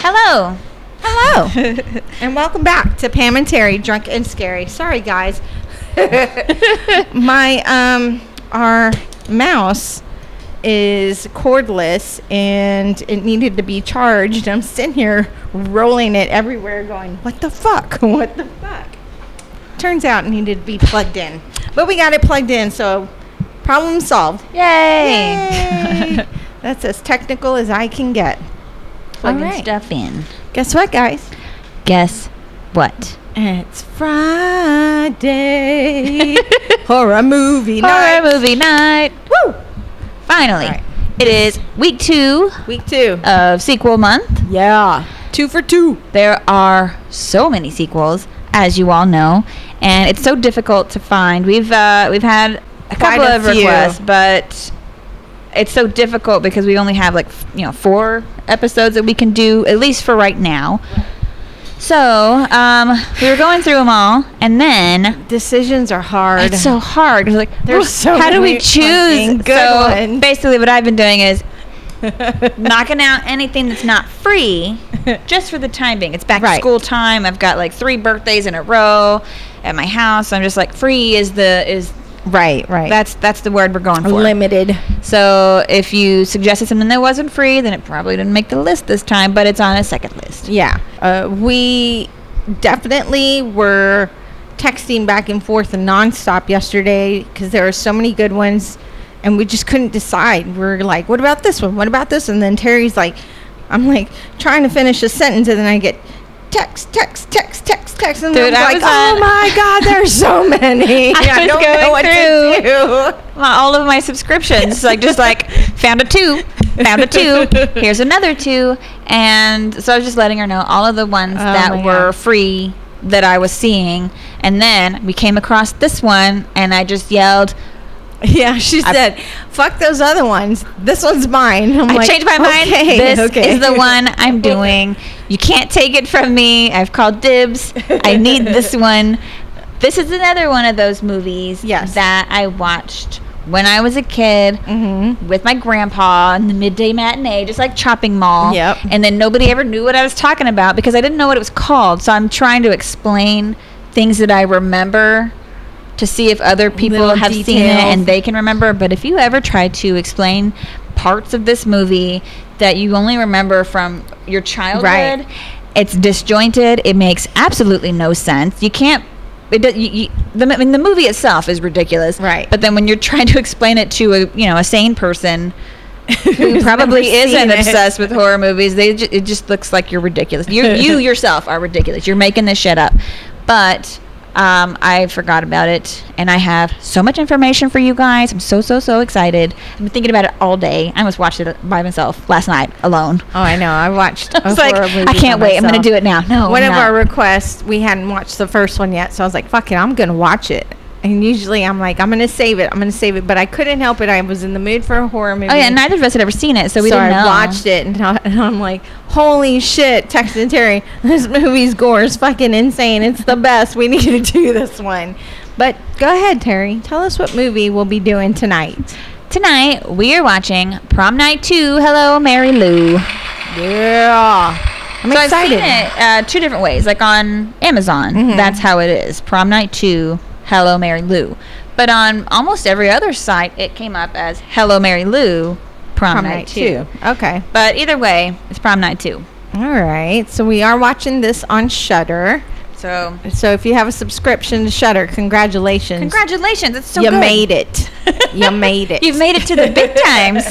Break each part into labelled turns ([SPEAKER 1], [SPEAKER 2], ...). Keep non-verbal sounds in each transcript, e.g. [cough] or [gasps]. [SPEAKER 1] Hello.
[SPEAKER 2] Hello. [laughs] and welcome back to Pam and Terry, Drunk and Scary. Sorry, guys. [laughs] My, um, our mouse is cordless and it needed to be charged. I'm sitting here rolling it everywhere going, what the fuck? [laughs] What the fuck? Turns out it needed to be plugged in. But we got it plugged in, so problem solved.
[SPEAKER 1] Yay. [laughs]
[SPEAKER 2] [laughs] Yay. That's as technical as I can get.
[SPEAKER 1] Plugging
[SPEAKER 2] All right.
[SPEAKER 1] stuff in.
[SPEAKER 2] Guess what, guys?
[SPEAKER 1] Guess what?
[SPEAKER 2] It's Friday. [laughs] horror movie night.
[SPEAKER 1] Horror movie night.
[SPEAKER 2] Woo!
[SPEAKER 1] Finally.
[SPEAKER 2] All right.
[SPEAKER 1] It is week two
[SPEAKER 2] Week two.
[SPEAKER 1] of sequel month.
[SPEAKER 2] yeah. Two for two.
[SPEAKER 1] There are so many sequels, as you all know, and it's so difficult to find. We've uh, we've had a
[SPEAKER 2] Quite
[SPEAKER 1] couple
[SPEAKER 2] a
[SPEAKER 1] of
[SPEAKER 2] few.
[SPEAKER 1] requests, but it's so difficult because we only have like f- you know four episodes that we can do at least for right now. So um, we were going through them all, and then
[SPEAKER 2] Decisions are hard.
[SPEAKER 1] it's so hard. 'cause, Like,
[SPEAKER 2] There's
[SPEAKER 1] [laughs] "Ooh,
[SPEAKER 2] so
[SPEAKER 1] how do we
[SPEAKER 2] many
[SPEAKER 1] choose?
[SPEAKER 2] fucking good [laughs]
[SPEAKER 1] so
[SPEAKER 2] ones.
[SPEAKER 1] basically, what I've been doing is
[SPEAKER 2] [laughs]
[SPEAKER 1] knocking out anything that's not
[SPEAKER 2] [laughs]
[SPEAKER 1] free just for the time being. It's back to
[SPEAKER 2] Right.
[SPEAKER 1] school time. I've got like three birthdays in a row at my house. I'm just like free is the is
[SPEAKER 2] right, right.
[SPEAKER 1] that's that's the word we're going for.
[SPEAKER 2] limited.
[SPEAKER 1] So if you suggested something that wasn't free, then it probably didn't make the list this time, but it's on a second list.
[SPEAKER 2] Yeah. Uh, we definitely were texting back and forth nonstop yesterday because there were so many good ones and we just couldn't decide. We're like, what about this one? What about this? one?" And then Terry's like, I'm like trying to finish a sentence and then I get text, text, text, text, text. And
[SPEAKER 1] Dude,
[SPEAKER 2] then
[SPEAKER 1] I
[SPEAKER 2] I'm
[SPEAKER 1] was
[SPEAKER 2] like, oh
[SPEAKER 1] on-
[SPEAKER 2] my God, there's
[SPEAKER 1] [laughs]
[SPEAKER 2] so many.
[SPEAKER 1] I was
[SPEAKER 2] don't
[SPEAKER 1] going
[SPEAKER 2] know what to do.
[SPEAKER 1] my, all of my subscriptions. like just like found a two, found a two. Here's another two, and so I was just letting her know all of the ones
[SPEAKER 2] Oh my
[SPEAKER 1] that were
[SPEAKER 2] God.
[SPEAKER 1] free that I was seeing, and then we came across this one, and I just yelled.
[SPEAKER 2] [laughs] Yeah, she
[SPEAKER 1] I-
[SPEAKER 2] said, fuck those other ones. This one's mine. I'm
[SPEAKER 1] i
[SPEAKER 2] like,
[SPEAKER 1] changed my mind.
[SPEAKER 2] "Okay,
[SPEAKER 1] this
[SPEAKER 2] okay."
[SPEAKER 1] is the one
[SPEAKER 2] [laughs]
[SPEAKER 1] I'm doing. You can't take it from me. I've called dibs. I
[SPEAKER 2] [laughs]
[SPEAKER 1] need this one. This is another one of those movies
[SPEAKER 2] Yes.
[SPEAKER 1] that I watched when I was a kid.
[SPEAKER 2] Mhm.
[SPEAKER 1] with my grandpa in the midday matinee, just like Chopping Mall.
[SPEAKER 2] Yep.
[SPEAKER 1] And then nobody ever knew what I was talking about because I didn't know what it was called. So I'm trying to explain things that I remember to see if other people
[SPEAKER 2] Little
[SPEAKER 1] have seen it
[SPEAKER 2] details.
[SPEAKER 1] and they can remember. But if you ever try to explain parts of this movie that you only remember from your childhood,
[SPEAKER 2] Right.
[SPEAKER 1] it's disjointed. It makes absolutely no sense. You can't. It does, you, you, the, I mean, the movie itself is ridiculous,
[SPEAKER 2] Right.
[SPEAKER 1] But then when you're trying to explain it to a you know a sane person who [laughs]
[SPEAKER 2] Who's
[SPEAKER 1] probably
[SPEAKER 2] never seen
[SPEAKER 1] isn't
[SPEAKER 2] it.
[SPEAKER 1] obsessed with horror movies, they ju- it just looks like you're ridiculous.
[SPEAKER 2] [laughs]
[SPEAKER 1] You you yourself are ridiculous. You're making this shit up. But um, I forgot about it, and I have so much information for you guys. I'm so so so excited. I've been thinking about it all day. I almost watched it by myself last night alone.
[SPEAKER 2] Oh, I know. I watched.
[SPEAKER 1] [laughs] I was like, I can't wait. I'm gonna do it now. No,
[SPEAKER 2] One
[SPEAKER 1] I'm
[SPEAKER 2] of
[SPEAKER 1] not.
[SPEAKER 2] our requests, we hadn't watched the first one yet, so I was like, "Fuck it, I'm gonna watch it." And usually, I'm like, "I'm gonna save it. I'm gonna save it," but I couldn't help it. I was in the mood for a horror movie.
[SPEAKER 1] Oh yeah, neither of us had ever seen it, so we didn't
[SPEAKER 2] I
[SPEAKER 1] know.
[SPEAKER 2] watched it, and, [laughs] I, and I'm like, "Holy shit, Tex and Terry, [laughs] this movie's gore is fucking insane. It's the best. We need to do this one." But go ahead, Terry. Tell us what movie we'll be doing tonight.
[SPEAKER 1] Tonight we are watching Prom Night Two. Hello, Mary Lou.
[SPEAKER 2] Yeah, I'm
[SPEAKER 1] so
[SPEAKER 2] excited.
[SPEAKER 1] I've seen it uh, two different ways, like on Amazon.
[SPEAKER 2] Mhm.
[SPEAKER 1] That's how it is. Prom Night Two. Hello, Mary Lou. But on almost every other site, it came up as Hello, Mary Lou. Prom,
[SPEAKER 2] Prom
[SPEAKER 1] Night,
[SPEAKER 2] night
[SPEAKER 1] Two.
[SPEAKER 2] too. Okay.
[SPEAKER 1] But either way, it's Prom Night Two.
[SPEAKER 2] All right. So we are watching this on Shutter.
[SPEAKER 1] So
[SPEAKER 2] So if you have a subscription to Shutter, congratulations.
[SPEAKER 1] congratulations, it's so
[SPEAKER 2] you
[SPEAKER 1] good.
[SPEAKER 2] made [laughs] it.
[SPEAKER 1] [laughs]
[SPEAKER 2] you made it.
[SPEAKER 1] You've made it to the
[SPEAKER 2] [laughs]
[SPEAKER 1] big times.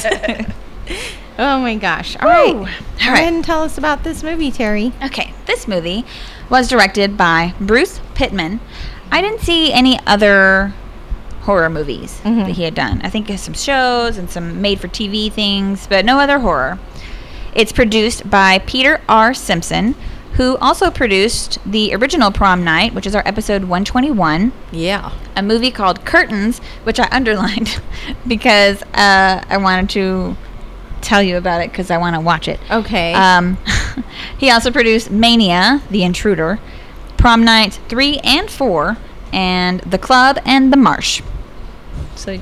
[SPEAKER 2] Oh my gosh. All right.
[SPEAKER 1] Woo.
[SPEAKER 2] All right.
[SPEAKER 1] All
[SPEAKER 2] Go
[SPEAKER 1] right.
[SPEAKER 2] ahead and tell us about this movie, Terry.
[SPEAKER 1] Okay, this movie was directed by Bruce Pittman. I didn't see any other horror movies
[SPEAKER 2] Mhm.
[SPEAKER 1] that he had done. I think there's some shows and some made for TV things, but no other horror. It's produced by Peter R. Simpson, who also produced the original Prom Night, which is our episode 121
[SPEAKER 2] Yeah.
[SPEAKER 1] a movie called Curtains, which I [laughs] underlined because uh, I wanted to tell you about it because I want to watch it.
[SPEAKER 2] Okay.
[SPEAKER 1] Um, [laughs] he also produced Mania, The Intruder, Prom Night 3 and 4, and The Club and The Marsh. So,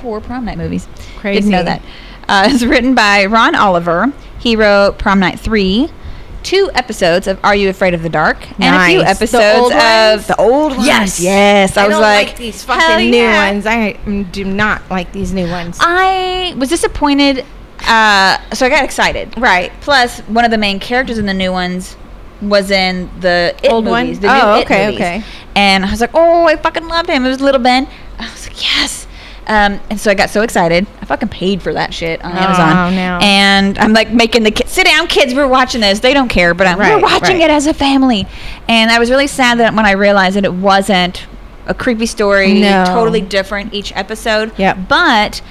[SPEAKER 1] four prom night movies. Didn't
[SPEAKER 2] Crazy.
[SPEAKER 1] [laughs] know that. Uh, it's written by Ron Oliver. He wrote Prom Night 3, two episodes of Are You Afraid of the Dark and a few
[SPEAKER 2] Nice. The
[SPEAKER 1] episodes
[SPEAKER 2] old ones?
[SPEAKER 1] of
[SPEAKER 2] The old ones?
[SPEAKER 1] Yes, yes. I,
[SPEAKER 2] I,
[SPEAKER 1] was
[SPEAKER 2] don't
[SPEAKER 1] like,
[SPEAKER 2] like, these
[SPEAKER 1] hell
[SPEAKER 2] fucking new
[SPEAKER 1] yeah.
[SPEAKER 2] ones. Uh, I mm, do not like these new ones.
[SPEAKER 1] I was disappointed. Uh, so I got excited.
[SPEAKER 2] right.
[SPEAKER 1] Plus, one of the main characters in the new ones was in the It
[SPEAKER 2] Old one?
[SPEAKER 1] movies. The
[SPEAKER 2] Oh,
[SPEAKER 1] new It
[SPEAKER 2] okay,
[SPEAKER 1] movies.
[SPEAKER 2] okay.
[SPEAKER 1] And I was like, oh, I fucking loved him. It was Little Ben. I was like, yes. Um, and so I got so excited. I fucking paid for that shit on Amazon.
[SPEAKER 2] Oh, no.
[SPEAKER 1] And I'm like making the kids sit down, kids. We're watching this. They don't care, but I'm,
[SPEAKER 2] Right,
[SPEAKER 1] we're watching
[SPEAKER 2] right.
[SPEAKER 1] it as a family. And I was really sad that when I realized that it wasn't a creepy story,
[SPEAKER 2] No.
[SPEAKER 1] totally different each episode.
[SPEAKER 2] Yep.
[SPEAKER 1] But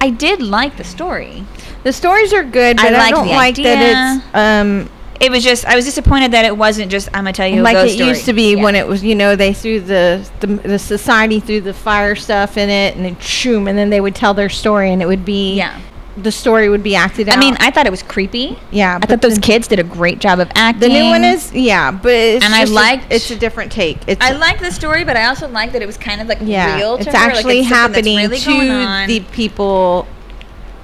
[SPEAKER 1] I did like the story.
[SPEAKER 2] The stories are good,
[SPEAKER 1] I
[SPEAKER 2] but I,
[SPEAKER 1] like
[SPEAKER 2] don't
[SPEAKER 1] the
[SPEAKER 2] like that
[SPEAKER 1] idea.
[SPEAKER 2] it's um
[SPEAKER 1] It was just I was disappointed that it wasn't just I'm gonna tell you a
[SPEAKER 2] like it
[SPEAKER 1] ghost story."
[SPEAKER 2] used to be
[SPEAKER 1] Yeah.
[SPEAKER 2] when it was you know they threw the, the the society threw the fire stuff in it and then shoom and then they would tell their story and it would be
[SPEAKER 1] yeah.
[SPEAKER 2] the story would be acted out.
[SPEAKER 1] I mean, I thought it was creepy.
[SPEAKER 2] yeah,
[SPEAKER 1] I thought those kids did a great job of acting.
[SPEAKER 2] the new one is yeah, but it's
[SPEAKER 1] And I
[SPEAKER 2] just a-
[SPEAKER 1] liked-
[SPEAKER 2] it's a different take. It's
[SPEAKER 1] I like the story, but I also like that it was kind of like
[SPEAKER 2] yeah,
[SPEAKER 1] real. To
[SPEAKER 2] it's
[SPEAKER 1] her, like,
[SPEAKER 2] actually
[SPEAKER 1] something that's
[SPEAKER 2] happening
[SPEAKER 1] really going
[SPEAKER 2] to
[SPEAKER 1] on.
[SPEAKER 2] the people.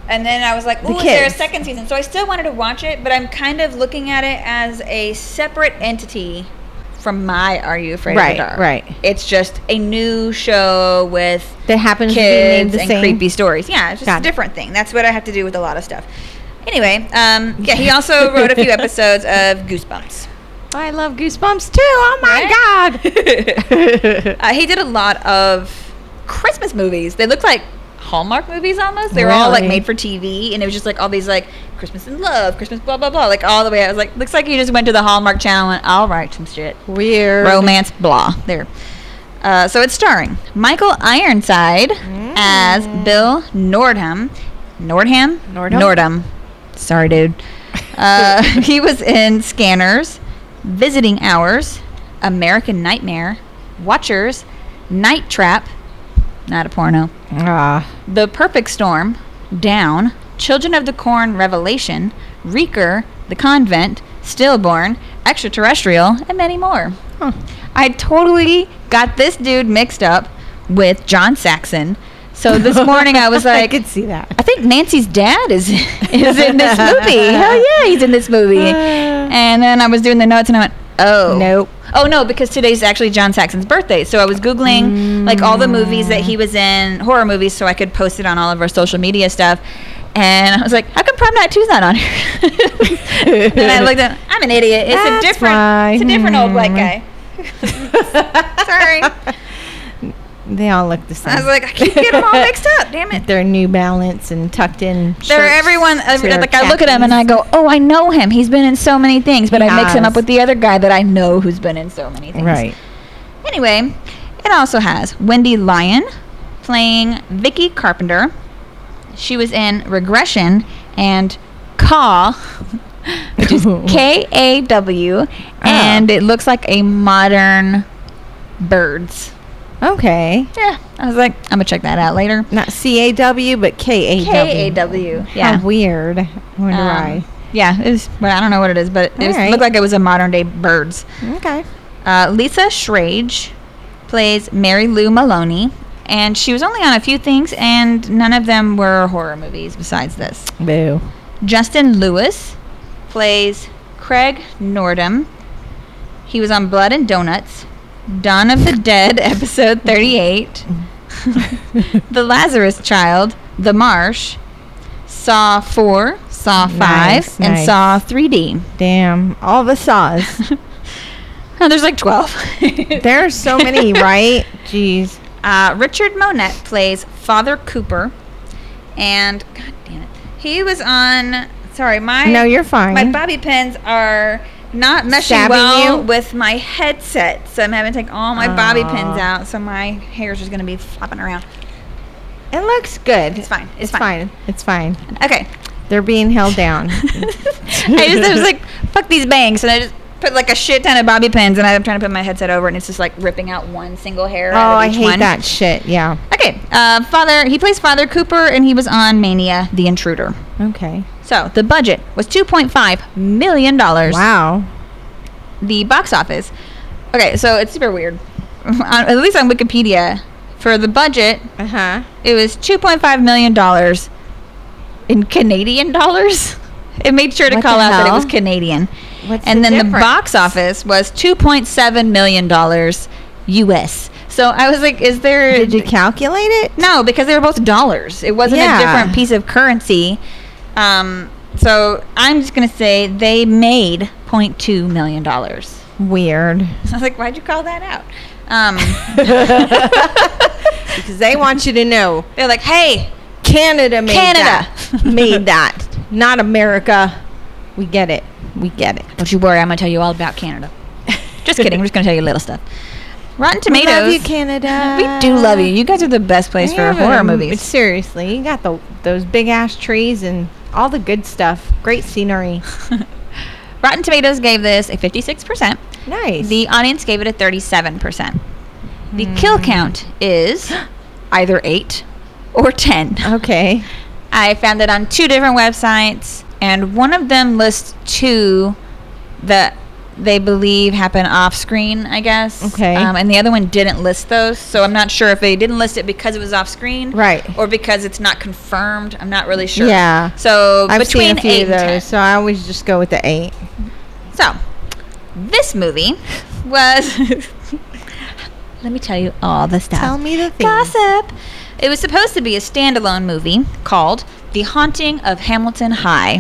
[SPEAKER 1] And then I was like,
[SPEAKER 2] the
[SPEAKER 1] "Ooh, is there a
[SPEAKER 2] kids.
[SPEAKER 1] second season?" So I still wanted to watch it, but I'm kind of looking at it as a separate entity from my "Are You Afraid
[SPEAKER 2] Right,
[SPEAKER 1] of the Dark?"
[SPEAKER 2] right.
[SPEAKER 1] It's just a new show with
[SPEAKER 2] That happens to be named Mm-hmm.
[SPEAKER 1] kids
[SPEAKER 2] the
[SPEAKER 1] and
[SPEAKER 2] same.
[SPEAKER 1] creepy stories. Yeah, it's just
[SPEAKER 2] Got
[SPEAKER 1] a
[SPEAKER 2] it.
[SPEAKER 1] different thing. That's what I have to do with a lot of stuff. Anyway, um, yeah,
[SPEAKER 2] [laughs]
[SPEAKER 1] he also wrote a few episodes of Goosebumps.
[SPEAKER 2] I love Goosebumps too. Oh my god! [laughs]
[SPEAKER 1] [laughs] Uh, he did a lot of Christmas movies. They looked like Hallmark movies almost. They were all like
[SPEAKER 2] Really?
[SPEAKER 1] made for TV, and it was just like all these like Christmas in love, Christmas blah blah blah, like all the way. I was like, looks like you just went to the Hallmark channel and I'll write some shit.
[SPEAKER 2] Weird.
[SPEAKER 1] Romance blah there. Uh, so it's starring Michael Ironside as Bill Nordham. Nordham?
[SPEAKER 2] Mm. Nordham?
[SPEAKER 1] Nordham.
[SPEAKER 2] [laughs]
[SPEAKER 1] Sorry, dude. Uh, he was in Scanners, Visiting Hours, American Nightmare, Watchers, Night Trap, not a porno,
[SPEAKER 2] Ah.
[SPEAKER 1] The Perfect Storm, Down, Children of the Corn Revelation, Reeker, The Convent, Stillborn, Extraterrestrial, and many more.
[SPEAKER 2] Huh.
[SPEAKER 1] I totally got this dude mixed up with John Saxon. So this morning I was like,
[SPEAKER 2] [laughs] I could see that.
[SPEAKER 1] I think Nancy's dad is [laughs] is
[SPEAKER 2] [laughs]
[SPEAKER 1] in this movie. Hell yeah, he's in
[SPEAKER 2] [sighs]
[SPEAKER 1] this movie. And then I was doing the notes and I went, oh
[SPEAKER 2] Nope.
[SPEAKER 1] Oh no, because today's actually John Saxon's birthday. So I was googling like all the movies that he was in, horror movies, so I could post it on all of our social media stuff. And I was like, how come Prom Night Two's not on here? [laughs] and I looked at, I'm an idiot. It's
[SPEAKER 2] That's
[SPEAKER 1] a different,
[SPEAKER 2] why.
[SPEAKER 1] it's a different old black
[SPEAKER 2] Hmm.
[SPEAKER 1] guy. Sorry,
[SPEAKER 2] They all look the same.
[SPEAKER 1] I was like, I keep
[SPEAKER 2] [laughs]
[SPEAKER 1] getting them all mixed up. Damn it.
[SPEAKER 2] They're New Balance and tucked in.
[SPEAKER 1] They're
[SPEAKER 2] shirts
[SPEAKER 1] everyone.
[SPEAKER 2] to
[SPEAKER 1] Every,
[SPEAKER 2] their
[SPEAKER 1] like I look at him and I
[SPEAKER 2] khakis.
[SPEAKER 1] go, "Oh, I know him. He's been in so many things." But I mix him
[SPEAKER 2] Yes.
[SPEAKER 1] up with the other guy that I know who's been in so many things.
[SPEAKER 2] Right.
[SPEAKER 1] Anyway, it also has Wendy Lyon playing Vicky Carpenter. She was in Regression and Caw, [laughs]
[SPEAKER 2] [laughs]
[SPEAKER 1] which is K A W,
[SPEAKER 2] Ah.
[SPEAKER 1] and it looks like a modern birds.
[SPEAKER 2] Okay.
[SPEAKER 1] Yeah, I was like, I'm gonna check that out later.
[SPEAKER 2] Not C A W, but K A W.
[SPEAKER 1] K A W.
[SPEAKER 2] How weird. I wonder
[SPEAKER 1] Um, Yeah, it was, but I don't know what it is, but it was,
[SPEAKER 2] Alright.
[SPEAKER 1] looked like it was a modern day birds.
[SPEAKER 2] why. Okay.
[SPEAKER 1] Uh, Lisa Schrage plays Mary Lou Maloney, and she was only on a few things, and none of them were horror movies besides this.
[SPEAKER 2] Boo.
[SPEAKER 1] Justin Lewis plays Craig Nordum. He was on Blood and Donuts, Dawn of the Dead, [laughs] episode 38, [laughs] The Lazarus Child, The Marsh, Saw 4, Saw 5,
[SPEAKER 2] Nice,
[SPEAKER 1] and
[SPEAKER 2] nice.
[SPEAKER 1] Saw 3D.
[SPEAKER 2] Damn. All the
[SPEAKER 1] [laughs]
[SPEAKER 2] saws.
[SPEAKER 1] Oh, there's like 12. [laughs]
[SPEAKER 2] there are so many, right? Jeez.
[SPEAKER 1] Uh, Richard Monet plays Father Cooper, and God damn it, he was on. Sorry, my
[SPEAKER 2] No, you're fine.
[SPEAKER 1] My bobby pins are not meshing
[SPEAKER 2] Stabbing
[SPEAKER 1] well
[SPEAKER 2] you?
[SPEAKER 1] with my headset, so I'm having to take all my bobby pins
[SPEAKER 2] Aw.
[SPEAKER 1] out. So my hair's just gonna be flopping around.
[SPEAKER 2] It looks good.
[SPEAKER 1] It's fine. It's,
[SPEAKER 2] It's fine. It's fine. [laughs]
[SPEAKER 1] Okay.
[SPEAKER 2] They're being held
[SPEAKER 1] [laughs]
[SPEAKER 2] down.
[SPEAKER 1] I just I was like, fuck these bangs, and I just put like a shit ton of bobby pins, and I'm trying to put my headset over, and it's just like ripping out one single hair.
[SPEAKER 2] oh,
[SPEAKER 1] out of
[SPEAKER 2] I
[SPEAKER 1] each
[SPEAKER 2] hate
[SPEAKER 1] one.
[SPEAKER 2] that shit. Yeah.
[SPEAKER 1] Okay, uh, Father. He plays Father Cooper, and he was on Mania: The Intruder.
[SPEAKER 2] Okay.
[SPEAKER 1] So the budget was 2.5 million dollars.
[SPEAKER 2] Wow.
[SPEAKER 1] The box office. Okay, so it's super weird. [laughs] On- At least on Wikipedia, for the budget,
[SPEAKER 2] Uh huh.
[SPEAKER 1] it was 2.5 million dollars in Canadian dollars. [laughs] It made sure to
[SPEAKER 2] What
[SPEAKER 1] call
[SPEAKER 2] the
[SPEAKER 1] out that it
[SPEAKER 2] hell?
[SPEAKER 1] was Canadian.
[SPEAKER 2] What's
[SPEAKER 1] and
[SPEAKER 2] the
[SPEAKER 1] then the
[SPEAKER 2] difference?
[SPEAKER 1] box office was two point seven million dollars U.S. So I was like, is there?
[SPEAKER 2] Did you calculate it?
[SPEAKER 1] No, because they were both dollars. It wasn't
[SPEAKER 2] Yeah.
[SPEAKER 1] a different piece of currency. Um, so I'm just gonna say they made 0.2 million dollars.
[SPEAKER 2] [laughs] Weird.
[SPEAKER 1] [laughs] So I was like, why'd you call that out?
[SPEAKER 2] [laughs]
[SPEAKER 1] Um, [laughs]
[SPEAKER 2] Because they want you to know
[SPEAKER 1] they're like, hey,
[SPEAKER 2] Canada made [laughs]
[SPEAKER 1] Canada.
[SPEAKER 2] that. made that. Not America. We get it. We get it.
[SPEAKER 1] don't you worry, I'm gonna tell you all about Canada. Just kidding, I'm just gonna tell you little stuff. Rotten
[SPEAKER 2] We
[SPEAKER 1] Tomatoes.
[SPEAKER 2] love you, Canada.
[SPEAKER 1] We do love you. You guys are the best place
[SPEAKER 2] Yeah,
[SPEAKER 1] for horror
[SPEAKER 2] um,
[SPEAKER 1] movies.
[SPEAKER 2] Seriously, you got the those big ass trees and all the good stuff. Great scenery.
[SPEAKER 1] [laughs] Rotten Tomatoes gave this a 56%.
[SPEAKER 2] Nice.
[SPEAKER 1] The audience gave it a 37%. The
[SPEAKER 2] Hmm.
[SPEAKER 1] kill count is either 8 or
[SPEAKER 2] Oh,
[SPEAKER 1] 10.
[SPEAKER 2] okay.
[SPEAKER 1] I found it on two different websites, and one of them lists two that they believe happen off screen, I guess.
[SPEAKER 2] Okay.
[SPEAKER 1] Um, and the other one didn't list those, so I'm not sure if they didn't list it because it was off screen.
[SPEAKER 2] Right.
[SPEAKER 1] Or because it's not confirmed. I'm not really sure.
[SPEAKER 2] Yeah.
[SPEAKER 1] So
[SPEAKER 2] I've
[SPEAKER 1] between
[SPEAKER 2] seen a few
[SPEAKER 1] eight
[SPEAKER 2] of
[SPEAKER 1] and 10.
[SPEAKER 2] those, so I always just go with the eight.
[SPEAKER 1] So, this movie was. [laughs] let me tell you all the stuff.
[SPEAKER 2] Tell me the thing.
[SPEAKER 1] Gossip. It was supposed to be a standalone movie called The Haunting of Hamilton High,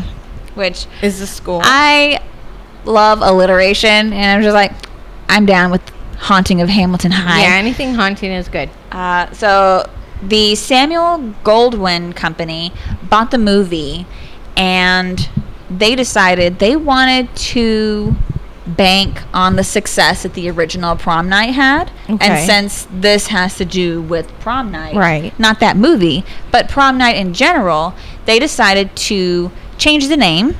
[SPEAKER 1] which
[SPEAKER 2] Is the school?
[SPEAKER 1] I love alliteration, and I'm just like, I'm down with Haunting of Hamilton High.
[SPEAKER 2] yeah, anything haunting is good.
[SPEAKER 1] Uh, so the Samuel Goldwyn Company bought the movie, and they decided they wanted to bank on the success that the original prom night had.
[SPEAKER 2] Okay.
[SPEAKER 1] And since this has to do with prom night,
[SPEAKER 2] Right.
[SPEAKER 1] Not that movie, but prom night in general, they decided to change the name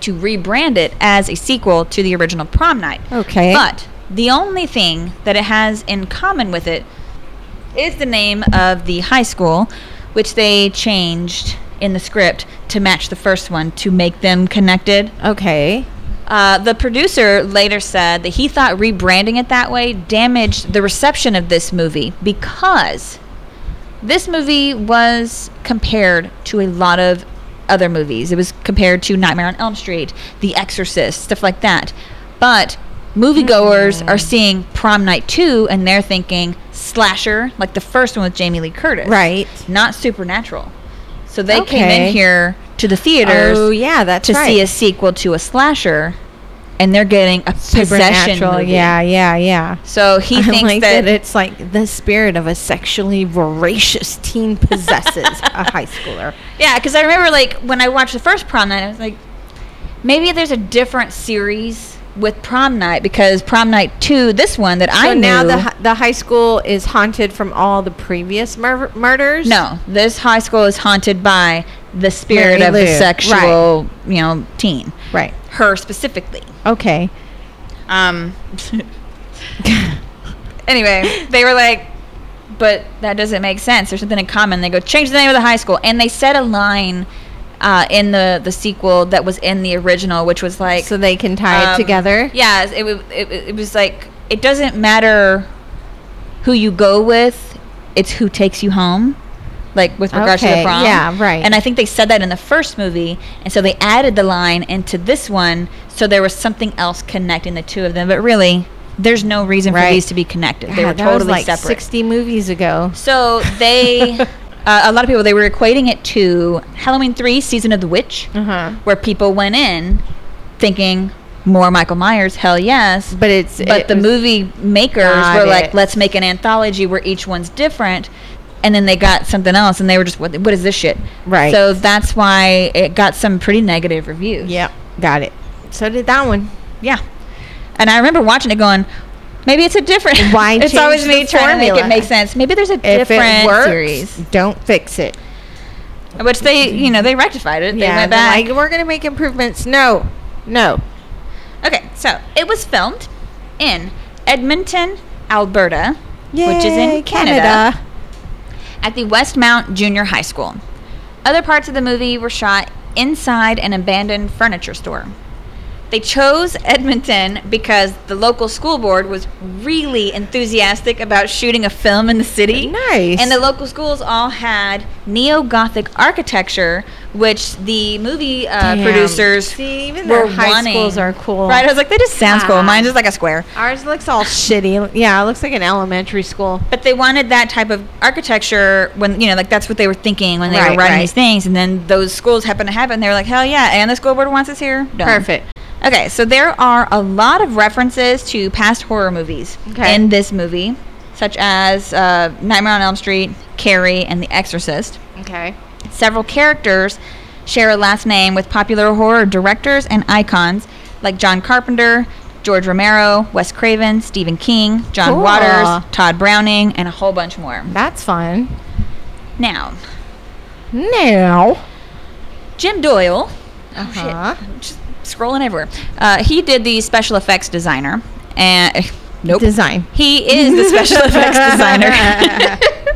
[SPEAKER 1] to rebrand it as a sequel to the original prom night.
[SPEAKER 2] Okay.
[SPEAKER 1] But the only thing that it has in common with it is the name of the high school, which they changed in the script to match the first one to make them connected.
[SPEAKER 2] Okay.
[SPEAKER 1] Uh, the producer later said that he thought rebranding it that way damaged the reception of this movie because this movie was compared to a lot of other movies. It was compared to Nightmare on Elm Street, The Exorcist, stuff like that. But
[SPEAKER 2] Mm-hmm.
[SPEAKER 1] moviegoers are seeing Prom Night 2 and they're thinking slasher, like the first one with Jamie Lee Curtis.
[SPEAKER 2] Right.
[SPEAKER 1] Not supernatural. So they came
[SPEAKER 2] Okay.
[SPEAKER 1] in here to the theaters
[SPEAKER 2] Oh yeah, that's
[SPEAKER 1] to
[SPEAKER 2] right.
[SPEAKER 1] see a sequel to a slasher, and they're getting a possession
[SPEAKER 2] Supernatural,
[SPEAKER 1] movie.
[SPEAKER 2] Yeah, yeah, yeah.
[SPEAKER 1] So
[SPEAKER 2] [laughs]
[SPEAKER 1] he
[SPEAKER 2] I
[SPEAKER 1] thinks
[SPEAKER 2] like
[SPEAKER 1] that,
[SPEAKER 2] that, it's like the spirit of a sexually voracious teen possesses
[SPEAKER 1] [laughs]
[SPEAKER 2] a high schooler.
[SPEAKER 1] yeah, because I remember like when I watched the first prom night, I was like, maybe there's a different series with prom night because prom night two, this one that
[SPEAKER 2] So
[SPEAKER 1] I
[SPEAKER 2] now
[SPEAKER 1] knew,
[SPEAKER 2] the hi- the high school is haunted from all the previous mur- murders.
[SPEAKER 1] no, this high school is haunted by the spirit
[SPEAKER 2] Mary
[SPEAKER 1] of
[SPEAKER 2] Lou,
[SPEAKER 1] the
[SPEAKER 2] right.
[SPEAKER 1] sexual, you know, teen,
[SPEAKER 2] Right.
[SPEAKER 1] her specifically.
[SPEAKER 2] Okay.
[SPEAKER 1] Um. [laughs] anyway, they were like, "But that doesn't make sense. There's something in common." They go change the name of the high school, and they said a line uh, in the the sequel that was in the original, which was like,
[SPEAKER 2] so they can tie it
[SPEAKER 1] um,
[SPEAKER 2] together.
[SPEAKER 1] Yeah, it, wa- it it was like it doesn't matter who you go with; it's who takes you home. Like with regards to
[SPEAKER 2] Okay,
[SPEAKER 1] the prom,
[SPEAKER 2] yeah, right.
[SPEAKER 1] And I think they said that in the first movie, and so they added the line into this one, so there was something else connecting the two of them. But really, there's no reason
[SPEAKER 2] Right.
[SPEAKER 1] for these to be connected; they
[SPEAKER 2] God,
[SPEAKER 1] were
[SPEAKER 2] that
[SPEAKER 1] totally
[SPEAKER 2] was like
[SPEAKER 1] separate.
[SPEAKER 2] sixty movies ago.
[SPEAKER 1] so they,
[SPEAKER 2] [laughs]
[SPEAKER 1] uh, a lot of people, they were equating it to Halloween Three: Season of the Witch,
[SPEAKER 2] Uh huh.
[SPEAKER 1] where people went in thinking more Michael Myers, hell yes.
[SPEAKER 2] But it's
[SPEAKER 1] But
[SPEAKER 2] it
[SPEAKER 1] the
[SPEAKER 2] was-
[SPEAKER 1] movie makers
[SPEAKER 2] Got
[SPEAKER 1] were like,
[SPEAKER 2] it.
[SPEAKER 1] let's make an anthology where each one's different. And then they got something else and they were just, what, what is this shit?
[SPEAKER 2] Right.
[SPEAKER 1] So that's why it got some pretty negative reviews.
[SPEAKER 2] Yeah, got it. So did that one.
[SPEAKER 1] Yeah. And I remember watching it going, maybe it's
[SPEAKER 2] [laughs]
[SPEAKER 1] a different.
[SPEAKER 2] Why
[SPEAKER 1] [laughs] it's always
[SPEAKER 2] change
[SPEAKER 1] me
[SPEAKER 2] the
[SPEAKER 1] trying to make
[SPEAKER 2] formula?
[SPEAKER 1] it make sense. Maybe there's a
[SPEAKER 2] If
[SPEAKER 1] different
[SPEAKER 2] it works,
[SPEAKER 1] series.
[SPEAKER 2] don't fix it.
[SPEAKER 1] Which they, you know, they rectified it. they
[SPEAKER 2] yeah,
[SPEAKER 1] went
[SPEAKER 2] they're
[SPEAKER 1] back.
[SPEAKER 2] like we're gonna make improvements. No, no.
[SPEAKER 1] Okay, so it was filmed in Edmonton, Alberta, which is
[SPEAKER 2] Yay,
[SPEAKER 1] in Canada, at the Westmount Junior High School. Other parts of the movie were shot inside an abandoned furniture store. They chose Edmonton because the local school board was really enthusiastic about shooting a film in the city.
[SPEAKER 2] Nice.
[SPEAKER 1] And the local schools all had neo Gothic architecture, which the movie uh,
[SPEAKER 3] Damn.
[SPEAKER 1] producers
[SPEAKER 2] See, even their
[SPEAKER 1] were
[SPEAKER 2] high
[SPEAKER 1] wanting.
[SPEAKER 3] schools are cool.
[SPEAKER 1] Right? I was like, that just sounds cool.
[SPEAKER 3] Ah.
[SPEAKER 1] Mine's just like a square.
[SPEAKER 3] Ours looks all shitty. Yeah, it looks like an elementary school.
[SPEAKER 1] But they wanted that type of architecture when you know, like that's what they were thinking when they were
[SPEAKER 3] Right,
[SPEAKER 1] writing
[SPEAKER 3] right.
[SPEAKER 1] these things. And then those schools happened to happen. They were like, hell yeah! And the school board wants us here. Done.
[SPEAKER 3] Perfect.
[SPEAKER 1] Okay, so there are a lot of references to past horror movies
[SPEAKER 3] Okay.
[SPEAKER 1] in this movie, such as uh, Nightmare on Elm Street, Carrie, and The Exorcist.
[SPEAKER 3] Okay.
[SPEAKER 1] Several characters share a last name with popular horror directors and icons like John Carpenter, George Romero, Wes Craven, Stephen King, John
[SPEAKER 3] Cool.
[SPEAKER 1] Waters, Todd Browning, and a whole bunch more.
[SPEAKER 3] That's fun.
[SPEAKER 1] Now,
[SPEAKER 2] now.
[SPEAKER 1] Jim Doyle, oh,
[SPEAKER 2] Uh-huh.
[SPEAKER 1] just scrolling everywhere, uh, he did the special effects designer. And, eh, nope.
[SPEAKER 2] Design.
[SPEAKER 1] He is the
[SPEAKER 2] [laughs]
[SPEAKER 1] special effects designer. [laughs]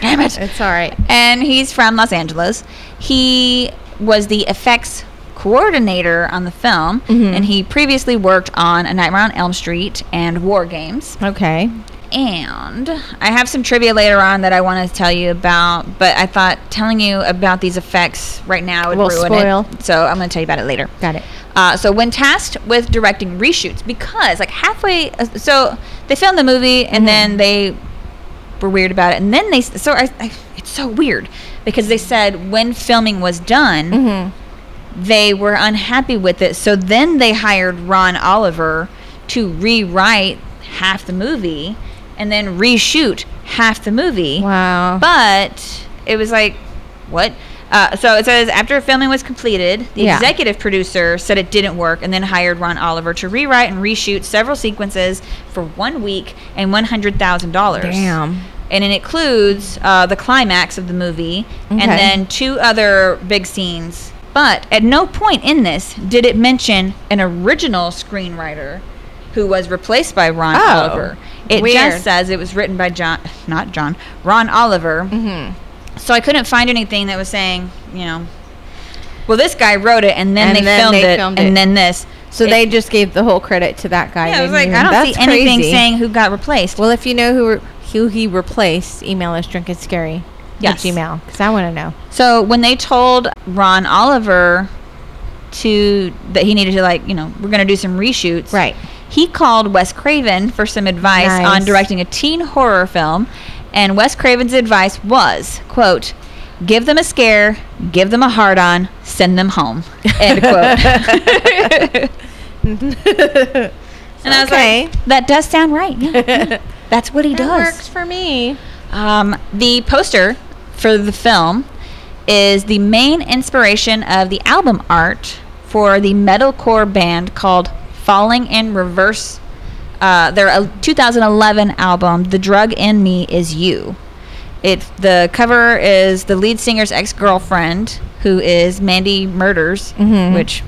[SPEAKER 1] Damn it.
[SPEAKER 3] It's all right.
[SPEAKER 1] And he's from Los Angeles. He was the effects coordinator on the film,
[SPEAKER 3] Mm-hmm.
[SPEAKER 1] and he previously worked on A Nightmare on Elm Street and War Games.
[SPEAKER 2] Okay.
[SPEAKER 1] And I have some trivia later on that I want to tell you about, but I thought telling you about these effects right now would
[SPEAKER 3] Will
[SPEAKER 1] ruin
[SPEAKER 3] spoil.
[SPEAKER 1] it. So I'm going to tell you about it later.
[SPEAKER 2] Got it.
[SPEAKER 1] Uh, so when tasked with directing reshoots, because like halfway, uh, so they filmed the movie and then they were weird about it, and then they so I, I, it's so weird because they said when filming was done,
[SPEAKER 2] Mm-hmm.
[SPEAKER 1] they were unhappy with it, so then they hired Ron Oliver to rewrite half the movie and then reshoot half the movie.
[SPEAKER 2] Wow.
[SPEAKER 1] But it was like, what? Uh, so it says after filming was completed, the
[SPEAKER 2] Yeah.
[SPEAKER 1] executive producer said it didn't work and then hired Ron Oliver to rewrite and reshoot several sequences for one week and one hundred thousand dollars.
[SPEAKER 2] Damn.
[SPEAKER 1] And it includes uh, the climax of the movie
[SPEAKER 2] Okay.
[SPEAKER 1] and then two other big scenes. But at no point in this did it mention an original screenwriter who was replaced by Ron
[SPEAKER 2] Oh.
[SPEAKER 1] Oliver. It
[SPEAKER 3] Weird.
[SPEAKER 1] just says it was written by John, not John, Ron Oliver. Mm-hmm. So I couldn't find anything that was saying, you know, well, this guy wrote it and then
[SPEAKER 3] And
[SPEAKER 1] they,
[SPEAKER 3] then
[SPEAKER 1] filmed,
[SPEAKER 3] they
[SPEAKER 1] it,
[SPEAKER 3] filmed it.
[SPEAKER 1] and then this.
[SPEAKER 2] So
[SPEAKER 1] It-
[SPEAKER 2] they just gave the whole credit to that guy.
[SPEAKER 1] yeah, I was
[SPEAKER 2] didn't
[SPEAKER 1] like,
[SPEAKER 2] you?
[SPEAKER 1] I don't
[SPEAKER 2] That's
[SPEAKER 1] see anything
[SPEAKER 2] crazy.
[SPEAKER 1] saying who got replaced.
[SPEAKER 2] Well, if you know who re- who he replaced, email us drink it scary.
[SPEAKER 1] Yes.
[SPEAKER 2] Gmail because I want to know.
[SPEAKER 1] So when they told Ron Oliver to that he needed to like, you know, we're going to do some reshoots.
[SPEAKER 2] Right.
[SPEAKER 1] He called Wes Craven for some advice
[SPEAKER 2] Nice.
[SPEAKER 1] on directing a teen horror film, and Wes Craven's advice was, quote, Give them a scare, give them a hard on, send them home.
[SPEAKER 2] [laughs]
[SPEAKER 1] End quote. and I was
[SPEAKER 2] Okay.
[SPEAKER 1] like, that does sound right. Yeah,
[SPEAKER 2] [laughs]
[SPEAKER 1] yeah. That's what he does.
[SPEAKER 2] for me.
[SPEAKER 1] Um, the poster for the film is the main inspiration of the album art for the metalcore band called Falling in Reverse. Uh, their uh, 2011 album, "The Drug in Me Is You." It the cover is the lead singer's ex-girlfriend, who is Mandy Murders,
[SPEAKER 2] Mhm.
[SPEAKER 1] which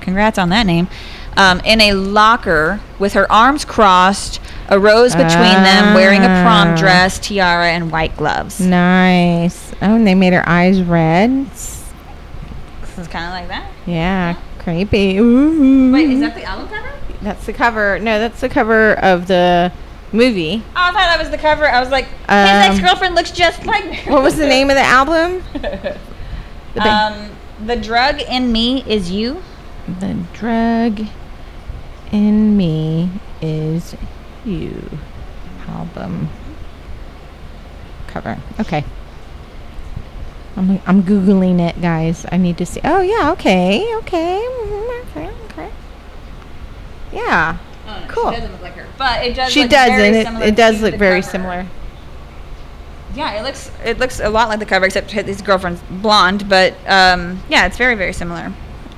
[SPEAKER 1] congrats on that name, um, in a locker with her arms crossed, a rose between them, wearing a prom
[SPEAKER 2] Ah.
[SPEAKER 1] dress, tiara, and white gloves.
[SPEAKER 2] Nice. Oh, and they made her eyes red.
[SPEAKER 1] It's kind of like that.
[SPEAKER 2] Yeah, creepy. Ooh.
[SPEAKER 1] Wait, is that the album cover? Oh,
[SPEAKER 2] That's the cover. No, that's the cover of the movie.
[SPEAKER 1] Oh, I thought that was the cover. I was like, his
[SPEAKER 2] Um,
[SPEAKER 1] ex-girlfriend looks just [laughs] like. me.
[SPEAKER 2] What was the name of the album? The, ba-
[SPEAKER 1] um, the Oh, drug in me is you.
[SPEAKER 2] the drug in me is you album cover. Okay. I'm I'm googling it, guys. I need to see. Oh yeah, okay, okay, mhm, okay, okay. Yeah,
[SPEAKER 1] Oh, no,
[SPEAKER 2] Cool.
[SPEAKER 1] She doesn't look like her, but it does.
[SPEAKER 2] she
[SPEAKER 1] look
[SPEAKER 2] does,
[SPEAKER 1] very
[SPEAKER 2] and
[SPEAKER 1] similar
[SPEAKER 2] it, it
[SPEAKER 1] to
[SPEAKER 2] does look
[SPEAKER 1] the
[SPEAKER 2] very
[SPEAKER 1] cover.
[SPEAKER 2] similar.
[SPEAKER 1] Yeah, it looks it looks a lot like the cover, except his girlfriend's blonde. But um, yeah, it's very very similar.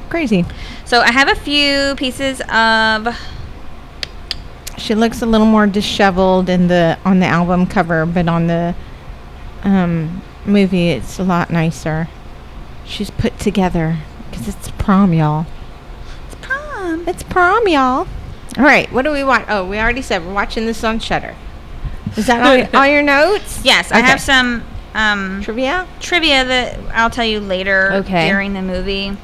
[SPEAKER 2] Crazy.
[SPEAKER 1] So I have a few pieces of
[SPEAKER 2] She looks a little more disheveled in the on the album cover, but on the um, movie, it's a lot nicer. She's put together because it's prom, y'all. It's prom. It's prom, y'all. All right, what do we watch? Oh, we already said we're watching this on Shutter. Is that all, y- all your notes?
[SPEAKER 1] [laughs] yes, I
[SPEAKER 2] Okay.
[SPEAKER 1] have some um,
[SPEAKER 2] Trivia.
[SPEAKER 1] trivia that I'll tell you later
[SPEAKER 2] Okay.
[SPEAKER 1] during the movie.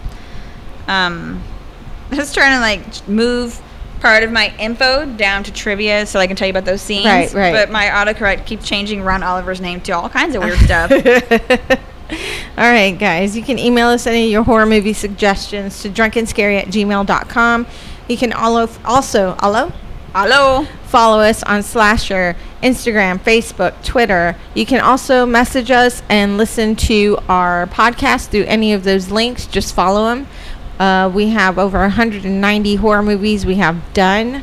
[SPEAKER 1] Um, [laughs] I was trying to like move part of my info down to trivia so I can tell you about those scenes.
[SPEAKER 2] Right, right.
[SPEAKER 1] But my autocorrect keeps changing Ron Oliver's name to all kinds of weird
[SPEAKER 2] [laughs]
[SPEAKER 1] stuff. [laughs]
[SPEAKER 2] All right, guys. You can email us any of your horror movie suggestions to drunkenscary at gmail.com. You can allo- also allo,
[SPEAKER 1] Hello.
[SPEAKER 2] follow us on Slasher, Instagram, Facebook, Twitter. You can also message us and listen to our podcast through any of those links. Just follow them. Uh, we have over 190 horror movies we have done.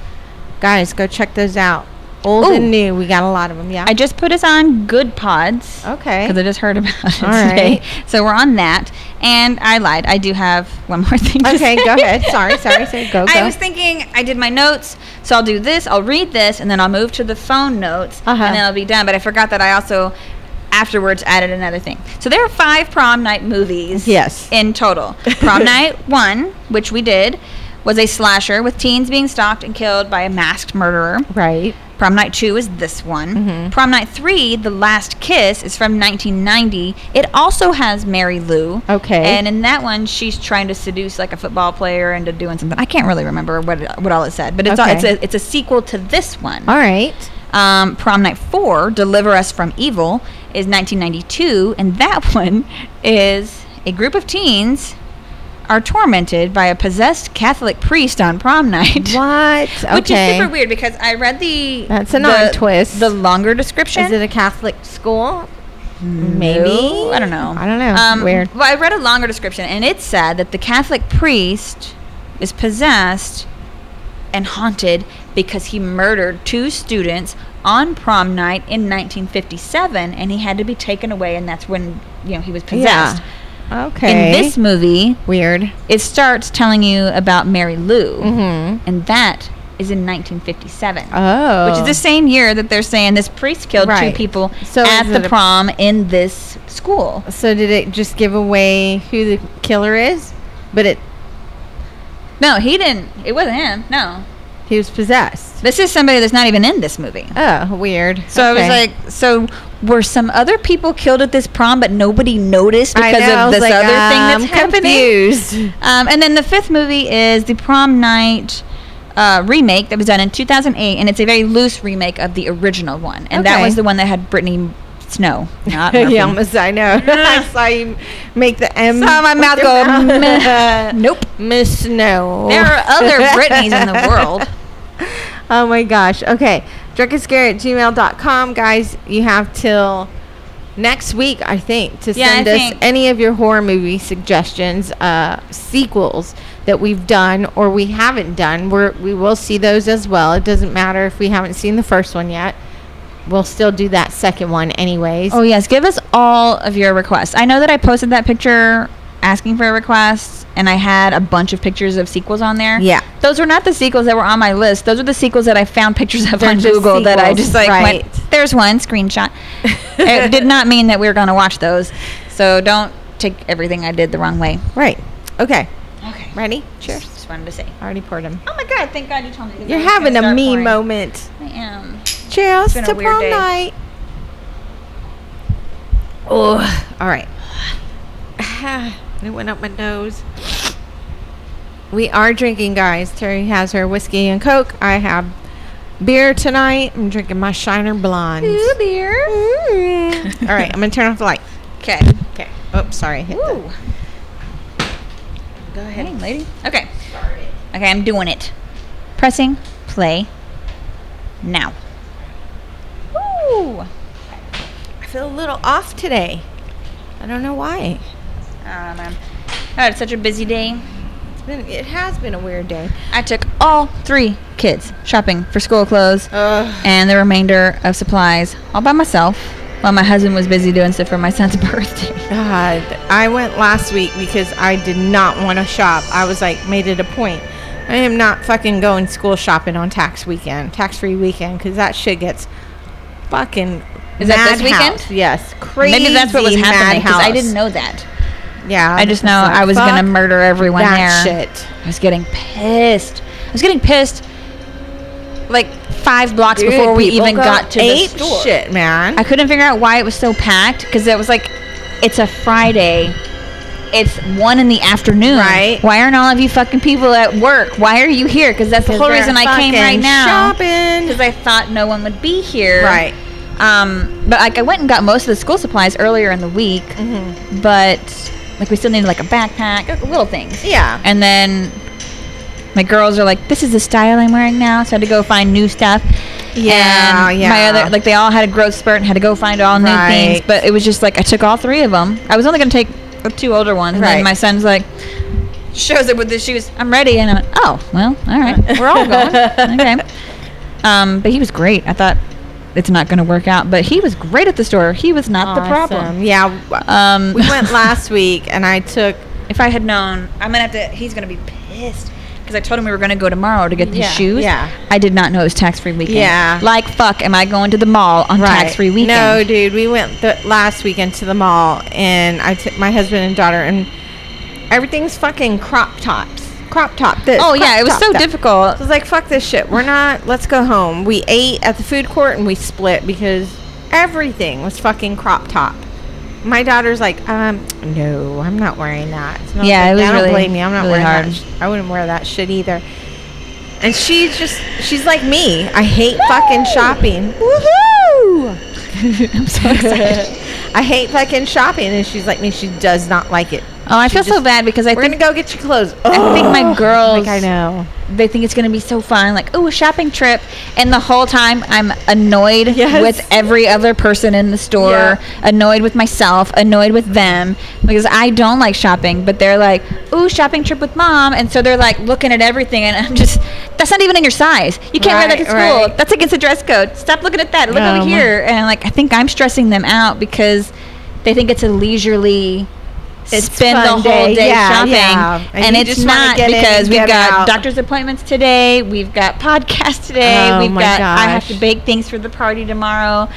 [SPEAKER 2] Guys, go check those out. Old
[SPEAKER 1] Ooh.
[SPEAKER 2] and new. We got a lot of them. Yeah.
[SPEAKER 1] I just put us on Good Pods.
[SPEAKER 2] okay.
[SPEAKER 1] Because I just heard about it
[SPEAKER 2] All
[SPEAKER 1] today.
[SPEAKER 2] right.
[SPEAKER 1] So we're on that. And I lied. I do have one more thing to
[SPEAKER 2] Okay,
[SPEAKER 1] say.
[SPEAKER 2] go ahead. Sorry, sorry,
[SPEAKER 1] [laughs]
[SPEAKER 2] sorry. Go,
[SPEAKER 1] I
[SPEAKER 2] go.
[SPEAKER 1] was thinking I did my notes. So I'll do this, I'll read this, and then I'll move to the phone notes.
[SPEAKER 2] Uh-huh.
[SPEAKER 1] And then I'll be done. But I forgot that I also afterwards added another thing. So there are five prom night movies.
[SPEAKER 2] Yes.
[SPEAKER 1] In total.
[SPEAKER 2] [laughs]
[SPEAKER 1] Prom night one, which we did, was a slasher with teens being stalked and killed by a masked murderer.
[SPEAKER 2] Right.
[SPEAKER 1] Prom Night 2 is this one.
[SPEAKER 2] Mm-hmm.
[SPEAKER 1] Prom Night 3, The Last Kiss, is from 1990. It also has Mary Lou.
[SPEAKER 2] Okay.
[SPEAKER 1] And in that one, she's trying to seduce like a football player into doing something. I can't really remember what it, what all it said, but it's all,
[SPEAKER 2] Okay.
[SPEAKER 1] it's a it's a sequel to this one.
[SPEAKER 2] All right.
[SPEAKER 1] Um, Prom Night 4, Deliver Us from Evil, is 1992, and that [laughs] one is a group of teens are tormented by a possessed Catholic priest on prom night.
[SPEAKER 2] What? Okay.
[SPEAKER 1] Which is super weird because I read the
[SPEAKER 2] That's an
[SPEAKER 1] the-
[SPEAKER 2] odd twist.
[SPEAKER 1] The longer description.
[SPEAKER 2] Is it a Catholic school? Maybe.
[SPEAKER 1] No, I don't know. Um,
[SPEAKER 2] I don't know. Weird.
[SPEAKER 1] Well, I read a longer description, and it said that the Catholic priest is possessed and haunted because he murdered two students on prom night in 1957, and he had to be taken away, and that's when you know he was possessed.
[SPEAKER 2] Okay.
[SPEAKER 1] In this movie,
[SPEAKER 2] weird.
[SPEAKER 1] it starts telling you about Mary Lou,
[SPEAKER 2] Mm-hmm.
[SPEAKER 1] and that is in 1957.
[SPEAKER 2] Oh.
[SPEAKER 1] which is the same year that they're saying this priest killed
[SPEAKER 2] Right.
[SPEAKER 1] two people
[SPEAKER 2] So
[SPEAKER 1] at
[SPEAKER 2] is it
[SPEAKER 1] the
[SPEAKER 2] a-
[SPEAKER 1] prom in this school.
[SPEAKER 2] So did it just give away who the killer is? But it
[SPEAKER 1] No, he didn't. It wasn't him. No,
[SPEAKER 2] he was possessed.
[SPEAKER 1] this is somebody that's not even in this movie.
[SPEAKER 2] Oh, weird.
[SPEAKER 1] So
[SPEAKER 2] Okay.
[SPEAKER 1] I was like, so were some other people killed at this prom, but nobody noticed
[SPEAKER 2] I
[SPEAKER 1] because
[SPEAKER 2] know, I
[SPEAKER 1] of
[SPEAKER 2] was
[SPEAKER 1] this
[SPEAKER 2] like,
[SPEAKER 1] other
[SPEAKER 2] I'm
[SPEAKER 1] thing that's happening.
[SPEAKER 2] confused.
[SPEAKER 1] Um, and then the fifth movie is the prom night. Uh, remake that was done in 2008, and it's a very loose remake of the original one, and that
[SPEAKER 2] Okay.
[SPEAKER 1] was the one that had Brittany Snow. Not
[SPEAKER 2] [laughs]
[SPEAKER 1] Murphy.
[SPEAKER 2] yeah, almost, I know. [laughs]
[SPEAKER 1] [laughs]
[SPEAKER 2] I saw you make the M.
[SPEAKER 1] Saw my
[SPEAKER 2] with
[SPEAKER 1] [laughs] mouth
[SPEAKER 2] your
[SPEAKER 1] go,
[SPEAKER 2] mouth. [laughs]
[SPEAKER 1] nope.
[SPEAKER 2] Miss Snow.
[SPEAKER 1] There are other [laughs] Britneys in the
[SPEAKER 2] [laughs]
[SPEAKER 1] world.
[SPEAKER 2] Oh my gosh. Okay. Drunkenscare at gmail.com. Guys, you have till next week, I think, to
[SPEAKER 1] Yeah, I
[SPEAKER 2] send us
[SPEAKER 1] think.
[SPEAKER 2] any of your horror movie suggestions, uh, sequels that we've done or we haven't done. We're, we will see those as well. It doesn't matter if we haven't seen the first one yet. We'll still do that second one, anyways.
[SPEAKER 1] Oh yes, give us all of your requests. I know that I posted that picture asking for requests, and I had a bunch of pictures of sequels on there.
[SPEAKER 2] Yeah.
[SPEAKER 1] those were not the sequels that were on my list. Those are the sequels that I found pictures of
[SPEAKER 2] They're
[SPEAKER 1] on
[SPEAKER 2] just
[SPEAKER 1] Google that I
[SPEAKER 2] sequels,
[SPEAKER 1] just like
[SPEAKER 2] right.
[SPEAKER 1] went. There's one screenshot. it did not mean that we were going to watch those, so don't take everything I did the wrong way.
[SPEAKER 2] Right. Okay.
[SPEAKER 1] Okay.
[SPEAKER 2] Ready?
[SPEAKER 1] Cheers.
[SPEAKER 2] Cheers.
[SPEAKER 1] Just wanted to say.
[SPEAKER 2] I already poured them.
[SPEAKER 1] Oh my god! Thank God you told me. 'cause I
[SPEAKER 2] You're
[SPEAKER 1] was gonna
[SPEAKER 2] having a
[SPEAKER 1] start
[SPEAKER 2] me
[SPEAKER 1] pouring.
[SPEAKER 2] moment.
[SPEAKER 1] I am.
[SPEAKER 2] Cheers
[SPEAKER 1] been a
[SPEAKER 2] to
[SPEAKER 1] weird
[SPEAKER 2] prom
[SPEAKER 1] day.
[SPEAKER 2] night. Oh, all [sighs] right.
[SPEAKER 3] it went up my nose.
[SPEAKER 2] We are drinking, guys. Terry has her whiskey and coke. I have beer tonight. I'm drinking my Shiner Blondes.
[SPEAKER 1] Ooh, beer.
[SPEAKER 2] Mm. all right, I'm gonna turn off the light.
[SPEAKER 1] [laughs] Okay.
[SPEAKER 2] [laughs] Okay. Oh, sorry. I hit the-
[SPEAKER 1] Ooh. Go ahead, lady. Okay. Okay, I'm doing it. Pressing play now. Ooh.
[SPEAKER 2] I feel a little off today. I don't know why.
[SPEAKER 1] Um, um, I had such a busy day.
[SPEAKER 2] It's been. It has been a weird day.
[SPEAKER 1] I took all three kids shopping for school clothes
[SPEAKER 2] Ugh.
[SPEAKER 1] and the remainder of supplies all by myself while my husband was busy doing stuff for my son's [laughs] birthday.
[SPEAKER 2] God, I went last week because I did not want to shop. I was like, made it a point. I am not fucking going school shopping on tax weekend, tax free weekend, because that shit gets fucking.
[SPEAKER 1] Is that this
[SPEAKER 2] madhouse.
[SPEAKER 1] weekend?
[SPEAKER 2] Yes, crazy.
[SPEAKER 1] Maybe that's what was happening because I
[SPEAKER 2] madhouse.
[SPEAKER 1] didn't know that.
[SPEAKER 2] Yeah,
[SPEAKER 1] I just
[SPEAKER 2] was
[SPEAKER 1] know
[SPEAKER 2] like,
[SPEAKER 1] I was gonna
[SPEAKER 2] fuck
[SPEAKER 1] murder everyone
[SPEAKER 2] that
[SPEAKER 1] there.
[SPEAKER 2] shit.
[SPEAKER 1] I was getting pissed. I was getting pissed like five blocks
[SPEAKER 2] Dude,
[SPEAKER 1] before we
[SPEAKER 2] people
[SPEAKER 1] even
[SPEAKER 2] go
[SPEAKER 1] got to the
[SPEAKER 2] ape
[SPEAKER 1] store.
[SPEAKER 2] Shit, man.
[SPEAKER 1] I couldn't figure out why it was so packed because it was like it's a Friday. it's one in the afternoon.
[SPEAKER 2] Right.
[SPEAKER 1] Why aren't all of you fucking people at work? Why are you here? Because that's the whole reason I came right now.
[SPEAKER 2] Shopping.
[SPEAKER 1] Because I thought no one would be here.
[SPEAKER 2] Right.
[SPEAKER 1] Um, but like I went and got most of the school supplies earlier in the week,
[SPEAKER 2] Mm-hmm. Mm.
[SPEAKER 1] but like we still needed like a backpack, like, little things.
[SPEAKER 2] Yeah.
[SPEAKER 1] And then my girls are like, "This is the style I'm wearing now," so I had to go find new stuff.
[SPEAKER 2] Yeah,
[SPEAKER 1] And
[SPEAKER 2] yeah.
[SPEAKER 1] My other like they all had a growth spurt and had to go find all new things,
[SPEAKER 2] Right.
[SPEAKER 1] but it was just like I took all three of them. I was only gonna take the two older ones, and then
[SPEAKER 2] Right.
[SPEAKER 1] my son's like. Shows up with the shoes. I'm ready, and I'm like, oh well, all right, we're all
[SPEAKER 2] [laughs]
[SPEAKER 1] going. okay, um, but he was great. I thought it's not going to work out, but he was great at the store. He was not the problem.
[SPEAKER 2] Awesome. Yeah. w-
[SPEAKER 1] Um,
[SPEAKER 2] we
[SPEAKER 1] [laughs]
[SPEAKER 2] went last week and I took
[SPEAKER 1] if I had known, I'm gonna have to. He's gonna be pissed because I told him we were gonna go tomorrow to get these
[SPEAKER 2] Yeah,
[SPEAKER 1] shoes.
[SPEAKER 2] yeah.
[SPEAKER 1] I did not know it was tax free weekend.
[SPEAKER 2] Yeah.
[SPEAKER 1] Like fuck, am I going to the mall on tax free weekend?
[SPEAKER 2] No, dude, we went th- last weekend to the mall, and I took my husband and daughter, and everything's fucking crop tops, crop top. This.
[SPEAKER 1] Oh yeah,
[SPEAKER 2] crop
[SPEAKER 1] it was
[SPEAKER 2] top
[SPEAKER 1] so
[SPEAKER 2] that.
[SPEAKER 1] difficult.
[SPEAKER 2] I was like, fuck this shit. We're not. Let's go home. We ate at the food court and we split because everything was fucking crop top. My daughter's like, um, no, I'm not wearing that. And I
[SPEAKER 1] Yeah,
[SPEAKER 2] like,
[SPEAKER 1] it was
[SPEAKER 2] I don't
[SPEAKER 1] really-
[SPEAKER 2] blame you. I'm not
[SPEAKER 1] really
[SPEAKER 2] wearing
[SPEAKER 1] hard.
[SPEAKER 2] that. sh- I wouldn't wear that shit either. And she's just, she's like me. I hate fucking shopping. Woohoo!
[SPEAKER 1] [laughs] I'm so excited.
[SPEAKER 2] [laughs] I hate fucking shopping, and she's like me. She does not like it.
[SPEAKER 1] oh, I
[SPEAKER 2] She
[SPEAKER 1] feel so
[SPEAKER 2] just-
[SPEAKER 1] bad because I
[SPEAKER 2] We're
[SPEAKER 1] think
[SPEAKER 2] gonna go get your clothes. Oh,
[SPEAKER 1] I think my
[SPEAKER 2] Ugh.
[SPEAKER 1] girls-
[SPEAKER 2] Like I know.
[SPEAKER 1] they think it's gonna be so fun, like oh a shopping trip, and the whole time I'm
[SPEAKER 2] [laughs]
[SPEAKER 1] annoyed
[SPEAKER 2] Yes.
[SPEAKER 1] with every other person in the store,
[SPEAKER 2] Yeah.
[SPEAKER 1] annoyed with myself, annoyed with them because I don't like shopping, but they're like oh shopping trip with mom, and so they're like looking at everything, and I'm just that's not even in your size. You can't wear that to
[SPEAKER 2] Right,
[SPEAKER 1] school.
[SPEAKER 2] right.
[SPEAKER 1] That's against the dress code. Stop looking at that. Look
[SPEAKER 2] Oh,
[SPEAKER 1] over
[SPEAKER 2] my-
[SPEAKER 1] here, and like I think I'm stressing them out because they think it's a leisurely.
[SPEAKER 2] It's
[SPEAKER 1] spend the
[SPEAKER 2] fun
[SPEAKER 1] whole
[SPEAKER 2] day.
[SPEAKER 1] day,
[SPEAKER 2] Yeah,
[SPEAKER 1] shopping,
[SPEAKER 2] yeah. And
[SPEAKER 1] and,
[SPEAKER 2] you
[SPEAKER 1] it's
[SPEAKER 2] just wanna
[SPEAKER 1] not
[SPEAKER 2] get in,
[SPEAKER 1] because we've
[SPEAKER 2] get
[SPEAKER 1] got
[SPEAKER 2] out.
[SPEAKER 1] doctor doctor's appointments today. We've got podcast today.
[SPEAKER 2] Oh
[SPEAKER 1] We've
[SPEAKER 2] my
[SPEAKER 1] got I have
[SPEAKER 2] gosh.
[SPEAKER 1] to bake things for the party tomorrow.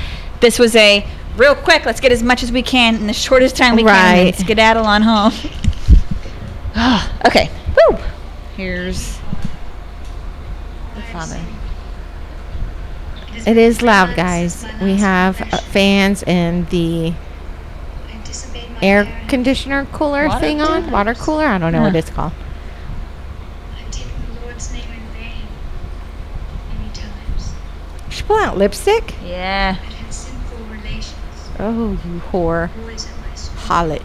[SPEAKER 1] This was a real quick. Let's get as much as we can in the shortest time we can.
[SPEAKER 2] Right.
[SPEAKER 1] And skedaddle on
[SPEAKER 2] [sighs]
[SPEAKER 1] home. okay. Woo. Here's the father.
[SPEAKER 2] It is loud, guys. We have uh, fans and the air conditioner cooler
[SPEAKER 1] Water
[SPEAKER 2] thing on.
[SPEAKER 1] cooler?
[SPEAKER 2] Water cooler. I don't know what
[SPEAKER 1] Huh.
[SPEAKER 2] it's called. She pull out lipstick.
[SPEAKER 1] Yeah.
[SPEAKER 2] Oh, you whore, harlot.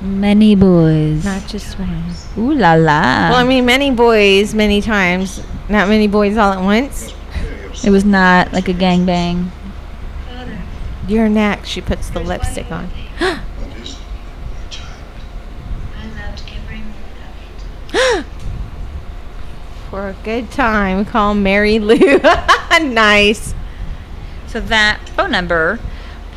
[SPEAKER 1] Many boys.
[SPEAKER 2] Not just one.
[SPEAKER 1] Ooh la la.
[SPEAKER 2] Well, I mean, many boys, many times. Not many boys all at once.
[SPEAKER 1] it was not like a gangbang.
[SPEAKER 2] You're next. She puts the lipstick on. [gasps]
[SPEAKER 4] I loved every minute of it.
[SPEAKER 2] For a good time, we call Mary Lou. [laughs] nice.
[SPEAKER 1] So that phone number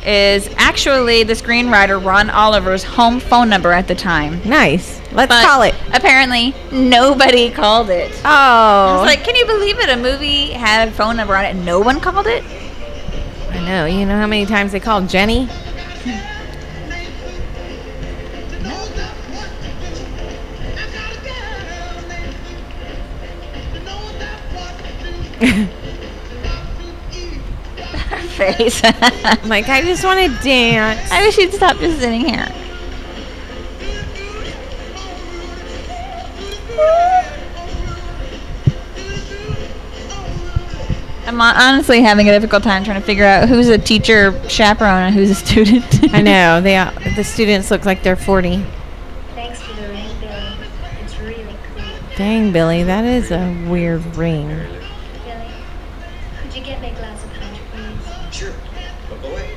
[SPEAKER 1] is actually the screenwriter Ron Oliver's home phone number at the time.
[SPEAKER 2] Nice. Let's
[SPEAKER 1] But
[SPEAKER 2] call it.
[SPEAKER 1] Apparently, nobody called it.
[SPEAKER 2] Oh.
[SPEAKER 1] I was like, can you believe it? A movie had a phone number on it and no one called it? [laughs]
[SPEAKER 2] I know. You know how many times they called [laughs] Jenny?
[SPEAKER 1] Her face. [laughs]
[SPEAKER 2] I'm like, I just want to dance.
[SPEAKER 1] I wish you'd stop just sitting here. I'm hon- honestly having a difficult time trying to figure out who's a teacher chaperone and who's a student.
[SPEAKER 2] I know. They all, the students look like they're 40.
[SPEAKER 4] Thanks for the ring, Billy. It's really cool.
[SPEAKER 2] Dang, Billy, that is a weird ring.
[SPEAKER 4] Billy, could you get me a glass of punch, please?
[SPEAKER 5] Sure. But go ahead.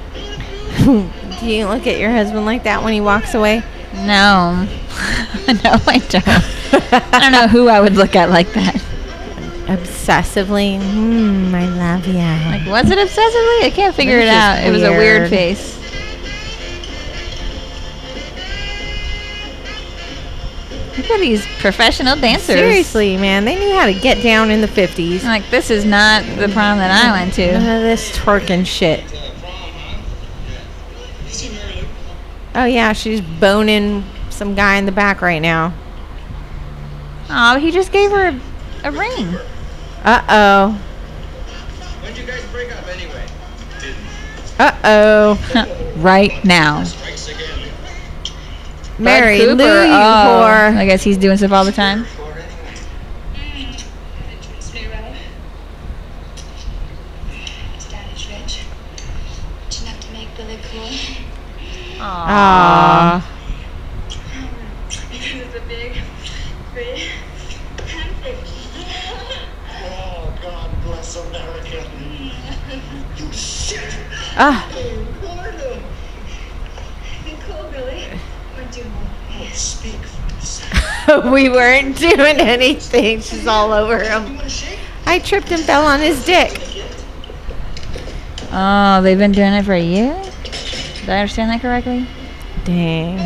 [SPEAKER 2] [laughs] Do you look at your husband like that when he walks away?
[SPEAKER 1] [laughs] No. [laughs] no, I don't.
[SPEAKER 2] [laughs]
[SPEAKER 1] I don't know who I would look at like that.
[SPEAKER 2] Obsessively. Mm, I love you.
[SPEAKER 1] Like, was it obsessively? I can't figure it
[SPEAKER 2] That is just
[SPEAKER 1] out. It was a
[SPEAKER 2] weird.
[SPEAKER 1] weird face. Look at these professional dancers.
[SPEAKER 2] Seriously, man, they knew how to get down in the 50s.
[SPEAKER 1] I'm like, this is not the prom that I went to.
[SPEAKER 2] None of this twerking shit. Oh, yeah, she's boning some guy in the back right now.
[SPEAKER 1] Oh,
[SPEAKER 2] [laughs]
[SPEAKER 1] he just gave her a, a ring.
[SPEAKER 2] Uh oh.
[SPEAKER 5] When did you guys break up, man?
[SPEAKER 3] Uh oh.
[SPEAKER 1] right now.
[SPEAKER 2] Mary
[SPEAKER 1] Bud
[SPEAKER 2] Lou,
[SPEAKER 1] Cooper,
[SPEAKER 2] you
[SPEAKER 1] oh,
[SPEAKER 2] whore.
[SPEAKER 1] I guess he's doing stuff all the time.
[SPEAKER 5] Oh,
[SPEAKER 4] Mm. It treats me right. Stanley's rich. Rich enough to make Billy cool.
[SPEAKER 3] Aw.
[SPEAKER 4] This is a big, big pancake.
[SPEAKER 5] Oh, God bless America. You shit!
[SPEAKER 3] Ah.
[SPEAKER 5] You Gordo!
[SPEAKER 4] Be cool, Billy. We're doing
[SPEAKER 5] Oh, speak for
[SPEAKER 2] [laughs]
[SPEAKER 5] yourself.
[SPEAKER 3] we weren't doing anything. She's all over
[SPEAKER 5] You
[SPEAKER 3] him.
[SPEAKER 5] want to shake?
[SPEAKER 2] I tripped and fell on his dick.
[SPEAKER 1] Oh, they've been doing it for a year? Did I understand that correctly?
[SPEAKER 3] Dang.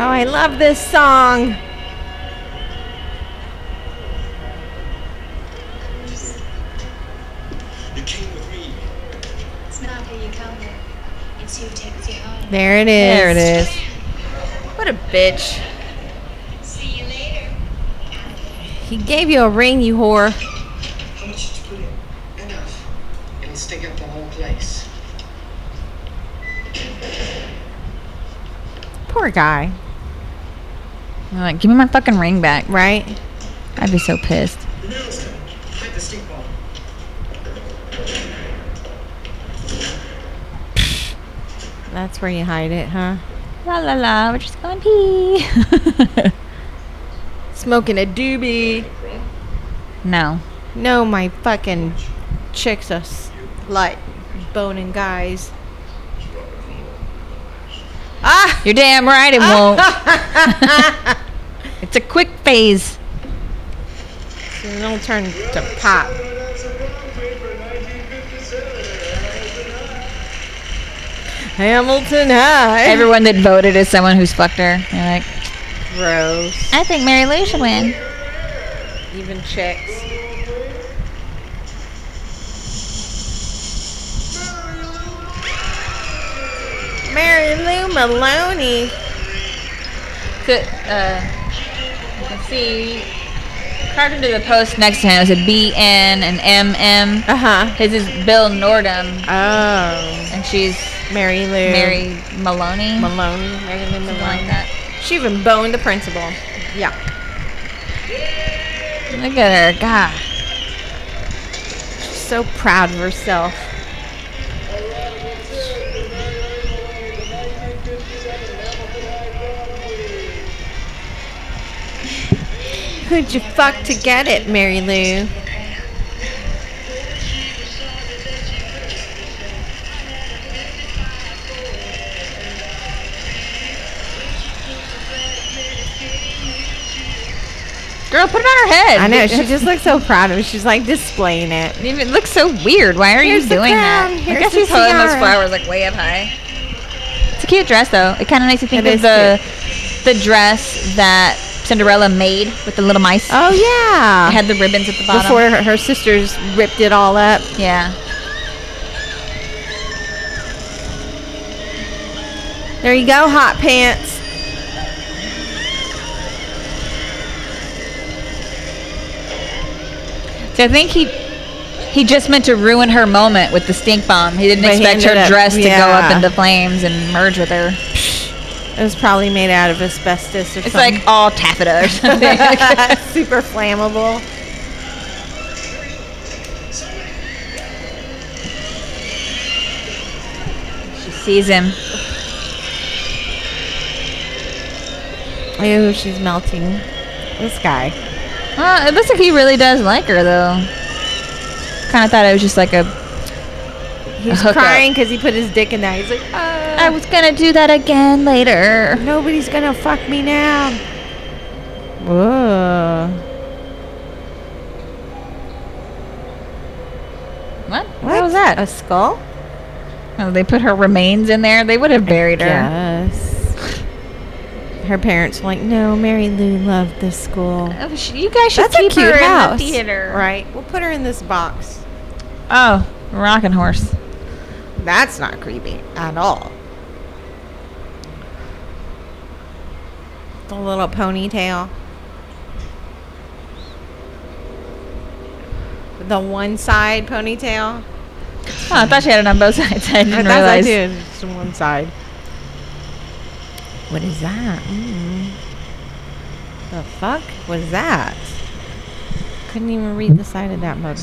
[SPEAKER 2] Oh, I love this song.
[SPEAKER 5] You came with me.
[SPEAKER 4] It's not who you come with. It's who takes you home.
[SPEAKER 2] There it is.
[SPEAKER 1] There it is.
[SPEAKER 2] What a bitch.
[SPEAKER 4] See you later.
[SPEAKER 2] He gave you a ring, you whore.
[SPEAKER 5] How much did you put in? Enough. It'll stick up the whole place.
[SPEAKER 2] Poor guy,
[SPEAKER 1] I'm like, give me my fucking ring back.
[SPEAKER 2] right?
[SPEAKER 1] I'd be so pissed.
[SPEAKER 5] The nails coming. Hide the stink ball.
[SPEAKER 2] That's where you hide it, huh?
[SPEAKER 1] La la la, we're just going pee. [laughs]
[SPEAKER 2] Smoking a doobie.
[SPEAKER 1] no.
[SPEAKER 2] No, my fucking chicks are s- like boning guys. Ah!
[SPEAKER 1] You're damn right it won't. [laughs] it's a quick phase.
[SPEAKER 2] So it'll turn to pop. Hamilton High.
[SPEAKER 1] Everyone that voted is someone who's fucked her. You're like,
[SPEAKER 2] gross.
[SPEAKER 1] I think Mary Lou should win.
[SPEAKER 2] Even chicks. Mary Lou Maloney.
[SPEAKER 1] So, uh, you can see carved into the post next to him is a BN and MM.
[SPEAKER 2] Uh huh.
[SPEAKER 1] His is Bill Nordum,
[SPEAKER 2] Oh.
[SPEAKER 1] and she's
[SPEAKER 2] Mary Lou.
[SPEAKER 1] Mary Maloney.
[SPEAKER 2] Maloney. Mary Lou
[SPEAKER 1] something
[SPEAKER 2] Maloney.
[SPEAKER 1] like that.
[SPEAKER 2] She even boned the principal. Yeah.
[SPEAKER 1] Look at her, God.
[SPEAKER 2] She's so proud of herself. Who'd you fuck to get it, Mary Lou?
[SPEAKER 1] Girl, put it on her head.
[SPEAKER 2] I know she just looks so proud of it. She's like displaying it.
[SPEAKER 1] It looks so weird. Why are
[SPEAKER 2] Here's
[SPEAKER 1] you
[SPEAKER 2] the
[SPEAKER 1] doing that?
[SPEAKER 2] crown.
[SPEAKER 1] I
[SPEAKER 2] Here's
[SPEAKER 1] guess
[SPEAKER 2] the
[SPEAKER 1] she's holding those
[SPEAKER 2] tiara.
[SPEAKER 1] flowers like way up high. It's a cute dress though. It kind of makes you think
[SPEAKER 2] It
[SPEAKER 1] of
[SPEAKER 2] is
[SPEAKER 1] the the dress that Cinderella made with the little mice.
[SPEAKER 2] Oh
[SPEAKER 1] It
[SPEAKER 2] yeah.
[SPEAKER 1] had the ribbons at the bottom.
[SPEAKER 2] Before her, her sisters ripped it all up.
[SPEAKER 1] Yeah.
[SPEAKER 2] There you go, hot pants.
[SPEAKER 1] So I think he he just meant to ruin her moment with the stink bomb. He didn't
[SPEAKER 2] But he
[SPEAKER 1] expect her
[SPEAKER 2] ended up-
[SPEAKER 1] dress to go up
[SPEAKER 2] yeah.
[SPEAKER 1] into flames and merge with her.
[SPEAKER 2] It was probably made out of asbestos or something.
[SPEAKER 1] It's like [laughs] all taffeta or something.
[SPEAKER 2] [laughs] super flammable.
[SPEAKER 1] [laughs] she sees him.
[SPEAKER 2] Ew, she's melting. This guy.
[SPEAKER 1] Well, it looks like he really does like her though. Kind of thought it was just like a
[SPEAKER 2] He's
[SPEAKER 1] hookup.
[SPEAKER 2] crying because he put his dick in that. He's like, oh,
[SPEAKER 1] I was gonna do that again later.
[SPEAKER 2] nobody's gonna fuck me now. Whoa.
[SPEAKER 1] What?
[SPEAKER 2] What was that? A skull?
[SPEAKER 1] Oh, they put her remains in there. They would have buried her.
[SPEAKER 2] Yes. Her parents were like, no, Mary Lou loved this school.
[SPEAKER 1] Oh, sh- You guys should
[SPEAKER 2] That's a
[SPEAKER 1] keep
[SPEAKER 2] cute
[SPEAKER 1] her
[SPEAKER 2] house.
[SPEAKER 1] in the theater.
[SPEAKER 2] Right. We'll put her in this box.
[SPEAKER 1] Oh, rocking horse.
[SPEAKER 2] That's not creepy at all. The little ponytail. The one side ponytail.
[SPEAKER 1] Oh, I thought she had it on both [laughs] sides. I didn't
[SPEAKER 2] That's
[SPEAKER 1] realize.
[SPEAKER 2] idea is just one side. What is that? Mm. The fuck was that? Couldn't even read the side of that motor.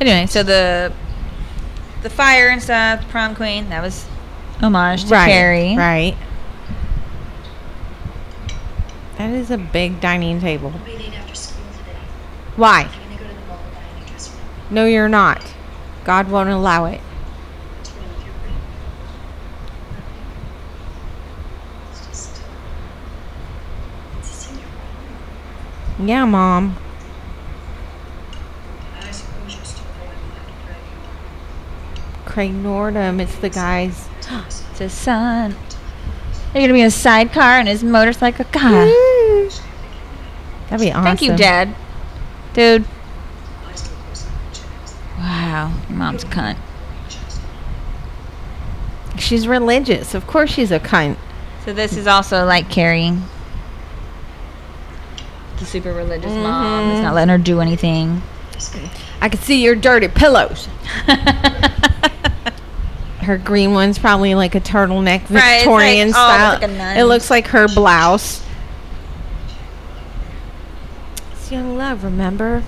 [SPEAKER 1] Anyway, so the the fire and stuff, prom queen. That was homage to Carrie.
[SPEAKER 2] Right. That is a big dining table.
[SPEAKER 4] I'll be late after school today.
[SPEAKER 2] Why?
[SPEAKER 4] I'm gonna go to the mall and buy a new dress for me.
[SPEAKER 2] No, you're not. God won't allow it.
[SPEAKER 4] What's wrong with your brain? Nothing. It's just. It's a senior problem.
[SPEAKER 2] Yeah, Mom.
[SPEAKER 4] I suppose you're still going out to pray.
[SPEAKER 2] Craig Nordum. It's the guys.
[SPEAKER 1] It's his son. They're gonna be in a sidecar and his motorcycle. God,
[SPEAKER 2] That'd be awesome.
[SPEAKER 1] thank you, Dad. Dude,
[SPEAKER 4] I still go somewhere checks.
[SPEAKER 1] wow, your mom's a cunt.
[SPEAKER 2] She's religious. Of course she's a cunt.
[SPEAKER 1] So this is also like Carrie, the super religious mom. Mm-hmm. It's not letting her do anything. [laughs]
[SPEAKER 2] I can see your dirty pillows. Her green one's probably like a turtleneck
[SPEAKER 1] Right, it's like-
[SPEAKER 2] Victorian
[SPEAKER 1] oh, it looks
[SPEAKER 2] style.
[SPEAKER 1] like a nun.
[SPEAKER 2] It looks like her blouse. It's young love, remember?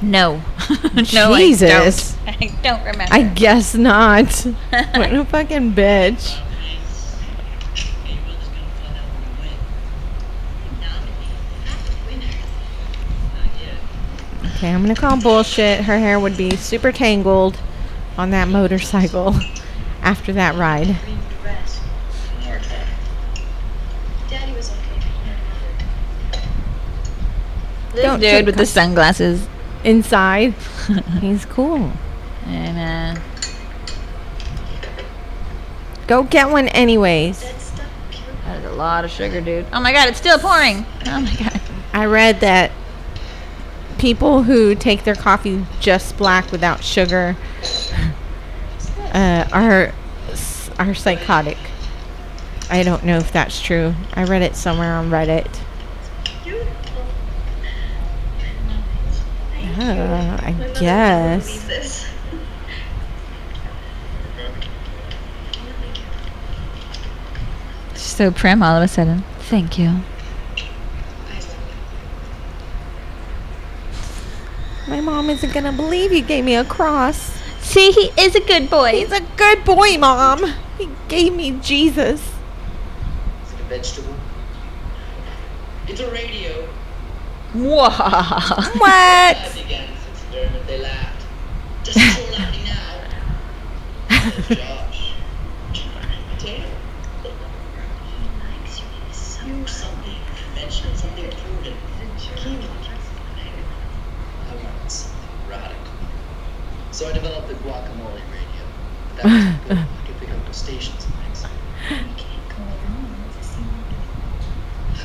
[SPEAKER 1] no, [laughs] no,
[SPEAKER 2] Jesus.
[SPEAKER 1] [laughs] I don't. I don't remember.
[SPEAKER 2] I guess not. [laughs] what a fucking bitch. Okay, I'm gonna call bullshit. Her hair would be super tangled on that motorcycle [laughs] after that ride.
[SPEAKER 4] Green dress. Daddy was okay.
[SPEAKER 1] this
[SPEAKER 2] don't
[SPEAKER 1] dude
[SPEAKER 2] take
[SPEAKER 1] with the sunglasses.
[SPEAKER 2] Inside, he's cool.
[SPEAKER 1] And uh,
[SPEAKER 2] Go get one, anyways.
[SPEAKER 4] That stuff killed
[SPEAKER 1] that is a lot of sugar, dude. Oh my god, it's still pouring. Oh my god.
[SPEAKER 2] I read that people who take their coffee just black without sugar uh, are s- are psychotic. I don't know if that's true. I read it somewhere on Reddit.
[SPEAKER 4] beautiful.
[SPEAKER 2] Uh, I guess.
[SPEAKER 4] This.
[SPEAKER 1] She's so prim all of a sudden. Thank you.
[SPEAKER 2] My mom isn't gonna believe you gave me a cross.
[SPEAKER 1] See, he is a good boy.
[SPEAKER 2] He's a good boy, mom. He gave me Jesus. [laughs]
[SPEAKER 5] Is it a vegetable? It's a radio.
[SPEAKER 1] Wow.
[SPEAKER 5] I
[SPEAKER 1] [laughs]
[SPEAKER 2] What?
[SPEAKER 5] think Anderson's learned they laughed. Just so loudly now. Oh, Josh. Damn. You something conventional, something proven. I wanted something radical. So I developed the guacamole radio. That was good. I could pick up the stations and things.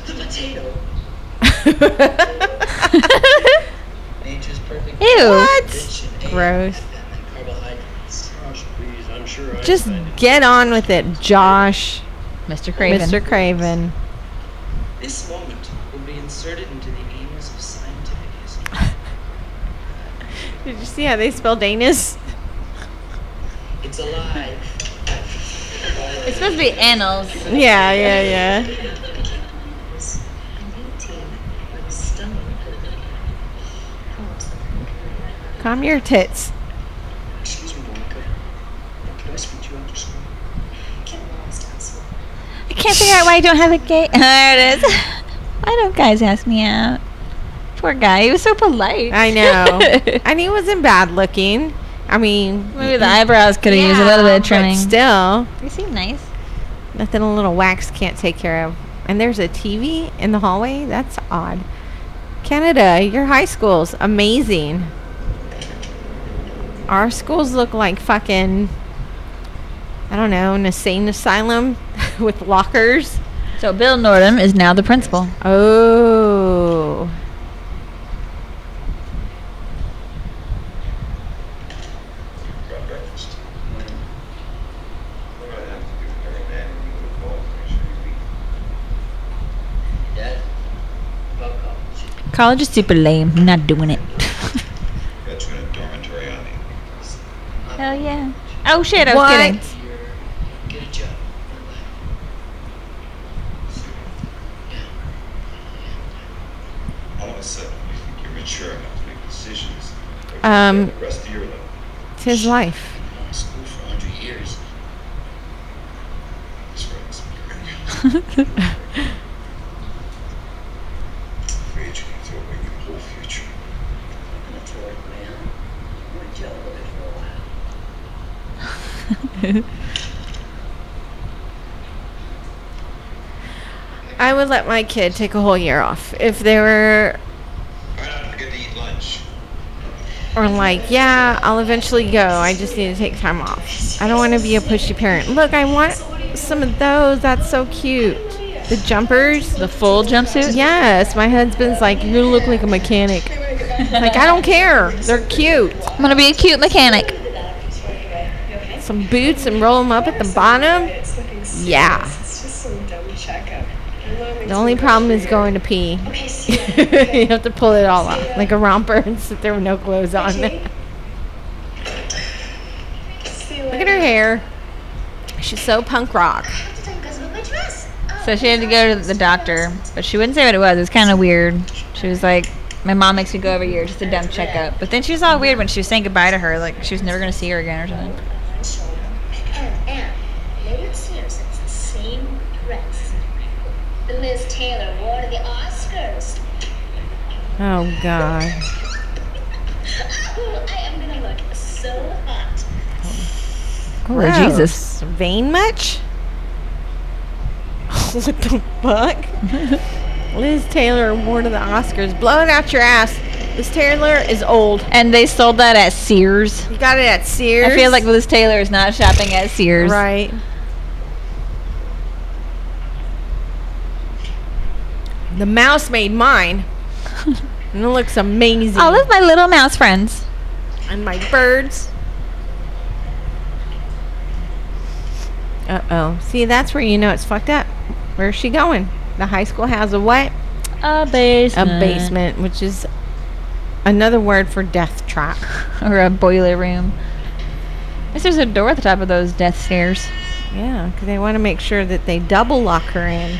[SPEAKER 5] The potato. Nature's
[SPEAKER 1] [laughs]
[SPEAKER 5] perfect.
[SPEAKER 1] Ew.
[SPEAKER 5] Rich in
[SPEAKER 2] Gross.
[SPEAKER 5] and carbohydrates. Gosh, please, I'm sure I
[SPEAKER 2] Just get on with it, Josh.
[SPEAKER 1] Mr. Craven.
[SPEAKER 2] Mr. Craven.
[SPEAKER 5] This moment will be inserted into the anus of scientific history.
[SPEAKER 2] Did you see how they spelled anus?
[SPEAKER 5] It's alive.
[SPEAKER 1] It's supposed to be annals.
[SPEAKER 2] Yeah, yeah, yeah. Calm your tits.
[SPEAKER 5] Excuse me, Monica. Could I speak to you after school?
[SPEAKER 1] I can't figure out why I don't have a gay. [laughs] There it is. Why don't guys ask me out? Poor guy. He was so polite.
[SPEAKER 2] I [laughs]
[SPEAKER 1] [laughs]
[SPEAKER 2] know. and he wasn't bad looking. I mean,
[SPEAKER 1] Maybe the eyebrows could have used a little bit of
[SPEAKER 2] but
[SPEAKER 1] trimming.
[SPEAKER 2] still,
[SPEAKER 1] They seem nice.
[SPEAKER 2] nothing a little wax can't take care of. And there's a TV in the hallway. That's odd. Canada, your high school's amazing. Our schools look like fucking, I don't know, an insane asylum [laughs] with lockers.
[SPEAKER 1] So Bill Nordum is now the principal.
[SPEAKER 2] Oh.
[SPEAKER 1] College is super lame. I'm not doing it.
[SPEAKER 6] Got you in a dormitory on the
[SPEAKER 1] Hell yeah. Oh shit, I was
[SPEAKER 7] What?
[SPEAKER 1] kidding. [laughs]
[SPEAKER 5] You're, get a job. Relax.
[SPEAKER 6] all of a sudden you think you're mature enough to make decisions. that will
[SPEAKER 7] Um,
[SPEAKER 6] affect the rest of your life.
[SPEAKER 7] It's his life.
[SPEAKER 5] Been out of school for 100 years.
[SPEAKER 6] That's right. it's Free educator, where your whole future.
[SPEAKER 5] I'm gonna throw it away, huh? I'm gonna gel with it for a while.
[SPEAKER 2] I would let my kid take a whole year off if they were,
[SPEAKER 6] Why not forget to eat lunch?
[SPEAKER 2] or like, yeah, I'll eventually go. I just need to take time off. I don't want to be a pushy parent. Look, I want some of those. That's so cute. The jumpers.
[SPEAKER 1] The full jumpsuit?
[SPEAKER 2] Yes, my husband's like, you look like a mechanic. like I don't care. They're cute.
[SPEAKER 1] I'm gonna be a cute mechanic.
[SPEAKER 2] Some boots and roll them up at the bottom.
[SPEAKER 8] It's looking serious.
[SPEAKER 2] Yeah.
[SPEAKER 8] It's just some dumb checkup. I wanna make
[SPEAKER 2] The only
[SPEAKER 8] some
[SPEAKER 2] problem is
[SPEAKER 8] sure.
[SPEAKER 2] going to pee. [laughs]
[SPEAKER 8] Okay, see ya.
[SPEAKER 2] you have to pull it all off like a romper and sit there with no clothes on. [laughs]
[SPEAKER 8] Okay.
[SPEAKER 2] Look
[SPEAKER 8] See you
[SPEAKER 2] at her hair. She's so punk rock.
[SPEAKER 1] So she had to go to the doctor, but she wouldn't say what it was. It was kind of weird. She was like, "My mom makes me go every year, just a dumb checkup." But then she was all weird when she was saying goodbye to her, like she was never gonna see her again or something.
[SPEAKER 4] And, and, later it seems it's the same dress. Liz Taylor wore to the Oscars.
[SPEAKER 2] Oh god.
[SPEAKER 4] Oh, I am gonna look so hot.
[SPEAKER 1] Holy Oh, Jesus!
[SPEAKER 2] Gross. Oh, Vein much? [laughs] what the fuck? Liz Taylor wore to the Oscars. Blow it out your ass. Liz Taylor is old.
[SPEAKER 1] And they sold that at Sears.
[SPEAKER 2] You got it at Sears.
[SPEAKER 1] I feel like Liz Taylor is not shopping at Sears.
[SPEAKER 2] Right. The mouse made
[SPEAKER 1] [laughs]
[SPEAKER 2] mine. and it looks amazing.
[SPEAKER 1] All of my little mouse friends.
[SPEAKER 2] and my birds. Uh oh. See, that's where you know it's fucked up. Where's she going? The high school has a what?
[SPEAKER 1] A basement.
[SPEAKER 2] A basement, which is another word for death trap.
[SPEAKER 1] Or a boiler room. I guess there's a door at the top of those death stairs.
[SPEAKER 2] Yeah, because they want to make sure that they double lock her in.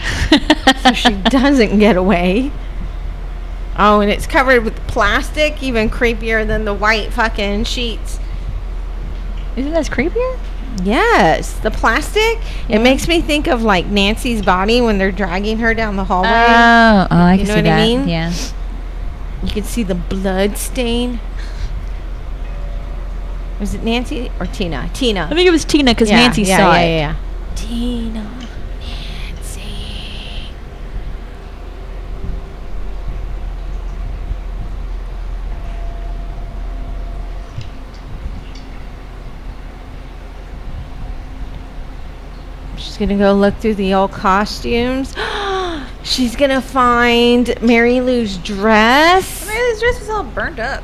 [SPEAKER 2] so
[SPEAKER 1] [laughs]
[SPEAKER 2] she doesn't get away. Oh, and it's covered with plastic, even creepier than the white fucking sheets.
[SPEAKER 1] Isn't this creepier?
[SPEAKER 2] Yes, the plastic. It makes me think of like Nancy's body when they're dragging her down the hallway.
[SPEAKER 1] Oh, oh, I
[SPEAKER 2] You
[SPEAKER 1] can
[SPEAKER 2] know
[SPEAKER 1] see
[SPEAKER 2] what I
[SPEAKER 1] that.
[SPEAKER 2] mean?
[SPEAKER 1] Yeah.
[SPEAKER 2] you can see the blood stain. Was it Nancy or Tina? Tina.
[SPEAKER 1] I think it was Tina because
[SPEAKER 2] Yeah,
[SPEAKER 1] Nancy
[SPEAKER 2] yeah,
[SPEAKER 1] saw
[SPEAKER 2] yeah,
[SPEAKER 1] it.
[SPEAKER 2] Yeah, yeah. She's gonna go look through the old costumes. [gasps] She's gonna find Mary Lou's dress.
[SPEAKER 1] this dress was all burned up.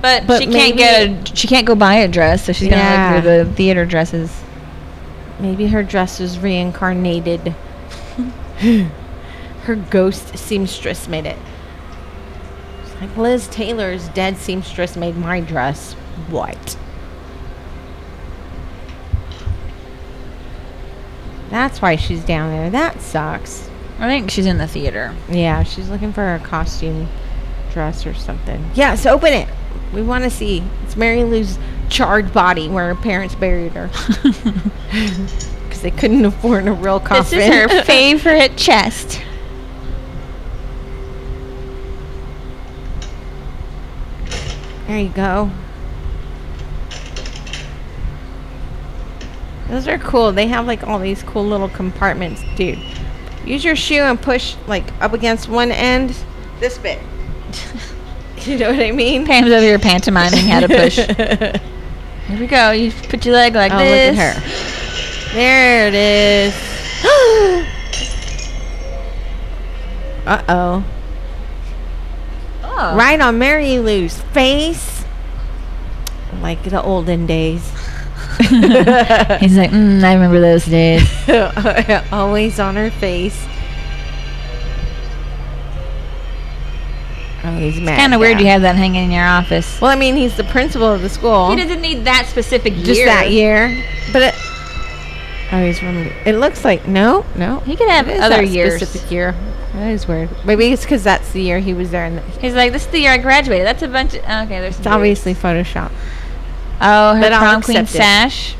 [SPEAKER 1] But,
[SPEAKER 2] But
[SPEAKER 1] she can't get a, she can't go buy a dress, so she's
[SPEAKER 2] Yeah.
[SPEAKER 1] gonna look through the theater dresses.
[SPEAKER 2] Maybe her dress was reincarnated. her ghost seamstress made it. It's like Liz Taylor's dead seamstress made my dress. What? That's why she's down there. That sucks.
[SPEAKER 1] I think she's in the theater.
[SPEAKER 2] Yeah, she's looking for her costume dress or something. Yes, open it. We want to see. It's Mary Lou's charred body where her parents buried [laughs] her. Because they couldn't afford a real coffin.
[SPEAKER 1] This is her [laughs] favorite chest.
[SPEAKER 2] [laughs] there you go. Those are cool. They have like all these cool little compartments, dude. Use your shoe and push like up against one end. This bit. [laughs] you know what I mean?
[SPEAKER 1] Pam's over here pantomiming how to push. [laughs] Here
[SPEAKER 2] [laughs]
[SPEAKER 1] we go. You put your leg like
[SPEAKER 2] Oh,
[SPEAKER 1] this.
[SPEAKER 2] look at her. There it is. [gasps] uh oh.
[SPEAKER 1] Oh. [laughs]
[SPEAKER 2] Right on Mary Lou's face. Like the olden
[SPEAKER 1] [laughs]
[SPEAKER 2] days. [laughs]
[SPEAKER 1] He's like, mm, I remember those [laughs] days.
[SPEAKER 2] Always on her face. Oh, he's mad.
[SPEAKER 1] Kind of weird
[SPEAKER 2] yeah.
[SPEAKER 1] you have that hanging in your office.
[SPEAKER 2] Well, I mean, he's the principal of the school.
[SPEAKER 1] He doesn't need that specific year.
[SPEAKER 2] Just that year. But it. Oh, he's from. It looks like no, no.
[SPEAKER 1] He could have
[SPEAKER 2] It is
[SPEAKER 1] other
[SPEAKER 2] that
[SPEAKER 1] years.
[SPEAKER 2] Specific year. That is weird. Maybe it's because that's the year he was there, and th-
[SPEAKER 1] He's like, this is the year I graduated. That's a bunch. Of, okay, there's.
[SPEAKER 2] it's
[SPEAKER 1] some weird-
[SPEAKER 2] obviously Photoshop.
[SPEAKER 1] Oh, her
[SPEAKER 2] But I'll
[SPEAKER 1] prom queen
[SPEAKER 2] accept it.
[SPEAKER 1] sash.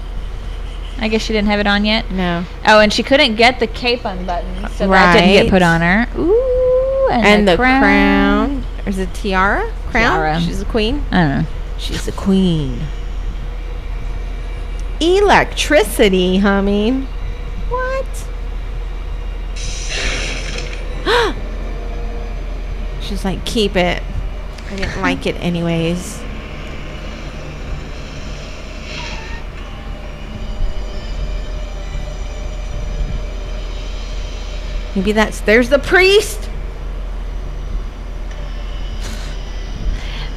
[SPEAKER 1] I guess she didn't have it on yet.
[SPEAKER 2] No.
[SPEAKER 1] Oh, and she couldn't get the cape unbuttoned, so that didn't get
[SPEAKER 2] Right.
[SPEAKER 1] put on her. Ooh, and,
[SPEAKER 2] And
[SPEAKER 1] the,
[SPEAKER 2] the crown. Or is it tiara? Crown.
[SPEAKER 1] Tiara.
[SPEAKER 2] She's a queen.
[SPEAKER 1] I don't know.
[SPEAKER 2] She's a queen. Electricity, humming. What? [gasps] She's like, keep it. I didn't like it anyways. Maybe that's there's the priest.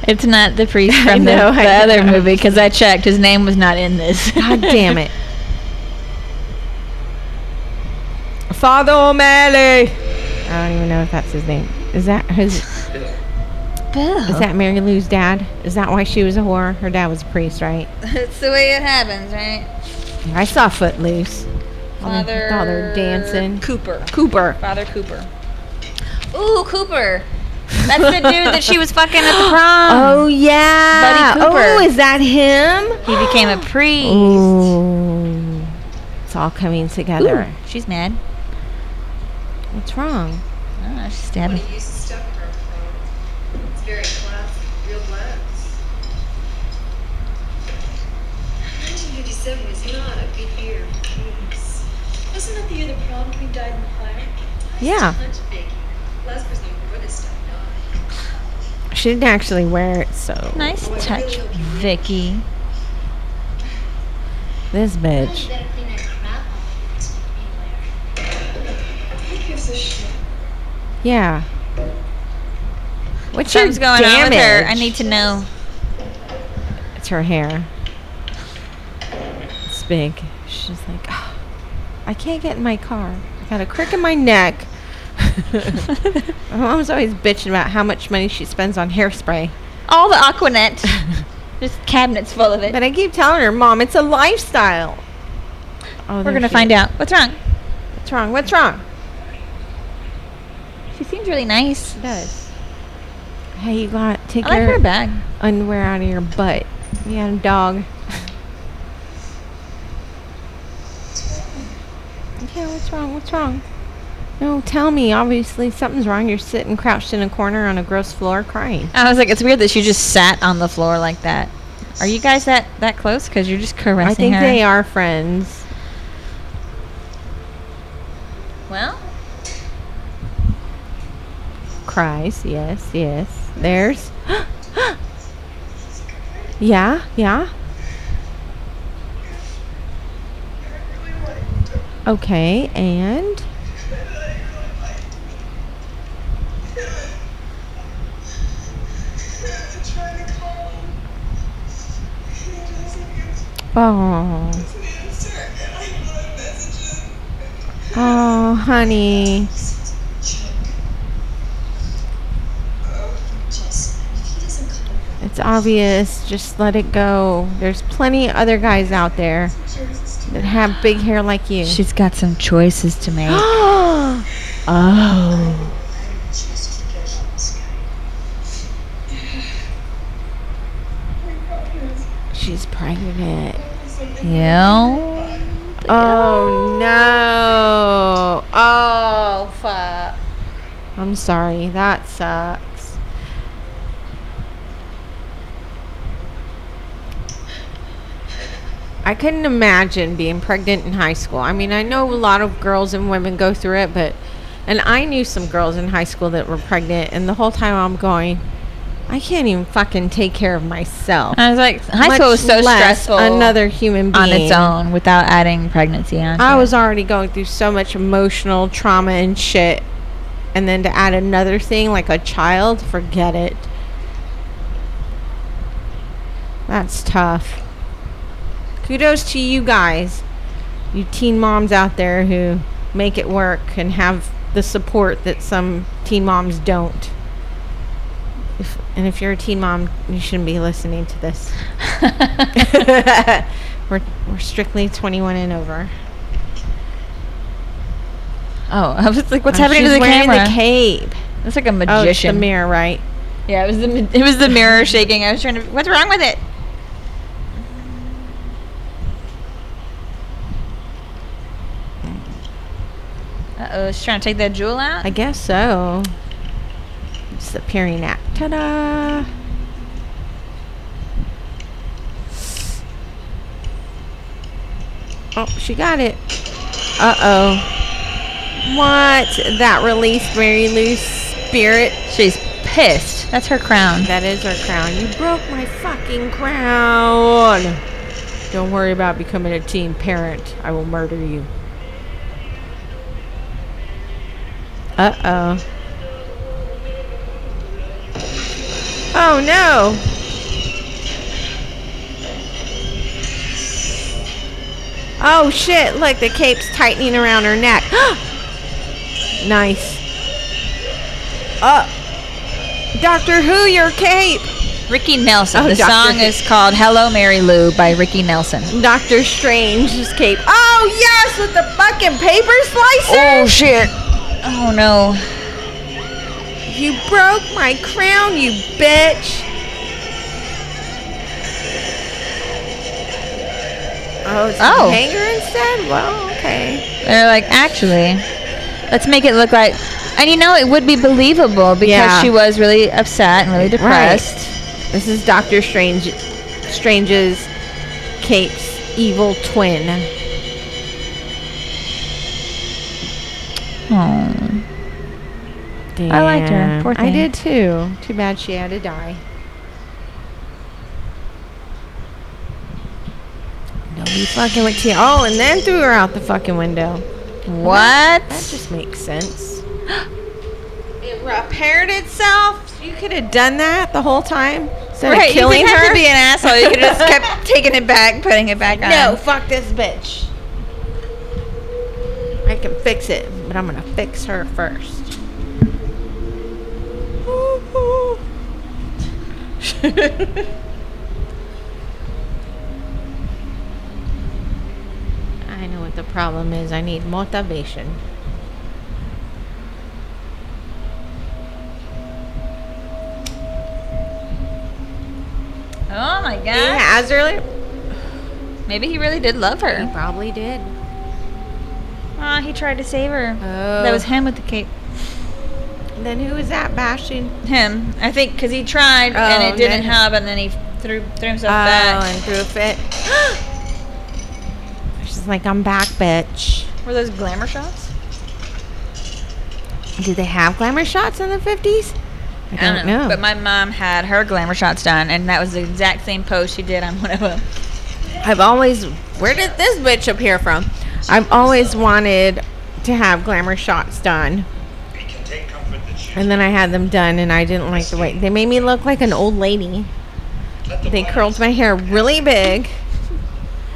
[SPEAKER 1] It's not the priest
[SPEAKER 2] [laughs] I
[SPEAKER 1] from the,
[SPEAKER 2] know, I
[SPEAKER 1] the other
[SPEAKER 2] know.
[SPEAKER 1] movie because I checked. His name was not in this.
[SPEAKER 2] God
[SPEAKER 1] [laughs]
[SPEAKER 2] damn it. Father O'Malley. I don't even know if that's his name. Is that his? Is that Mary Lou's dad? Is that why she was a whore? Her dad was a priest, right?
[SPEAKER 1] That's the way it happens, right?
[SPEAKER 2] I saw Footloose. All
[SPEAKER 1] Father.
[SPEAKER 2] they're- all they're dancing.
[SPEAKER 1] Cooper.
[SPEAKER 2] Cooper.
[SPEAKER 1] Father Cooper. Ooh, Cooper. That's the dude that she was fucking
[SPEAKER 2] [gasps]
[SPEAKER 1] at the prom.
[SPEAKER 2] [laughs] Oh yeah.
[SPEAKER 1] Buddy Cooper.
[SPEAKER 2] Oh, is that him?
[SPEAKER 1] He
[SPEAKER 2] [gasps]
[SPEAKER 1] became a priest.
[SPEAKER 2] Ooh. It's all coming
[SPEAKER 1] Ooh,
[SPEAKER 2] together.
[SPEAKER 1] she's mad.
[SPEAKER 2] What's wrong?
[SPEAKER 1] I don't know, she's stabbing.
[SPEAKER 4] He used to stuff her phone. It's very classy, real blacks. 1957 was not a good year for kings. Wasn't that the year the prom queen died in the fire?
[SPEAKER 2] Yeah.
[SPEAKER 4] Punch baking. Last person who wore this stuff died.
[SPEAKER 2] She didn't actually wear it, so
[SPEAKER 1] Nice touch, Vicky.
[SPEAKER 2] this bitch.
[SPEAKER 9] Better clean that crap off this anywhere.
[SPEAKER 4] Who gives a shit?
[SPEAKER 2] Yeah. What's
[SPEAKER 1] Something's
[SPEAKER 2] your
[SPEAKER 1] going on with her. I
[SPEAKER 2] damage?
[SPEAKER 1] need to know.
[SPEAKER 2] It's her hair. It's big. She's like, "Ah, I can't get in my car. I got a crick in my neck. my mom's always bitching about how much money she spends on hairspray.
[SPEAKER 1] All the Aquanet. [laughs] Just cabinets full of it.
[SPEAKER 2] But I keep telling her, Mom, it's a lifestyle. Oh,
[SPEAKER 1] We're gonna find out. What's wrong?
[SPEAKER 2] What's wrong? What's wrong?
[SPEAKER 1] She seems really nice.
[SPEAKER 2] does. Hey, you got to take
[SPEAKER 1] I like
[SPEAKER 2] your
[SPEAKER 1] her bag.
[SPEAKER 2] underwear out of your butt. Yeah, dog. yeah, what's wrong? What's wrong? No, tell me. Obviously, something's wrong. You're sitting crouched in a corner on a gross floor crying.
[SPEAKER 1] I was like, it's weird that she just sat on the floor like that. Are you guys that that close? Because you're just caressing
[SPEAKER 2] I think
[SPEAKER 1] her.
[SPEAKER 2] they are friends.
[SPEAKER 1] Well,
[SPEAKER 2] Cries. Yes, yes. There's. [gasps] yeah, yeah. Okay, and.
[SPEAKER 4] I'm trying to call him. He doesn't answer.
[SPEAKER 2] Oh.
[SPEAKER 4] He doesn't answer. And I know I messaged him.
[SPEAKER 2] Oh, honey.
[SPEAKER 4] Just, if he doesn't come over,
[SPEAKER 2] It's obvious. Just let it go. There's plenty other guys out there
[SPEAKER 4] just
[SPEAKER 2] that have big hair like you. [gasps]
[SPEAKER 1] she's got some choices to [gasps] make.
[SPEAKER 2] oh.
[SPEAKER 4] just forget about this guy.
[SPEAKER 2] She's pregnant.
[SPEAKER 1] yeah.
[SPEAKER 2] Oh, no. Oh, fuck. I'm sorry. That sucks. I couldn't imagine being pregnant in high school. I mean, I know a lot of girls and women go through it, but and I knew some girls in high school that were pregnant, and the whole time I'm going, I can't even fucking take care of myself.
[SPEAKER 1] I was like, Uh, high school
[SPEAKER 2] Much
[SPEAKER 1] was so
[SPEAKER 2] less
[SPEAKER 1] stressful.
[SPEAKER 2] Another human being
[SPEAKER 1] on its own without adding pregnancy on.
[SPEAKER 2] I was already going through so much emotional trauma and shit. And then to add another thing like a child, forget it. That's tough. Kudos to you guys, you teen moms out there who make it work and have the support that some teen moms don't. And if you're a teen mom, you shouldn't be listening to this. [laughs] we're, we're strictly 21 and over.
[SPEAKER 1] [laughs] oh, I was like, what's
[SPEAKER 2] Oh,
[SPEAKER 1] happening to
[SPEAKER 2] she's
[SPEAKER 1] the
[SPEAKER 2] wearing
[SPEAKER 1] camera?
[SPEAKER 2] the cape.
[SPEAKER 1] It's like a
[SPEAKER 2] Oh, it's the
[SPEAKER 1] magician.
[SPEAKER 2] mirror, right?
[SPEAKER 1] yeah, it was the mi- it was the mirror [laughs] shaking. I was trying to. What's wrong with it? Uh oh, she's trying to take that jewel out.
[SPEAKER 2] I guess so. It's the Peary nap. Ta-da! Oh, she got it. Uh-oh. What? That released Mary Lou's spirit.
[SPEAKER 1] she's pissed. That's her crown.
[SPEAKER 2] That is her crown. You broke my fucking crown. Don't worry about becoming a teen parent. I will murder you. Uh oh. Oh no. Oh shit, look, the cape's tightening around her neck. [gasps] nice. Uh, Doctor Who, your cape.
[SPEAKER 1] Ricky Nelson.
[SPEAKER 2] Oh,
[SPEAKER 1] the
[SPEAKER 2] Dr.
[SPEAKER 1] song is called "Hello, Mary Lou" by Ricky Nelson.
[SPEAKER 2] Doctor Strange's cape. Oh yes, with the fucking paper slicer.
[SPEAKER 1] Oh, shit! Oh no!
[SPEAKER 2] You broke my crown, you bitch. Oh, it's
[SPEAKER 1] Oh.
[SPEAKER 2] a hanger instead. Well, okay.
[SPEAKER 1] They're like, actually, let's make it look like. And you know, it would be believable because
[SPEAKER 2] Yeah.
[SPEAKER 1] she was really upset and really depressed.
[SPEAKER 2] This is Doctor Strange, Strange's cape's evil twin.
[SPEAKER 1] Aw. I liked her.
[SPEAKER 2] Damn.
[SPEAKER 1] Poor
[SPEAKER 2] I
[SPEAKER 1] thing.
[SPEAKER 2] did too. Too bad she had to die. Don't be fucking with Tia. Oh, and then threw her out the fucking window.
[SPEAKER 1] What?
[SPEAKER 2] That just makes sense. [gasps] it repaired itself. You could have done that the whole time instead
[SPEAKER 1] Right,
[SPEAKER 2] of killing
[SPEAKER 1] you didn't
[SPEAKER 2] her.
[SPEAKER 1] have to be an asshole. You could have [laughs] just kept taking it back, putting it back on.
[SPEAKER 2] no, fuck this bitch. I can fix it, but I'm gonna fix her [laughs] first. I know what the problem is. I need motivation.
[SPEAKER 1] Oh my god.
[SPEAKER 2] Yeah, as earlier,
[SPEAKER 1] Maybe he really did love
[SPEAKER 2] he
[SPEAKER 1] her.
[SPEAKER 2] probably did.
[SPEAKER 1] Aw, he tried to save her.
[SPEAKER 2] Oh,
[SPEAKER 1] That was him with the cape.
[SPEAKER 2] then who was that bashing?
[SPEAKER 1] Him, I think, because he tried and
[SPEAKER 2] Oh,
[SPEAKER 1] it
[SPEAKER 2] then-
[SPEAKER 1] didn't help, and then he threw threw himself
[SPEAKER 2] Oh,
[SPEAKER 1] back.
[SPEAKER 2] and threw a fit. [gasps] She's like, I'm back, bitch.
[SPEAKER 1] Were those glamour shots?
[SPEAKER 2] Did they have glamour shots in the 50s? I don't, know.
[SPEAKER 1] But my mom had her glamour shots done, and that was the exact same pose she did on one of them.
[SPEAKER 2] I've always, where did this bitch appear from? I've always wanted to have glamour shots done.
[SPEAKER 6] We can take comfort that you
[SPEAKER 2] And then I had them done, and I didn't like the way they made me look like an old lady.
[SPEAKER 6] let the
[SPEAKER 2] They
[SPEAKER 6] wild
[SPEAKER 2] curled my hair really big,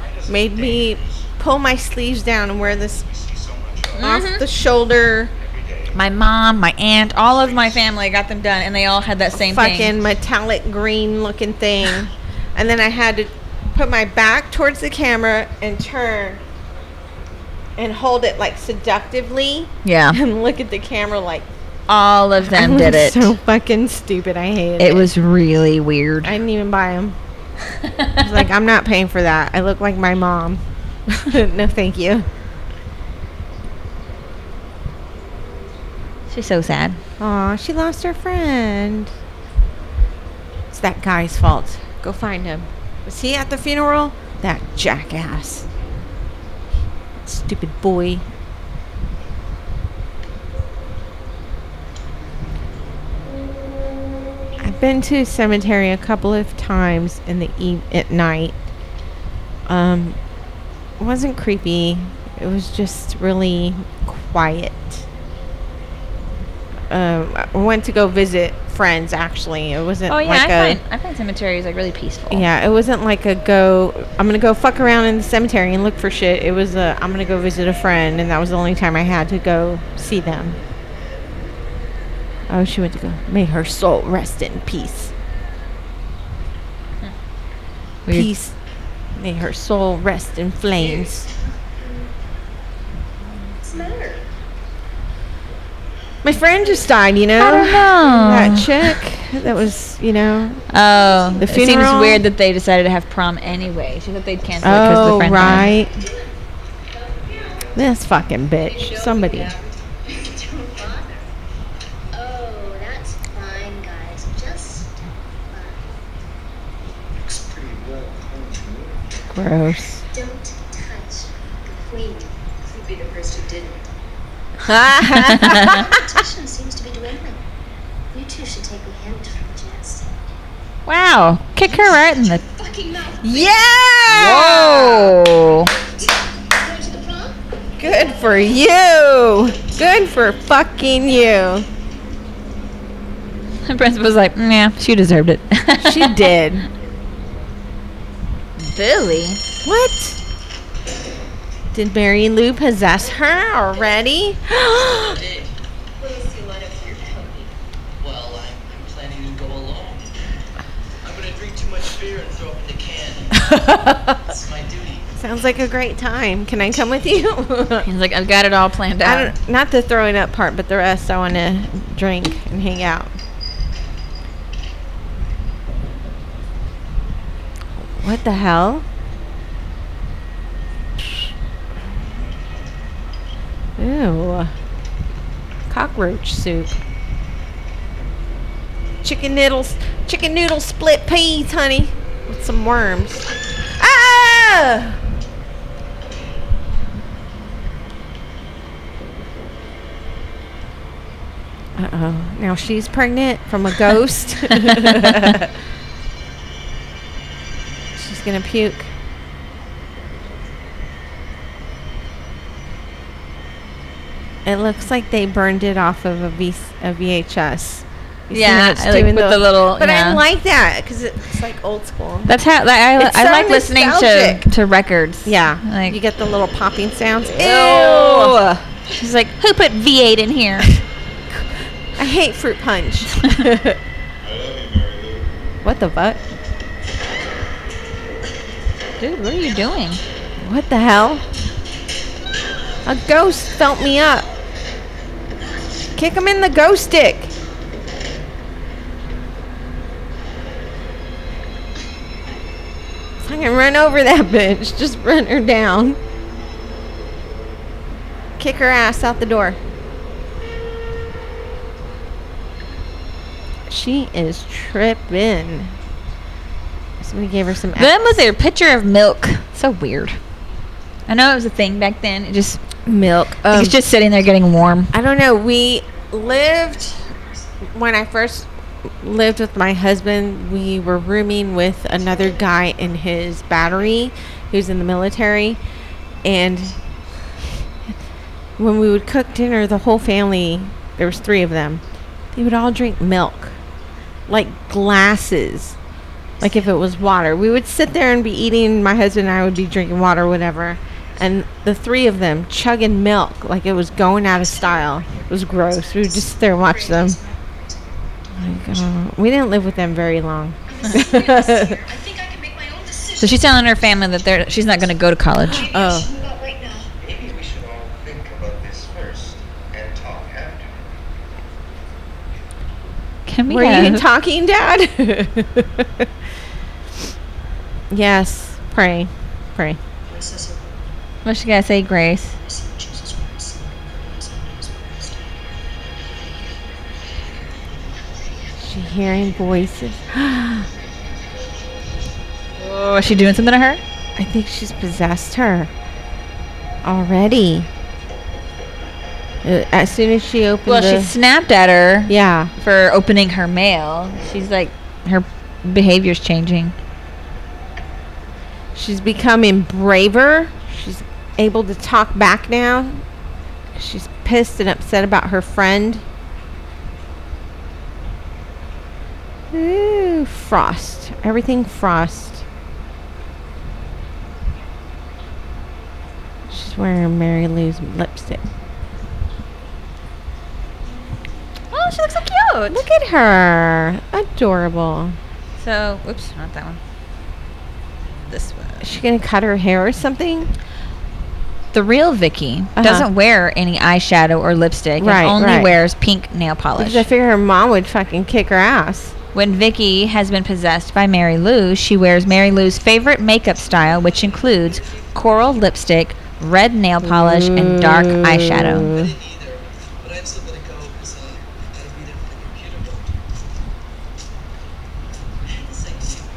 [SPEAKER 6] ride us
[SPEAKER 2] made me pull my sleeves down and wear this
[SPEAKER 6] We see so much of
[SPEAKER 2] off the shoulder
[SPEAKER 6] every day.
[SPEAKER 1] My mom, my aunt, all of my family got them done, and they all had that same
[SPEAKER 2] fucking
[SPEAKER 1] thing.
[SPEAKER 2] metallic green looking thing.
[SPEAKER 1] [sighs]
[SPEAKER 2] and then I had to put my back towards the camera and turn and hold it like seductively [laughs]
[SPEAKER 1] Yeah,
[SPEAKER 2] and look at the camera like
[SPEAKER 1] all
[SPEAKER 2] [laughs]
[SPEAKER 1] of them did it.
[SPEAKER 2] So fucking stupid. I hated it.
[SPEAKER 1] it was really weird.
[SPEAKER 2] I didn't even buy
[SPEAKER 1] [laughs]
[SPEAKER 2] them. I was like, I'm not paying for that. I look like my mom. [laughs] no, thank you.
[SPEAKER 1] She's so sad.
[SPEAKER 2] Aw, she lost her friend. It's that guy's fault. Go find him. Was he at the funeral? That jackass. Stupid boy. I've been to a cemetery a couple of times in the eve at night. Um, it wasn't creepy. It was just really quiet uh, I went to go visit friends. Actually, it wasn't
[SPEAKER 1] Oh yeah,
[SPEAKER 2] like
[SPEAKER 1] I
[SPEAKER 2] a
[SPEAKER 1] find I find cemeteries like really peaceful.
[SPEAKER 2] yeah, it wasn't like a go. I'm gonna go fuck around in the cemetery and look for shit. It was a I'm gonna go visit a friend, and that was the only time I had to go see them. Oh, she went to go. May her soul rest in peace.
[SPEAKER 1] Weird.
[SPEAKER 2] Peace. May her soul rest in flames.
[SPEAKER 4] What's the matter?
[SPEAKER 2] My friend just died, you know?
[SPEAKER 1] I don't know.
[SPEAKER 2] That chick that was, you know.
[SPEAKER 1] Oh,
[SPEAKER 2] The
[SPEAKER 1] it seems
[SPEAKER 2] funeral?
[SPEAKER 1] weird that they decided to have prom anyway. She thought they'd cancel it because the
[SPEAKER 2] Oh,
[SPEAKER 1] friend died.
[SPEAKER 2] right. This fucking bitch. Somebody.
[SPEAKER 10] Don't bother. Oh, that's fine, guys. Just fine.
[SPEAKER 5] Looks pretty well honed to me.
[SPEAKER 2] Gross.
[SPEAKER 10] Don't touch the queen.
[SPEAKER 4] You'd be the first who
[SPEAKER 10] [laughs]
[SPEAKER 4] didn't.
[SPEAKER 1] [laughs]
[SPEAKER 10] Competition seems to be dwindling. You two should take a hint from Jess.
[SPEAKER 1] Wow, kick her right in the.
[SPEAKER 10] Fucking mouth.
[SPEAKER 1] Whoa!
[SPEAKER 10] Going to the prom?
[SPEAKER 2] Good for you. Good for fucking you.
[SPEAKER 1] The prince was like, "Mm, "Yeah, she deserved it."
[SPEAKER 2] She did.
[SPEAKER 1] Billy.
[SPEAKER 2] What? Did Mary Lou possess her already? [gasps]
[SPEAKER 4] What is you line up for your pony?
[SPEAKER 5] Well, I'm, I'm planning to go alone. I'm gonna drink too much beer and throw up in the can. That's my duty.
[SPEAKER 2] Sounds like a great time. Can I come with you?
[SPEAKER 1] [laughs]
[SPEAKER 2] [laughs]
[SPEAKER 1] He's like, "I've got it all planned
[SPEAKER 2] I
[SPEAKER 1] out."
[SPEAKER 2] don't, not the throwing up part, but the rest I want to drink and hang out. What the hell? Ew. Cockroach soup. Chicken noodles, chicken noodle split peas, honey, with some worms. Ah! Uh oh. Now she's pregnant from a
[SPEAKER 1] [laughs]
[SPEAKER 2] ghost. she's going to puke. It looks like they burned it off of a, v- a VHS. You see how
[SPEAKER 1] Yeah,
[SPEAKER 2] it's
[SPEAKER 1] I like
[SPEAKER 2] doing
[SPEAKER 1] with the little.
[SPEAKER 2] But
[SPEAKER 1] yeah.
[SPEAKER 2] I like that because it's like old school.
[SPEAKER 1] That's how like, I,
[SPEAKER 2] It's
[SPEAKER 1] I
[SPEAKER 2] so
[SPEAKER 1] like listening to
[SPEAKER 2] nostalgic.
[SPEAKER 1] to records.
[SPEAKER 2] Yeah.
[SPEAKER 1] Like-
[SPEAKER 2] you get the little popping sounds. Ew!
[SPEAKER 1] Ew. She's like, "Who put V8 in [laughs] here?"
[SPEAKER 2] I hate fruit punch.
[SPEAKER 6] I love you, Mary Lou.
[SPEAKER 2] what the fuck?
[SPEAKER 1] Dude, what are you doing?
[SPEAKER 2] What the hell? A ghost felt me up. Kick him in the ghost stick. Fucking run over that [laughs] bitch. Just run her down. Kick her ass out the door. She is tripping. Somebody gave her some.
[SPEAKER 1] Then was their picture of milk. So weird. I know it was a thing back then. It just
[SPEAKER 2] milk. Um,
[SPEAKER 1] it's just sitting there getting warm.
[SPEAKER 2] I don't know. We lived when I first lived with my husband. We were rooming with another guy in his battery who's in the military, and when we would cook dinner, the whole family there was three of them. They would all drink milk, like glasses. Like if it was water, we would sit there and be eating. My husband and I would be drinking water, whatever. And the three of them chugging milk like it was going out of style. It was gross. We would just sit there and watch them. Like, uh, we didn't live with them very long.
[SPEAKER 4] I think I can make my own decision.
[SPEAKER 1] So she's telling her family that they're, she's not going to go to college.
[SPEAKER 2] Oh,
[SPEAKER 10] Move out right now.
[SPEAKER 6] Maybe we should all think about this first and talk after.
[SPEAKER 1] [gasps] Can we?
[SPEAKER 2] were you [laughs]
[SPEAKER 1] have-
[SPEAKER 2] talking, Dad? yes. Pray, pray.
[SPEAKER 4] Princess of
[SPEAKER 1] What's she gonna say, Grace?
[SPEAKER 4] mercy, Jesus Christ.
[SPEAKER 2] She hearing voices.
[SPEAKER 1] Oh, is she doing something to her?
[SPEAKER 2] I think she's possessed her already. Uh, As soon as she opened,
[SPEAKER 1] Well,
[SPEAKER 2] the,
[SPEAKER 1] she snapped at her
[SPEAKER 2] yeah.
[SPEAKER 1] for opening her mail. She's like, her behavior's changing.
[SPEAKER 2] She's becoming braver. She's able to talk back now. She's pissed and upset about her friend. Ooh, frost. Everything frost. She's wearing Mary Lou's lipstick.
[SPEAKER 1] Oh, she looks so cute.
[SPEAKER 2] Look at her. Adorable.
[SPEAKER 1] So, oops, not that one.
[SPEAKER 11] this one.
[SPEAKER 2] Is she gonna cut her hair or something?
[SPEAKER 1] The real Vicky doesn't wear any eyeshadow or lipstick
[SPEAKER 2] Right,
[SPEAKER 1] and only
[SPEAKER 2] right.
[SPEAKER 1] wears pink nail polish.
[SPEAKER 2] Because I figure her mom would fucking kick her ass.
[SPEAKER 1] When Vicky has been possessed by Mary Lou, she wears Mary Lou's favorite makeup style, which includes coral lipstick, red nail polish, and dark eyeshadow.
[SPEAKER 5] I didn't either, but I have something to go because uh, I gotta be there for the computer vote. I had this idea.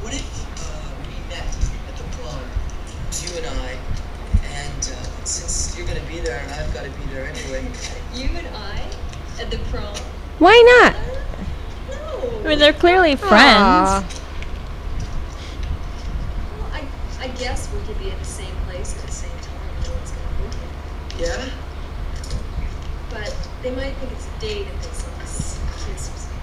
[SPEAKER 5] What if uh, we met at the prom, you and I, and uh, since you're gonna be there and I've gotta be there anyway,
[SPEAKER 3] You and I at the prom?
[SPEAKER 2] Why not?
[SPEAKER 3] No.
[SPEAKER 1] I mean, they're clearly friends.
[SPEAKER 3] Well, I, I guess we could be at the same place at the same time. No one's gonna book it.
[SPEAKER 5] yeah?
[SPEAKER 3] But they might think it's a date if it's like s- kiss or something.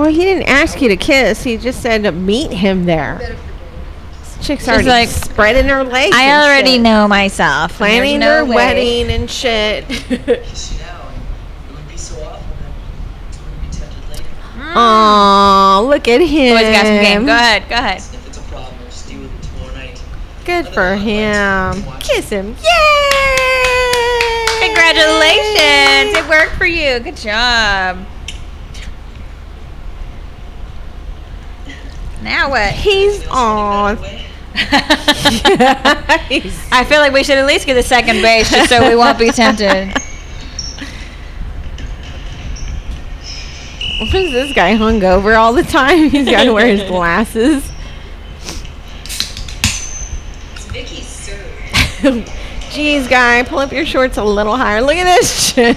[SPEAKER 2] Well, he didn't ask you to kiss. He just said to meet him there.
[SPEAKER 3] Better for dating.
[SPEAKER 2] This chick's already
[SPEAKER 1] like,
[SPEAKER 2] spreading her legs.
[SPEAKER 1] I
[SPEAKER 2] and
[SPEAKER 1] already
[SPEAKER 2] shit.
[SPEAKER 1] know myself. and there's
[SPEAKER 2] planning
[SPEAKER 1] no
[SPEAKER 2] her
[SPEAKER 1] way-
[SPEAKER 2] wedding and
[SPEAKER 1] [laughs]
[SPEAKER 2] shit.
[SPEAKER 5] Kiss you now, and it would be so awful that you would be tempted later.
[SPEAKER 2] Aw, look at him.
[SPEAKER 1] Mm. Boys got some game. Go ahead. Go ahead.
[SPEAKER 5] If it's a problem, we'll just deal with it tomorrow night.
[SPEAKER 2] Good for him. Kiss him. Yay!
[SPEAKER 1] Congratulations. It worked for you. Good job. Now what?
[SPEAKER 2] [laughs] He's aw. [laughs]
[SPEAKER 1] I feel like we should at least get a second base just so we won't be tempted.
[SPEAKER 2] What is this guy hungover all the time? He's got to wear his glasses.
[SPEAKER 3] It's Vicky's serve.
[SPEAKER 2] [laughs] Jeez, guy, pull up your shorts a little higher. Look at this [laughs] shit.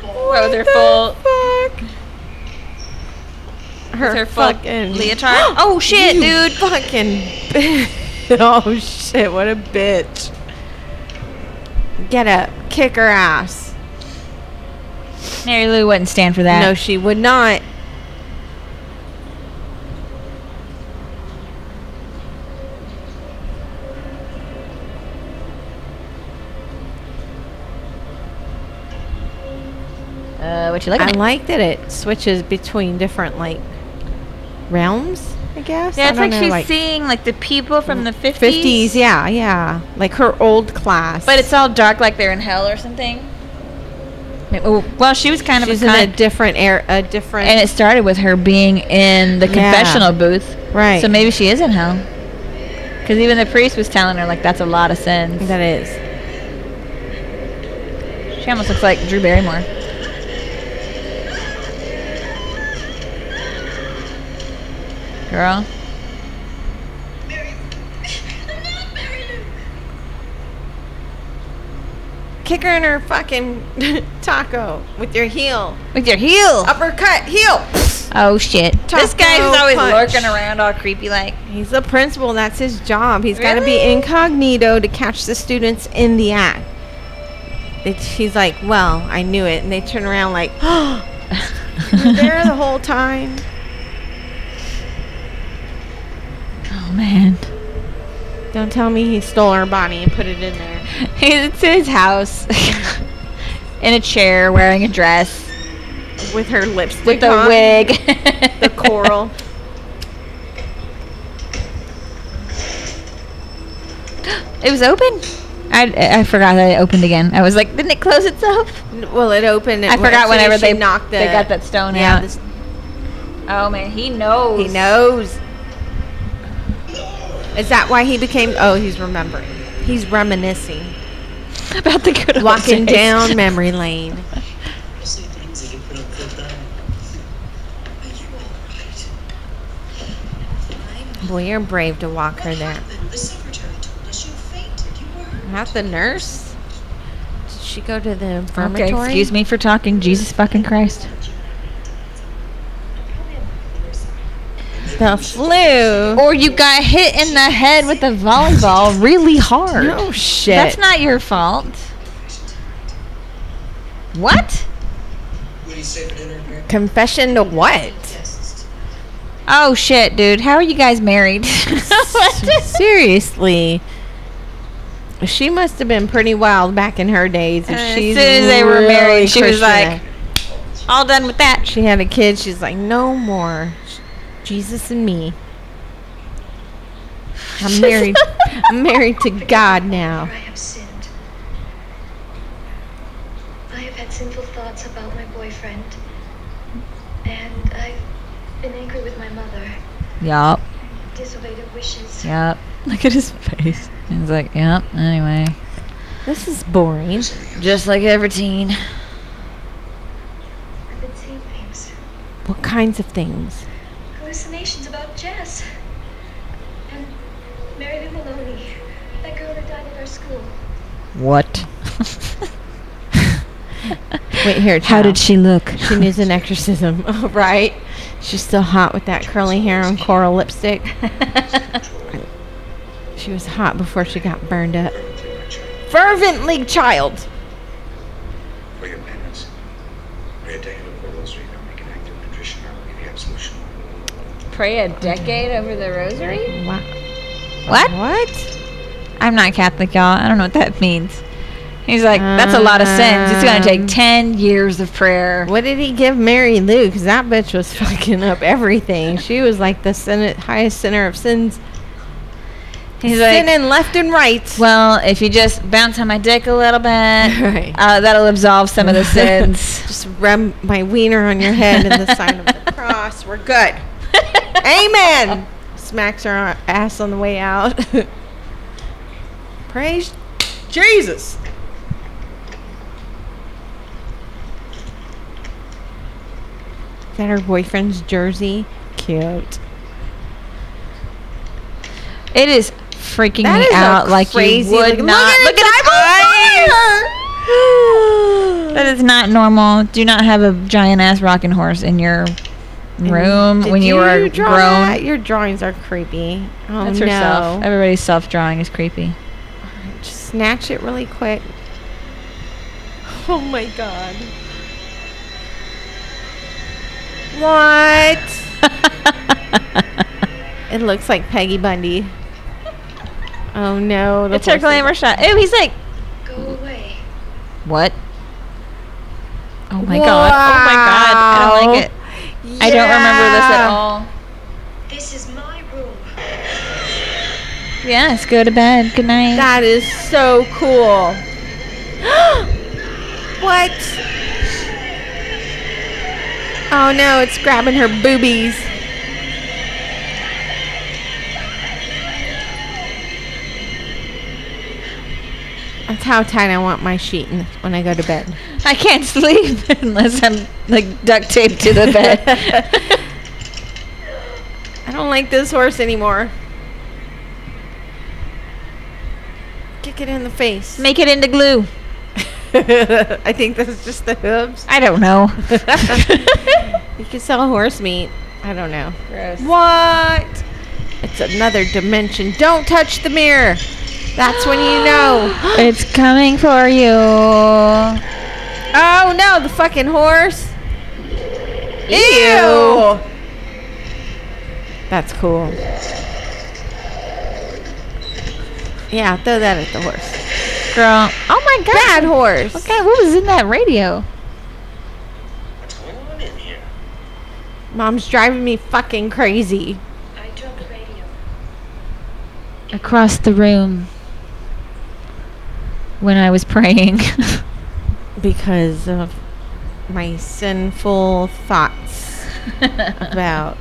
[SPEAKER 1] Bro, they're full.
[SPEAKER 2] Fuck. [laughs] Her,
[SPEAKER 1] Her full
[SPEAKER 2] fucking
[SPEAKER 1] leotard. Oh shit,
[SPEAKER 2] You
[SPEAKER 1] dude.
[SPEAKER 2] Fucking. [laughs] bi- oh shit! What a bitch. Get up, kick her ass.
[SPEAKER 1] Mary Lou wouldn't stand for that.
[SPEAKER 2] No, she would not.
[SPEAKER 1] uh, what you looking
[SPEAKER 2] I
[SPEAKER 1] at?
[SPEAKER 2] like that it switches between different like realms. I guess. I
[SPEAKER 1] Yeah, it's
[SPEAKER 2] don't
[SPEAKER 1] like
[SPEAKER 2] know,
[SPEAKER 1] she's seeing like the people from the 50s.
[SPEAKER 2] fifties. Yeah, yeah. Like her old class.
[SPEAKER 1] But it's all dark like they're in hell or something. Like, oh, Well, she was kind of
[SPEAKER 2] she's
[SPEAKER 1] a
[SPEAKER 2] in a
[SPEAKER 1] cunt.
[SPEAKER 2] different air, a different.
[SPEAKER 1] and it started with her being in the
[SPEAKER 2] Yeah.
[SPEAKER 1] confessional booth.
[SPEAKER 2] right.
[SPEAKER 1] So maybe she is in hell. Because even the priest was telling her, like, that's a lot of sins.
[SPEAKER 2] that is.
[SPEAKER 1] She almost looks like Drew Barrymore. Girl.
[SPEAKER 2] Kick her in her fucking [laughs] taco with your heel.
[SPEAKER 1] With your heel.
[SPEAKER 2] Uppercut heel.
[SPEAKER 1] Oh, shit. This guy's
[SPEAKER 2] Taco
[SPEAKER 1] always
[SPEAKER 2] punch.
[SPEAKER 1] lurking around all creepy [laughs] like.
[SPEAKER 2] He's the principal. That's his job. He's got to be
[SPEAKER 1] Really?
[SPEAKER 2] incognito to catch the students in the act. It, he's like, well, I knew it, and they turn around like, [gasps] oh, there the whole time.
[SPEAKER 1] Oh, man. [laughs]
[SPEAKER 2] Don't tell me he stole her body and put it in there.
[SPEAKER 1] it's in his house. [laughs] in a chair, wearing a dress.
[SPEAKER 2] with her lipstick
[SPEAKER 1] With a
[SPEAKER 2] on,
[SPEAKER 1] wig.
[SPEAKER 2] [laughs]
[SPEAKER 1] [laughs]
[SPEAKER 2] the coral.
[SPEAKER 1] It was open. I, I forgot that it opened again. I was like, didn't it close itself?
[SPEAKER 2] N- Well, it opened. It
[SPEAKER 1] I forgot
[SPEAKER 2] when
[SPEAKER 1] whenever they
[SPEAKER 2] knocked the.
[SPEAKER 1] they got that stone
[SPEAKER 2] yeah,
[SPEAKER 1] out.
[SPEAKER 2] this-
[SPEAKER 1] oh man, he knows.
[SPEAKER 2] he knows. Is that why he became? Oh, he's remembering. He's [laughs] reminiscing,
[SPEAKER 1] [laughs] about the good old
[SPEAKER 2] walking
[SPEAKER 1] days.
[SPEAKER 2] down memory lane.
[SPEAKER 5] I'll say things that you put on the time. And you all right.
[SPEAKER 2] Boy, you're brave to walk her there.
[SPEAKER 5] Then the secretary told us you fainted. You were hurt.
[SPEAKER 2] Not the nurse. Did she go to the
[SPEAKER 1] Okay,
[SPEAKER 2] infirmary?
[SPEAKER 1] excuse me for talking. Jesus fucking Christ.
[SPEAKER 2] The flu.
[SPEAKER 1] Or you got hit in the head with a
[SPEAKER 2] [laughs]
[SPEAKER 1] volleyball really hard.
[SPEAKER 2] No shit.
[SPEAKER 1] That's not your fault. What?
[SPEAKER 5] What do you say for dinner, Mary?
[SPEAKER 2] confession to what?
[SPEAKER 1] Oh shit, dude. How are you guys married? [laughs]
[SPEAKER 2] [laughs]
[SPEAKER 1] what?
[SPEAKER 2] Seriously. She must have been pretty wild back in her days. If
[SPEAKER 1] And as
[SPEAKER 2] she's
[SPEAKER 1] soon as they were
[SPEAKER 2] really
[SPEAKER 1] married, she was
[SPEAKER 2] Christian.
[SPEAKER 1] like- All done with that.
[SPEAKER 2] she had a kid. She's like, no more, Jesus and me. I'm
[SPEAKER 1] [laughs]
[SPEAKER 2] married. I'm married to God now.
[SPEAKER 4] I have sinned. I have had sinful thoughts about my boyfriend. And I've been angry with my mother,
[SPEAKER 1] Yup.
[SPEAKER 4] disobeyed her wishes.
[SPEAKER 1] Yup. Look at his [laughs] face. He's like, yep. Anyway,
[SPEAKER 2] This is boring.
[SPEAKER 1] just like every teen.
[SPEAKER 4] I've been seeing things,
[SPEAKER 2] What kinds of things?
[SPEAKER 4] hallucinations about Jess. And Mary Lou Maloney, that girl that died at our school.
[SPEAKER 1] What?
[SPEAKER 2] Wait here.
[SPEAKER 1] How
[SPEAKER 2] child.
[SPEAKER 1] did she look?
[SPEAKER 2] She needs an exorcism. [laughs] Oh, right. She's still hot with that curly hair and coral lipstick. [laughs] she was hot before she got burned up.
[SPEAKER 6] Everything I tried
[SPEAKER 2] Fervently, child.
[SPEAKER 6] for your penance. Pray a decade before those read and make an act of contrition. I will give you absolution.
[SPEAKER 1] Pray a decade over the rosary?
[SPEAKER 2] Wow.
[SPEAKER 1] What?
[SPEAKER 2] What?
[SPEAKER 1] I'm not Catholic, y'all. I don't know what that means. He's like, that's a lot of sins. It's going to take
[SPEAKER 2] Um,
[SPEAKER 1] 10 years of prayer.
[SPEAKER 2] What did he give Mary Lou? Because that bitch was [laughs] fucking up everything. She was like the sin- highest sinner of sins.
[SPEAKER 1] He's like,
[SPEAKER 2] Sinning left and right.
[SPEAKER 1] well, if you just bounce on my dick a little
[SPEAKER 2] [laughs]
[SPEAKER 1] bit,
[SPEAKER 2] Right.
[SPEAKER 1] uh, that'll absolve
[SPEAKER 2] [laughs]
[SPEAKER 1] some of the sins.
[SPEAKER 2] Just rub my wiener on your head in the sign of [laughs] the cross. We're good. Amen. Smacks her ass on the way out. [laughs] Praise Jesus. Is that her boyfriend's jersey? Cute.
[SPEAKER 1] It is freaking
[SPEAKER 2] That
[SPEAKER 1] me
[SPEAKER 2] is a
[SPEAKER 1] out like
[SPEAKER 2] crazy
[SPEAKER 1] you would
[SPEAKER 2] looking-
[SPEAKER 1] not.
[SPEAKER 2] Look at
[SPEAKER 1] Look
[SPEAKER 2] his
[SPEAKER 1] at his eyes. [gasps] That is not normal. Do not have a giant ass rocking horse in your
[SPEAKER 2] [gasps]
[SPEAKER 1] room
[SPEAKER 2] Did
[SPEAKER 1] when you, are
[SPEAKER 2] draw
[SPEAKER 1] grown.
[SPEAKER 2] that? Your drawings are creepy. Oh
[SPEAKER 1] That's
[SPEAKER 2] no!
[SPEAKER 1] herself. Everybody's self drawing is creepy.
[SPEAKER 2] Just snatch it really quick. Oh my god. What? It looks like Peggy [laughs] Bundy. Oh no. the
[SPEAKER 1] [laughs] it's her
[SPEAKER 2] horse is-
[SPEAKER 1] glamour shot. Ew, he's like,
[SPEAKER 4] Go away.
[SPEAKER 1] what? Oh my god. Oh my god. I don't
[SPEAKER 2] Wow.
[SPEAKER 1] like it. I don't remember this at
[SPEAKER 2] Yeah.
[SPEAKER 1] all.
[SPEAKER 4] This is my room.
[SPEAKER 1] Yes, go to bed. Good night.
[SPEAKER 2] That is so cool. [gasps] what? Oh no, it's grabbing her boobies. That's how tight I want my sheet in- when I go to bed.
[SPEAKER 1] I can't sleep [laughs] unless I'm like duct taped to
[SPEAKER 2] [laughs]
[SPEAKER 1] the bed.
[SPEAKER 2] I don't like this horse anymore. Kick it in the face.
[SPEAKER 1] Make it into glue.
[SPEAKER 2] [laughs] I think that's just the hooves.
[SPEAKER 1] I don't
[SPEAKER 2] [laughs]
[SPEAKER 1] know.
[SPEAKER 2] You can sell horse meat. I don't know. What? It's another dimension. Don't touch the mirror. That's when you know.
[SPEAKER 1] [gasps] it's coming for you.
[SPEAKER 2] Oh no, the fucking horse. Ew. That's cool. Yeah, throw that at the horse.
[SPEAKER 1] Girl. Oh my god.
[SPEAKER 2] Bad horse.
[SPEAKER 1] Okay, what was in that radio?
[SPEAKER 6] What's going on in here?
[SPEAKER 2] Mom's driving me fucking crazy.
[SPEAKER 4] I dropped the radio.
[SPEAKER 1] Across the room. When I was praying. [laughs]
[SPEAKER 2] because of my sinful thoughts about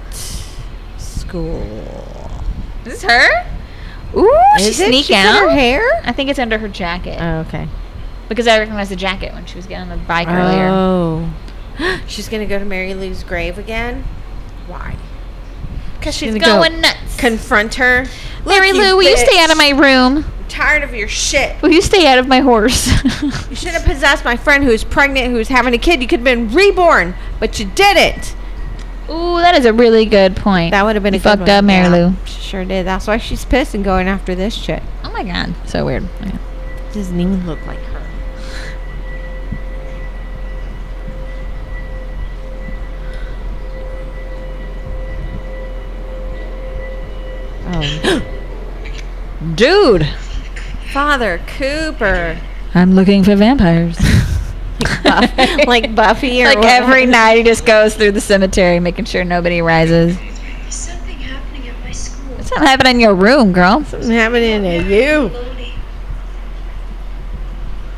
[SPEAKER 2] school.
[SPEAKER 1] Is this her? Ooh, she
[SPEAKER 2] Is it?
[SPEAKER 1] sneak
[SPEAKER 2] She's in
[SPEAKER 1] out.
[SPEAKER 2] her hair?
[SPEAKER 1] I think it's under her jacket
[SPEAKER 2] Oh, okay.
[SPEAKER 1] because I recognized the jacket when she was getting on the bike earlier.
[SPEAKER 2] Oh. [gasps] She's going to go to Mary Lou's grave again? Why?
[SPEAKER 1] Because she's
[SPEAKER 2] gonna go
[SPEAKER 1] going nuts.
[SPEAKER 2] Confront her?
[SPEAKER 1] Mary
[SPEAKER 2] you
[SPEAKER 1] Lou, will you stay
[SPEAKER 2] bitch.
[SPEAKER 1] out of my room?
[SPEAKER 2] I'm tired of your shit.
[SPEAKER 1] Will you stay out of my horse? [laughs]
[SPEAKER 2] You should have possessed my friend who's pregnant, who's having a kid. You could have been reborn, but you didn't.
[SPEAKER 1] Ooh, that is a really good point.
[SPEAKER 2] That would have been
[SPEAKER 1] You
[SPEAKER 2] a good
[SPEAKER 1] fucked
[SPEAKER 2] one.
[SPEAKER 1] up, Mary
[SPEAKER 2] Yeah,
[SPEAKER 1] Lou.
[SPEAKER 2] she Sure did. That's why she's pissed and going after this shit.
[SPEAKER 1] oh my god, so weird. Okay.
[SPEAKER 2] Doesn't even look like her. Oh, [gasps]
[SPEAKER 1] Dude,
[SPEAKER 2] Father Cooper,
[SPEAKER 1] I'm looking for [laughs] vampires.
[SPEAKER 2] [laughs] Buff- [laughs] like Buffy, or
[SPEAKER 1] like
[SPEAKER 2] what?
[SPEAKER 1] [laughs] every night, he just goes through the cemetery, making sure nobody rises.
[SPEAKER 4] There's something happening at my school.
[SPEAKER 1] It's Something happened in your room, girl.
[SPEAKER 2] Something happening to you.
[SPEAKER 4] Lonely.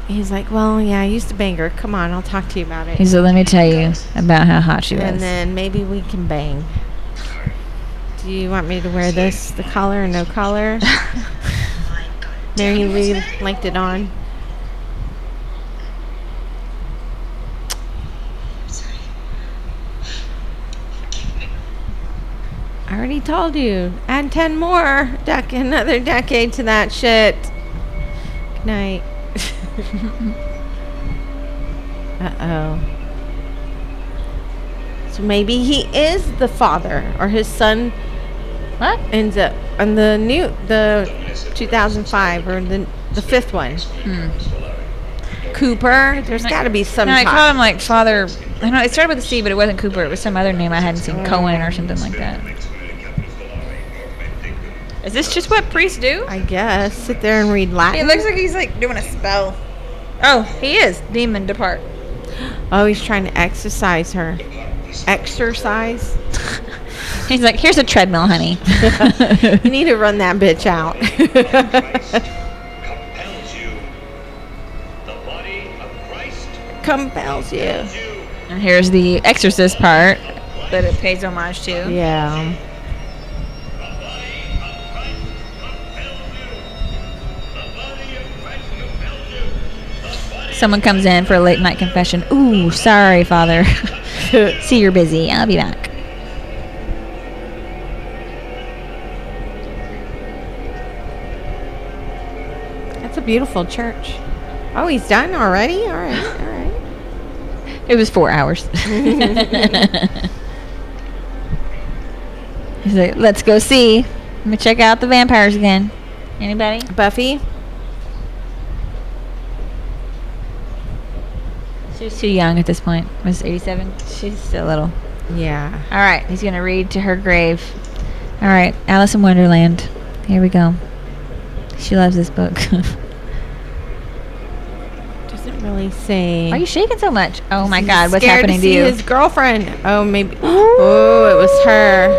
[SPEAKER 2] He's like, well, yeah, I used to bang her. Come on, I'll talk to you about it.
[SPEAKER 1] He said, "Let me tell you about how hot she
[SPEAKER 2] and
[SPEAKER 1] was."
[SPEAKER 2] then maybe we can bang. Do you want me to wear this, the collar or no collar? Mary Lou liked it on. I already told you. Add ten more. Dec- another decade to that shit. Good night. [laughs] uh oh. So maybe he is the father, or his son
[SPEAKER 1] What?
[SPEAKER 2] ends up on the new the 2005 or the the fifth one. Cooper. There's got to be some.
[SPEAKER 1] No, I
[SPEAKER 2] type.
[SPEAKER 1] called him like Father. I don't know it started with a C, but it wasn't Cooper. It was some other name I hadn't seen, Cohen or something like that. Is this just what priests do?
[SPEAKER 2] I guess sit there and read
[SPEAKER 1] He
[SPEAKER 2] Latin.
[SPEAKER 1] looks like he's like doing a spell. Oh, he is demon depart.
[SPEAKER 2] Oh, he's trying to exercise her. Exercise.
[SPEAKER 1] He's like, here's a treadmill, [laughs] honey.
[SPEAKER 2] You need to run that bitch out. [laughs]
[SPEAKER 6] compels you. The body of Christ
[SPEAKER 2] Compels you.
[SPEAKER 1] and here's the exorcist part that it pays homage to.
[SPEAKER 2] Yeah.
[SPEAKER 1] Someone comes in for a late night confession. Ooh, sorry, [laughs] Father. See, you're busy. I'll be back.
[SPEAKER 2] That's a beautiful church. Oh, he's done already. All right. All right.
[SPEAKER 1] It was four [laughs] hours. He's like, let's go see. Let me check out the vampires again. Anybody?
[SPEAKER 2] Buffy.
[SPEAKER 1] She was too young at this point. Was 87? She's still little.
[SPEAKER 2] Yeah.
[SPEAKER 1] All right, he's going to read to her grave. All right, Alice in Wonderland. Here we go. She loves this book. [laughs]
[SPEAKER 2] Doesn't really say.
[SPEAKER 1] Why are you shaking so much? Oh my
[SPEAKER 2] He's
[SPEAKER 1] God, what's
[SPEAKER 2] scared
[SPEAKER 1] happening to,
[SPEAKER 2] see
[SPEAKER 1] you?
[SPEAKER 2] His girlfriend. Oh,
[SPEAKER 1] [gasps]
[SPEAKER 2] maybe. oh, it was her.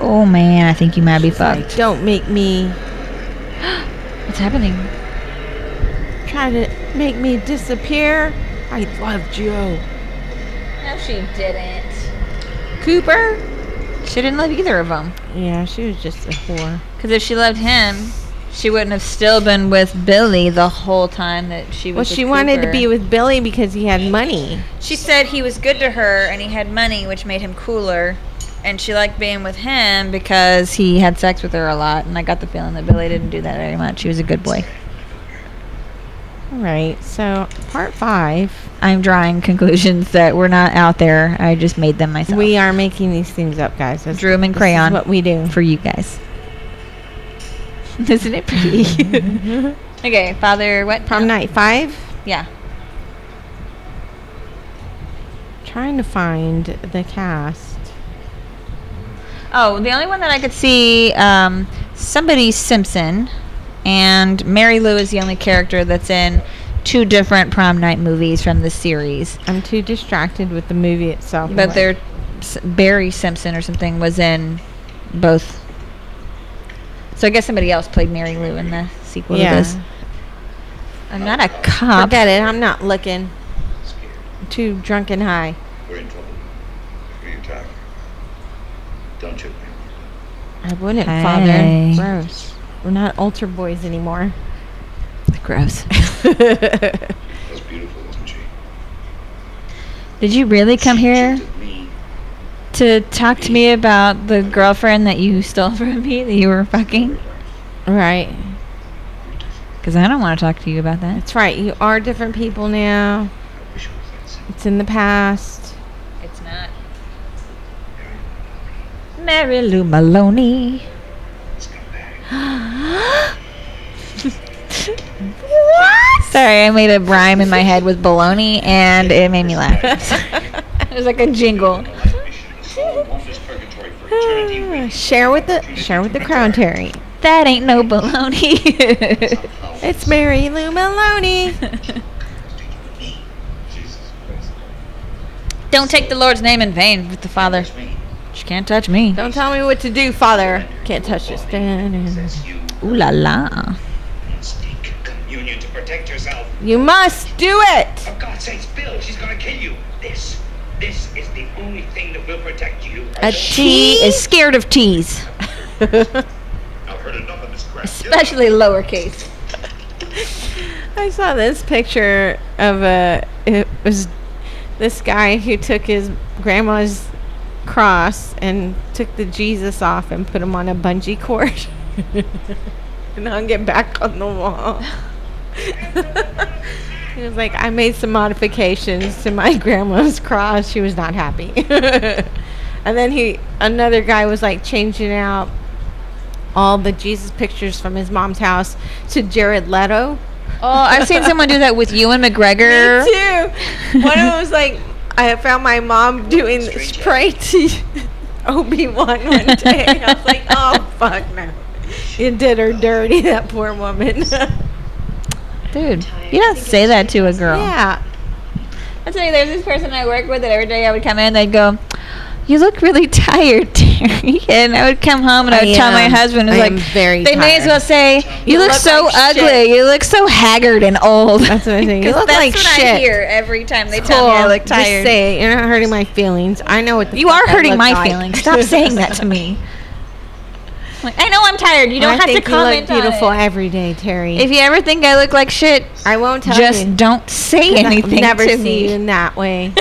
[SPEAKER 1] Oh man, I think you might be
[SPEAKER 2] Like,
[SPEAKER 1] fucked.
[SPEAKER 2] don't make me
[SPEAKER 1] What's happening?
[SPEAKER 2] try to make me disappear. I loved you,
[SPEAKER 1] No, she didn't.
[SPEAKER 2] Cooper.
[SPEAKER 1] She didn't love either of them.
[SPEAKER 2] Yeah, she was just a whore.
[SPEAKER 1] Because if she loved him, she wouldn't have still been with Billy the whole time that she was.
[SPEAKER 2] Well, she wanted to be with Billy because he had money.
[SPEAKER 1] She said he was good to her and he had money, which made him cooler. And she liked being with him because he had sex with her a lot. And I got the feeling that Billy didn't do that very much. He was a good boy.
[SPEAKER 2] All right. So, part five.
[SPEAKER 1] I'm drawing conclusions that were not out there. I just made them myself.
[SPEAKER 2] We are making these things up, guys. That's
[SPEAKER 1] drew them in
[SPEAKER 2] this is
[SPEAKER 1] crayon.
[SPEAKER 2] what we do.
[SPEAKER 1] for you guys. [laughs] Isn't it pretty? [laughs] okay, Father, what?
[SPEAKER 2] Prom night five.
[SPEAKER 1] Yeah.
[SPEAKER 2] Trying to find the cast.
[SPEAKER 1] Oh, the only one that I could see, um, somebody Simpson, and Mary Lou is the only character that's in two different prom night movies from the series.
[SPEAKER 2] I'm too distracted with the movie itself. I'm
[SPEAKER 1] But
[SPEAKER 2] like,
[SPEAKER 1] they're S- Barry Simpson or something was in both. So I guess somebody else played Mary Lou in the sequel
[SPEAKER 2] Yeah.
[SPEAKER 1] to this. I'm not a cop.
[SPEAKER 2] Forget it. I'm not looking.
[SPEAKER 6] scared.
[SPEAKER 2] Too drunk and high.
[SPEAKER 6] We're in trouble. Are you tired? Don't you?
[SPEAKER 2] I wouldn't,
[SPEAKER 1] Hey.
[SPEAKER 2] Father. Gross. We're not altar boys anymore.
[SPEAKER 1] Gross.
[SPEAKER 6] That was beautiful, wasn't she?
[SPEAKER 1] Did you really come
[SPEAKER 2] [laughs]
[SPEAKER 1] [laughs]
[SPEAKER 6] She
[SPEAKER 1] here?
[SPEAKER 6] jilted me.
[SPEAKER 1] to talk to me about the girlfriend that you stole [laughs] from me that you were fucking?
[SPEAKER 2] right.
[SPEAKER 1] Because I don't want to talk to you about that.
[SPEAKER 2] That's right. You are different people now.
[SPEAKER 6] I wish it was that simple.
[SPEAKER 2] It's in the past.
[SPEAKER 1] It's not. Mary Lou Maloney.
[SPEAKER 6] Let's come back.
[SPEAKER 1] Sorry, I made a rhyme in my head with baloney and it made me [laughs] laugh. it was like a jingle.
[SPEAKER 6] Life mission is all wondrous purgatory for eternity.
[SPEAKER 2] Ah, share with the share with the crowd, Terry.
[SPEAKER 1] That ain't no baloney. [laughs]
[SPEAKER 2] It's Mary Lou Maloney.
[SPEAKER 6] Jesus Christ.
[SPEAKER 1] don't take the Lord's name in vain with the Father.
[SPEAKER 6] It's me.
[SPEAKER 1] She can't touch me.
[SPEAKER 2] Don't tell me what to do, Father. Can't touch this. Dun-dun.
[SPEAKER 6] Says you
[SPEAKER 1] Ooh la la.
[SPEAKER 6] must take communion to protect yourself.
[SPEAKER 2] You must do it.
[SPEAKER 6] For God's sakes, Bill, she's gonna kill you. This, this is the only thing that will protect you.
[SPEAKER 2] A
[SPEAKER 1] She
[SPEAKER 2] tea.
[SPEAKER 1] is scared of teas,
[SPEAKER 6] I've heard enough of this crap.
[SPEAKER 1] especially lowercase.
[SPEAKER 2] I saw this picture of a. It was this guy who took his grandma's cross and took the Jesus off and put him on a bungee cord [laughs] and hung it back on the wall. [laughs] he was like, I made some modifications to my [laughs] grandma's cross. She was not happy. [laughs] and then he, another guy was like changing out all the Jesus pictures from his mom's house to Jared Leto.
[SPEAKER 1] Oh, I've seen someone do that with Ewan McGregor.
[SPEAKER 2] Me
[SPEAKER 1] [laughs]
[SPEAKER 2] too. One of them was like, I found my mom doing
[SPEAKER 6] Strange
[SPEAKER 2] spray tea [laughs] Obi Wan one day. And I was like,
[SPEAKER 1] [laughs]
[SPEAKER 2] oh fuck no, you did her dirty, that poor woman. [laughs]
[SPEAKER 1] Dude, you don't say that to a girl.
[SPEAKER 2] yeah,
[SPEAKER 1] I tell you, there's this person I work with that every day I would come in, they'd go, "You look really [laughs] tired, Terry," [laughs] and I would come home and I would tell my
[SPEAKER 12] am-
[SPEAKER 1] husband, "Was
[SPEAKER 12] I
[SPEAKER 1] like,
[SPEAKER 12] am very
[SPEAKER 1] they may as well say you, look,
[SPEAKER 2] look
[SPEAKER 1] so
[SPEAKER 2] like
[SPEAKER 1] ugly,
[SPEAKER 2] shit."
[SPEAKER 1] you look so haggard and old."
[SPEAKER 2] That's what I
[SPEAKER 1] [laughs]
[SPEAKER 2] think. You
[SPEAKER 1] 'Cause
[SPEAKER 2] look
[SPEAKER 1] that's
[SPEAKER 2] like
[SPEAKER 1] what I
[SPEAKER 2] shit.
[SPEAKER 1] hear every time they tell me I look
[SPEAKER 2] Just
[SPEAKER 1] tired.
[SPEAKER 2] say it. you're not hurting my feelings. I know what the
[SPEAKER 1] you
[SPEAKER 2] fuck
[SPEAKER 1] are
[SPEAKER 2] I
[SPEAKER 1] hurting
[SPEAKER 2] look
[SPEAKER 1] my
[SPEAKER 2] like. [laughs]
[SPEAKER 1] feelings. Stop saying that to me. Like, I know I'm tired. You don't
[SPEAKER 2] I
[SPEAKER 1] have to
[SPEAKER 2] think
[SPEAKER 1] comment
[SPEAKER 2] You look beautiful
[SPEAKER 1] on it.
[SPEAKER 2] every day, Terry.
[SPEAKER 1] If you ever think I look like shit,
[SPEAKER 2] I won't tell
[SPEAKER 1] just
[SPEAKER 2] you.
[SPEAKER 1] don't say
[SPEAKER 2] I'll
[SPEAKER 1] anything
[SPEAKER 2] Never
[SPEAKER 1] to
[SPEAKER 2] see
[SPEAKER 1] me.
[SPEAKER 2] you in that way.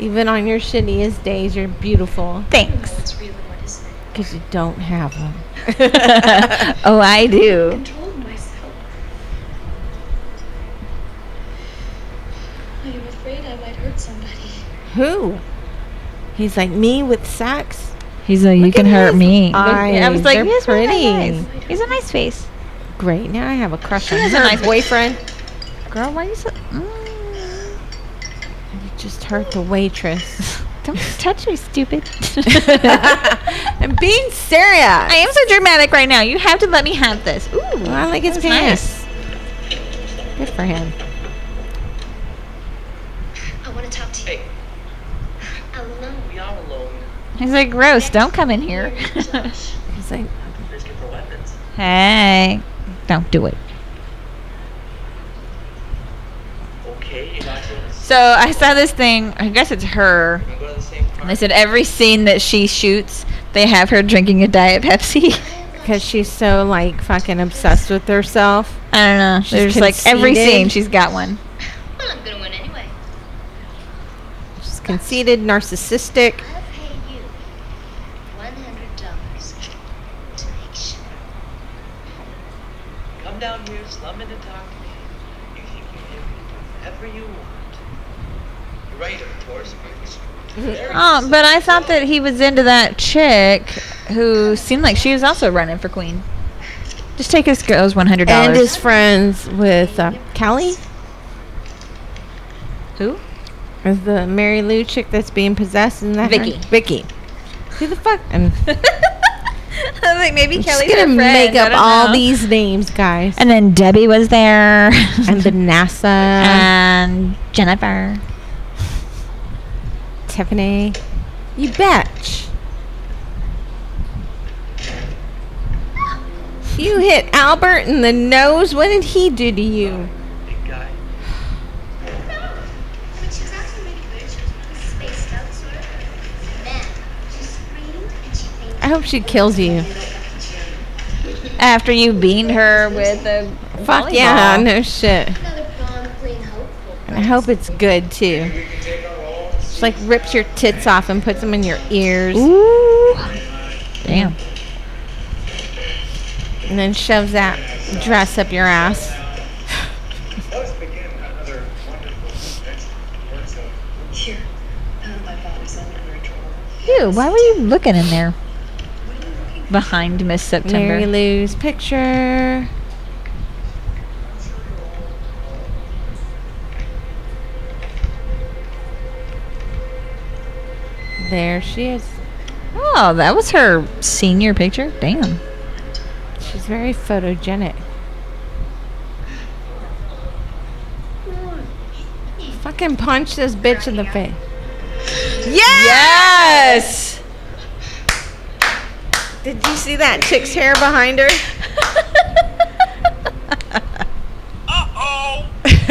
[SPEAKER 2] Even on your shittiest days, you're beautiful
[SPEAKER 1] [laughs] Thanks.
[SPEAKER 13] It's really what is it?
[SPEAKER 2] because you don't have them.
[SPEAKER 1] oh, I do.
[SPEAKER 13] Control myself. I am afraid I might hurt somebody.
[SPEAKER 2] Who? He's like me with sex.
[SPEAKER 1] He's like, you can hurt me.
[SPEAKER 2] I was like, he's pretty.
[SPEAKER 1] He's a nice face.
[SPEAKER 2] Great. Now I have a crush on
[SPEAKER 1] has
[SPEAKER 2] her
[SPEAKER 1] a nice-
[SPEAKER 2] boyfriend.
[SPEAKER 1] [laughs] Girl, why are you so? Mm,
[SPEAKER 2] You just hurt the waitress.
[SPEAKER 1] don't [laughs] touch me, [laughs] stupid.
[SPEAKER 2] I'm being serious.
[SPEAKER 1] I am so dramatic right now. You have to let me have this. Ooh,
[SPEAKER 2] I like his
[SPEAKER 1] that was
[SPEAKER 2] pants. Good for him.
[SPEAKER 4] I want to talk to you.
[SPEAKER 5] Hey.
[SPEAKER 4] Alone.
[SPEAKER 5] We are alone.
[SPEAKER 1] nice. He's like, gross. Don't come in [laughs] here.
[SPEAKER 2] He's like,
[SPEAKER 5] Let's get the weapons.
[SPEAKER 1] hey, don't do it.
[SPEAKER 5] Okay, you got this.
[SPEAKER 1] So I saw this thing. I guess it's her.
[SPEAKER 5] We go to the same
[SPEAKER 1] And
[SPEAKER 5] park.
[SPEAKER 1] they said every scene that she shoots, they have her drinking a diet Pepsi. [laughs]
[SPEAKER 2] because she's so like fucking obsessed with herself.
[SPEAKER 1] I don't know. There's like every
[SPEAKER 2] conceited.
[SPEAKER 1] scene she's got one.
[SPEAKER 4] Well, I'm going to win anyway.
[SPEAKER 2] She's conceited, narcissistic.
[SPEAKER 4] I'll pay you $100 to make sure.
[SPEAKER 5] Come down here, slum in and talk to me. You think you can do whatever you want. You're right, of course, but it's very
[SPEAKER 1] Oh, but I thought that he was into that chick who seemed like she was also running for queen. Just take his girl's one hundred
[SPEAKER 2] And is
[SPEAKER 1] dollars.
[SPEAKER 2] friends with uh, Callie.
[SPEAKER 1] Who? [laughs]
[SPEAKER 2] Is the Mary Lou chick that's being possessed? Isn't that her?
[SPEAKER 1] Vicky.
[SPEAKER 2] Vicky. Who the fuck? I'm
[SPEAKER 1] I was like, maybe
[SPEAKER 2] just
[SPEAKER 1] Kelly's
[SPEAKER 2] gonna
[SPEAKER 1] her friend,
[SPEAKER 2] make
[SPEAKER 1] I
[SPEAKER 2] up
[SPEAKER 1] don't
[SPEAKER 2] all
[SPEAKER 1] know.
[SPEAKER 2] these names, guys.
[SPEAKER 1] And then Debbie was there, [laughs]
[SPEAKER 2] And the NASA,
[SPEAKER 1] and Jennifer.
[SPEAKER 2] Tiffany. You bitch. You hit Albert in the nose. What did he do to you?
[SPEAKER 5] big guy.
[SPEAKER 4] When she was out to make spaced out sort of. Then she screamed and she fainted.
[SPEAKER 2] I hope she kills you.
[SPEAKER 1] After you beamed her with a
[SPEAKER 2] Fuck yeah, no shit.
[SPEAKER 4] Another prom queen hopeful.
[SPEAKER 2] And I hope it's good too. She like rips your tits off and puts them in your ears.
[SPEAKER 1] Ooh. Damn.
[SPEAKER 2] and then shoves that dress up your ass.
[SPEAKER 6] Let's begin another wonderful adventure. Words of
[SPEAKER 13] Here, found my father's underwear drawer.
[SPEAKER 1] Ew, why were you looking in there? Behind Miss September.
[SPEAKER 2] Mary Lou's picture. There she is.
[SPEAKER 1] Oh, that was her senior picture. Damn.
[SPEAKER 2] She's very photogenic. Fucking punch this bitch in the face.
[SPEAKER 1] Yes.
[SPEAKER 2] Did you see that chick's hair behind her? [laughs]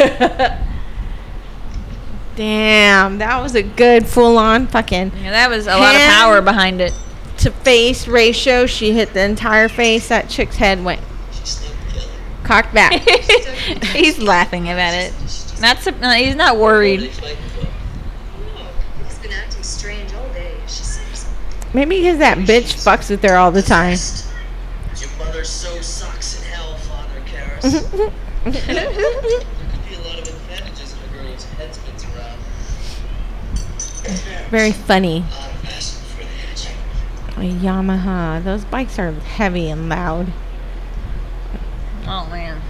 [SPEAKER 2] Damn, that was a good full on fucking
[SPEAKER 1] Yeah, that was a lot of power behind it.
[SPEAKER 2] to face ratio. She hit the entire face. That chick's head went
[SPEAKER 5] She's no killer.
[SPEAKER 2] cocked
[SPEAKER 1] [laughs]
[SPEAKER 2] back.
[SPEAKER 1] he's laughing about it. Not sup- no, he's not worried.
[SPEAKER 5] Fight club.
[SPEAKER 4] He's been acting strange all day. She seems
[SPEAKER 2] Maybe because that bitch fucks with her all the
[SPEAKER 5] [laughs]
[SPEAKER 2] time.
[SPEAKER 5] Your mother so sucks in hell, Father Karras.
[SPEAKER 2] Mm-hmm.
[SPEAKER 5] there could be a lot of advantages if a girl whose head spins around.
[SPEAKER 2] Very funny.
[SPEAKER 5] Out of fashion for the hitching.
[SPEAKER 2] A Yamaha. Those bikes are heavy and loud.
[SPEAKER 1] Oh man,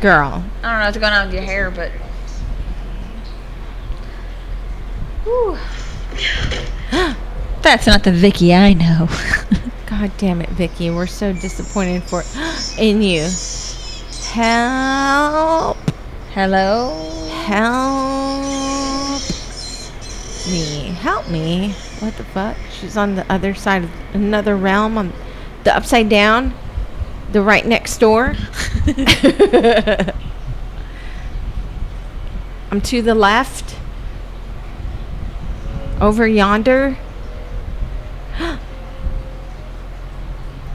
[SPEAKER 2] Girl.
[SPEAKER 1] I don't know what's going on with your hair, but Whew. that's not the Vicky I know. [laughs]
[SPEAKER 2] God damn it, Vicky. We're so disappointed for [gasps] in you. Help.
[SPEAKER 1] Hello.
[SPEAKER 2] Help me. Help me. What the fuck? She's on the other side of another realm on the upside down. The right next door. [laughs] I'm to the left. Over yonder. [gasps]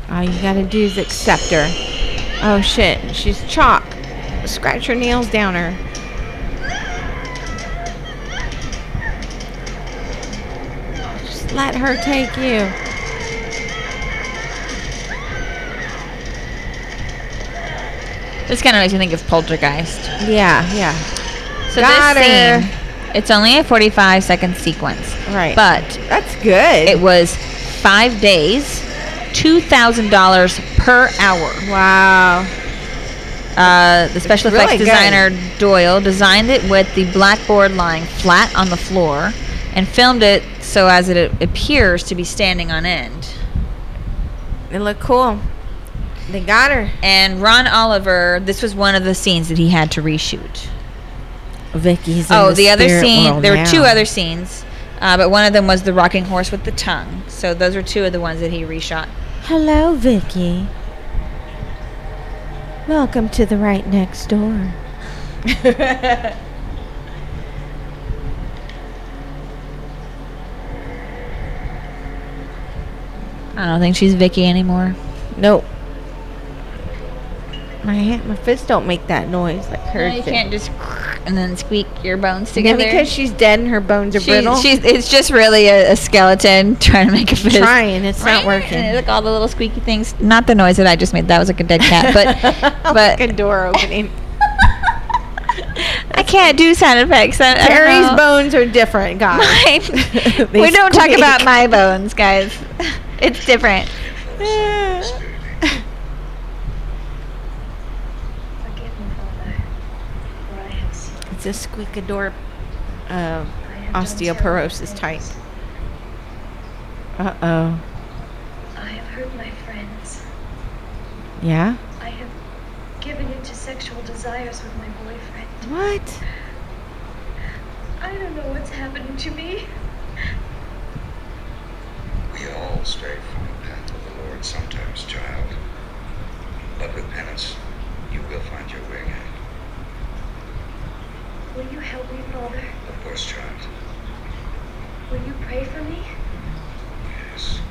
[SPEAKER 2] All you gotta do is accept her. Oh shit, she's chalk. Scratch her nails down her. Just let her take you.
[SPEAKER 1] This kind of makes me think of Poltergeist.
[SPEAKER 2] Yeah, yeah.
[SPEAKER 1] So
[SPEAKER 2] Got
[SPEAKER 1] this
[SPEAKER 2] her.
[SPEAKER 1] scene, it's only a 45 second sequence,
[SPEAKER 2] Right.
[SPEAKER 1] but
[SPEAKER 2] that's good.
[SPEAKER 1] it was five days, two thousand dollars per hour.
[SPEAKER 2] wow.
[SPEAKER 1] Uh, the special
[SPEAKER 2] really
[SPEAKER 1] effects
[SPEAKER 2] good.
[SPEAKER 1] designer Doyle designed it with the blackboard lying flat on the floor, and filmed it so as it appears to be standing on end.
[SPEAKER 2] It looked cool. They got her.
[SPEAKER 1] And Ron Oliver, this was one of the scenes that he had to reshoot.
[SPEAKER 2] Vicky's.
[SPEAKER 1] Oh, the, other scene. There were two other scenes, uh, but one of them was the rocking horse with the tongue. So those were two of the ones that he reshot.
[SPEAKER 2] Hello, Vicky. Welcome to the right next door.
[SPEAKER 1] I don't think she's Vicky anymore.
[SPEAKER 2] Nope. My hand, my fists don't make that noise like hers.
[SPEAKER 1] you
[SPEAKER 2] do.
[SPEAKER 1] can't just [laughs] and then squeak your bones
[SPEAKER 2] Yeah,
[SPEAKER 1] together.
[SPEAKER 2] because she's dead and her bones are brittle.
[SPEAKER 1] she's it's just really a, a skeleton [laughs] trying to make a fist.
[SPEAKER 2] trying. It's not [laughs]
[SPEAKER 1] And
[SPEAKER 2] working.
[SPEAKER 1] look, all the little squeaky things. Oh Not the noise that I just made. That was like a dead cat. [laughs] But but
[SPEAKER 2] a door opening.
[SPEAKER 1] I can't do sound effects. I, I
[SPEAKER 2] Terry's
[SPEAKER 1] don't know.
[SPEAKER 2] bones are different, guys. [laughs]
[SPEAKER 1] Mine.
[SPEAKER 2] They
[SPEAKER 1] we don't talk
[SPEAKER 2] squeak.
[SPEAKER 1] about my bones, guys.
[SPEAKER 2] [laughs]
[SPEAKER 1] It's different.
[SPEAKER 4] Forgive me, Father, for I have sinned.
[SPEAKER 2] It's a squeakador uh,
[SPEAKER 4] I have done
[SPEAKER 2] osteoporosis
[SPEAKER 4] terrible
[SPEAKER 2] type.
[SPEAKER 4] things.
[SPEAKER 2] Uh oh.
[SPEAKER 4] I have hurt my friends.
[SPEAKER 2] Yeah?
[SPEAKER 4] I have given into sexual desires with my boyfriend.
[SPEAKER 2] What?
[SPEAKER 4] I don't know what's happening to me.
[SPEAKER 6] We all stray from the path of the Lord sometimes, child. But with penance, you will find your way out.
[SPEAKER 4] Will you help me, Father?
[SPEAKER 6] Of course, child.
[SPEAKER 4] Will you pray for me?
[SPEAKER 6] Yes.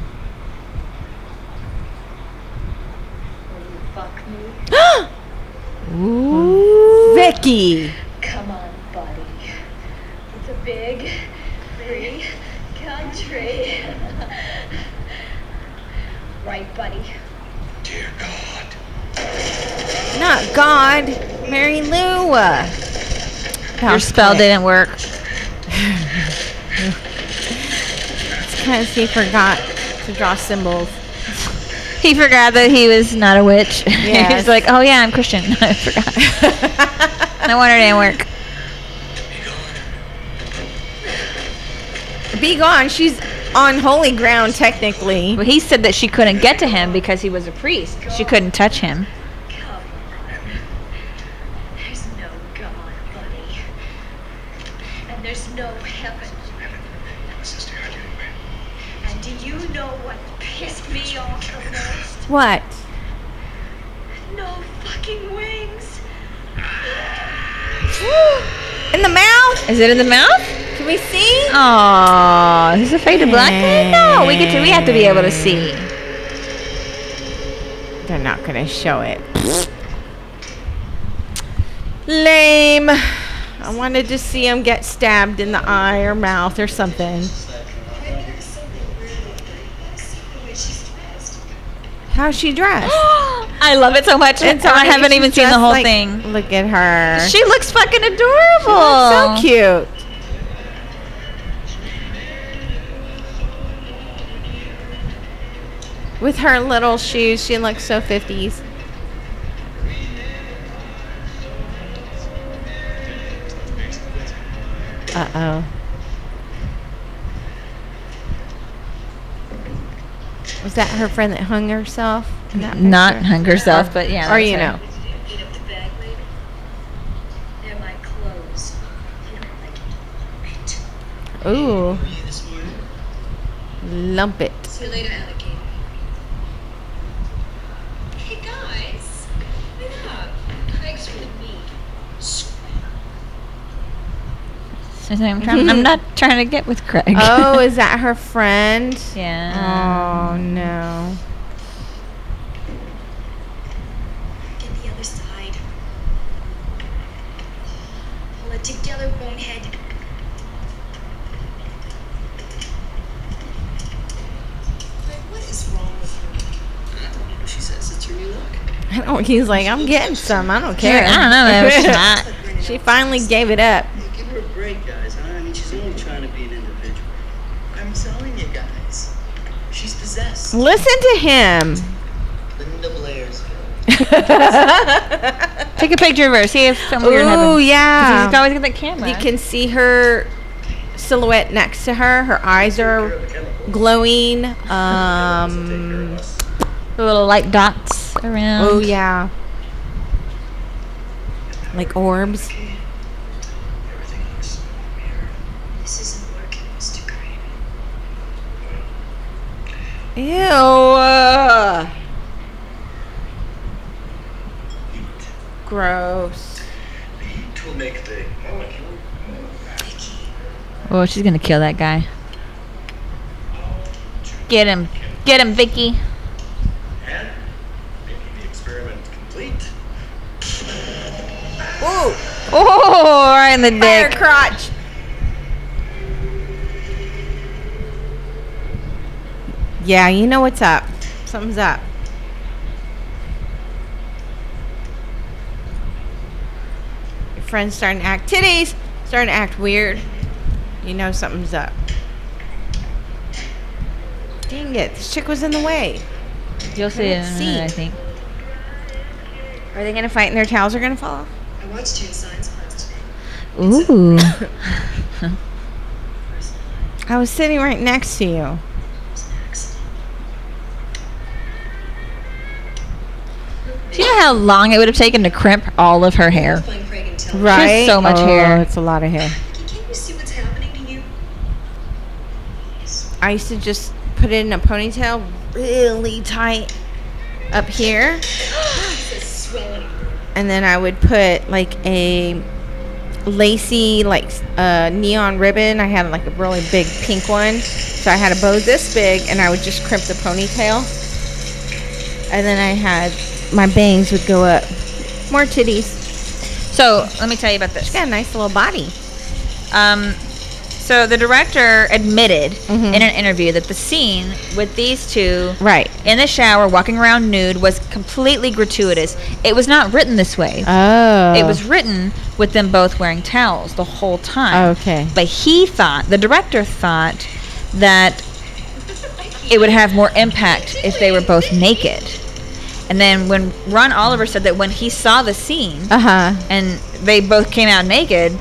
[SPEAKER 4] Will you fuck me?
[SPEAKER 2] Vicky!
[SPEAKER 4] Come on, buddy. It's a big free country. right, buddy.
[SPEAKER 6] Dear God.
[SPEAKER 2] Not God. Mary Lou.
[SPEAKER 1] Your spell didn't work.
[SPEAKER 2] Because he forgot to draw [laughs] symbols.
[SPEAKER 1] He forgot that he was not a witch. [laughs] he
[SPEAKER 2] Yes.
[SPEAKER 1] was like, oh yeah, I'm Christian. [laughs] I
[SPEAKER 2] [laughs]
[SPEAKER 1] forgot. no wonder it didn't work.
[SPEAKER 2] Be gone. She's on holy ground, technically.
[SPEAKER 1] But he said that she couldn't get to him because he was a priest. She couldn't touch him.
[SPEAKER 4] Come on. There's no God, buddy. And there's no heaven.
[SPEAKER 6] Sister, how do you
[SPEAKER 4] And do you know what pissed me off the most.
[SPEAKER 2] What?
[SPEAKER 4] No fucking wings.
[SPEAKER 2] In the mouth?
[SPEAKER 1] Is it in the mouth?
[SPEAKER 2] Can we see?
[SPEAKER 1] Oh, he's afraid of black men? No, we get to. We have to be able to see.
[SPEAKER 2] [gasps] They're not gonna show it. Lame. I wanted to see him get stabbed in the eye or mouth or something. How's she
[SPEAKER 1] [gasps]
[SPEAKER 2] dressed?
[SPEAKER 1] I love it so much. And so I
[SPEAKER 2] funny,
[SPEAKER 1] haven't
[SPEAKER 2] she's
[SPEAKER 1] even seen the
[SPEAKER 2] dressed
[SPEAKER 1] whole
[SPEAKER 2] like-
[SPEAKER 1] thing.
[SPEAKER 2] Look at her.
[SPEAKER 1] She looks fucking adorable.
[SPEAKER 2] so cute. With her little shoes, she looks so 50s. Uh oh. Was that her friend that hung herself? in that
[SPEAKER 1] Not
[SPEAKER 2] picture?
[SPEAKER 1] hung herself, but yeah.
[SPEAKER 2] Or
[SPEAKER 1] that's
[SPEAKER 2] you know.
[SPEAKER 1] right.
[SPEAKER 4] Eat up the bag later. They're my clothes. You don't like it. Right.
[SPEAKER 2] Ooh,
[SPEAKER 5] Hey, this morning?
[SPEAKER 2] lump it.
[SPEAKER 4] See you later, alligator. Hey guys, wait up. Hikes for the meat.
[SPEAKER 1] So I'm, trying, I'm not trying to get with Craig. [laughs]
[SPEAKER 2] Oh, is that her friend?
[SPEAKER 1] yeah.
[SPEAKER 2] Oh no.
[SPEAKER 4] Get the other side. Pull it together, bonehead.
[SPEAKER 5] Like, what is wrong with her? I don't know. She says it's her new look.
[SPEAKER 2] I don't, he's like, I'm getting some. I don't care.
[SPEAKER 1] I don't know. That was not.
[SPEAKER 2] [laughs] she finally gave it up.
[SPEAKER 5] Hey, give her a break, guys, huh? I mean, she's only trying to be an individual. I'm telling you guys. She's possessed.
[SPEAKER 2] Listen to
[SPEAKER 1] [laughs]
[SPEAKER 2] him.
[SPEAKER 5] Linda Blair's
[SPEAKER 1] Take a picture of her. See if something weird
[SPEAKER 2] Ooh,
[SPEAKER 1] happens.
[SPEAKER 2] yeah.
[SPEAKER 1] He's always got the camera.
[SPEAKER 2] you can see her silhouette next to her. Her eyes are glowing.
[SPEAKER 1] [laughs]
[SPEAKER 2] Um.
[SPEAKER 1] the little light dots around.
[SPEAKER 2] Oh yeah. Like orbs.
[SPEAKER 5] Everything looks
[SPEAKER 4] This isn't working, Mr. Crane.
[SPEAKER 2] Ew. uh, Gross.
[SPEAKER 6] The heat will make the molecule
[SPEAKER 1] Oh, she's gonna kill that guy. Get him. Get him, Vicky.
[SPEAKER 6] and making the experiment complete.
[SPEAKER 2] Ooh.
[SPEAKER 1] Oh, right in the
[SPEAKER 2] Fire
[SPEAKER 1] dick.
[SPEAKER 2] crotch. Yeah, you know what's up. Something's up. Your friend's starting to act titties, starting to act weird. You know something's up. Dang it, this chick was in the way.
[SPEAKER 1] You'll see it in a
[SPEAKER 2] Let's
[SPEAKER 1] minute, I
[SPEAKER 2] see.
[SPEAKER 1] think.
[SPEAKER 2] Are they gonna fight and their towels are gonna fall off?
[SPEAKER 4] I watched you in science class today.
[SPEAKER 1] [laughs] Ooh.
[SPEAKER 2] I was sitting right next to you.
[SPEAKER 1] Do you know how long it would have taken to crimp all of her hair?
[SPEAKER 4] Playing Craig and Tell.
[SPEAKER 2] Right.
[SPEAKER 1] so much
[SPEAKER 2] oh,
[SPEAKER 1] hair.
[SPEAKER 2] It's a lot of hair.
[SPEAKER 4] Vicky, can't you see what's happening to you?
[SPEAKER 2] I used to just put it in a ponytail really tight up [gasps] here. And then I would put like a lacy, like uh, neon ribbon. I had like a really big pink one. So I had a bow this big and I would just crimp the ponytail. And then I had my bangs would go up. More titties.
[SPEAKER 1] So let me tell you about this.
[SPEAKER 2] Got a nice little body.
[SPEAKER 1] Um, so the director admitted in an interview that the scene with these two
[SPEAKER 2] Right.
[SPEAKER 1] in the shower walking around nude was completely gratuitous. It was not written this way.
[SPEAKER 2] Oh.
[SPEAKER 1] It was written with them both wearing towels the whole time.
[SPEAKER 2] Oh, Okay.
[SPEAKER 1] But he thought, the director thought, that it would have more impact if they were both naked. And then when Ron Oliver said that when he saw the scene
[SPEAKER 2] Uh huh.
[SPEAKER 1] and they both came out naked,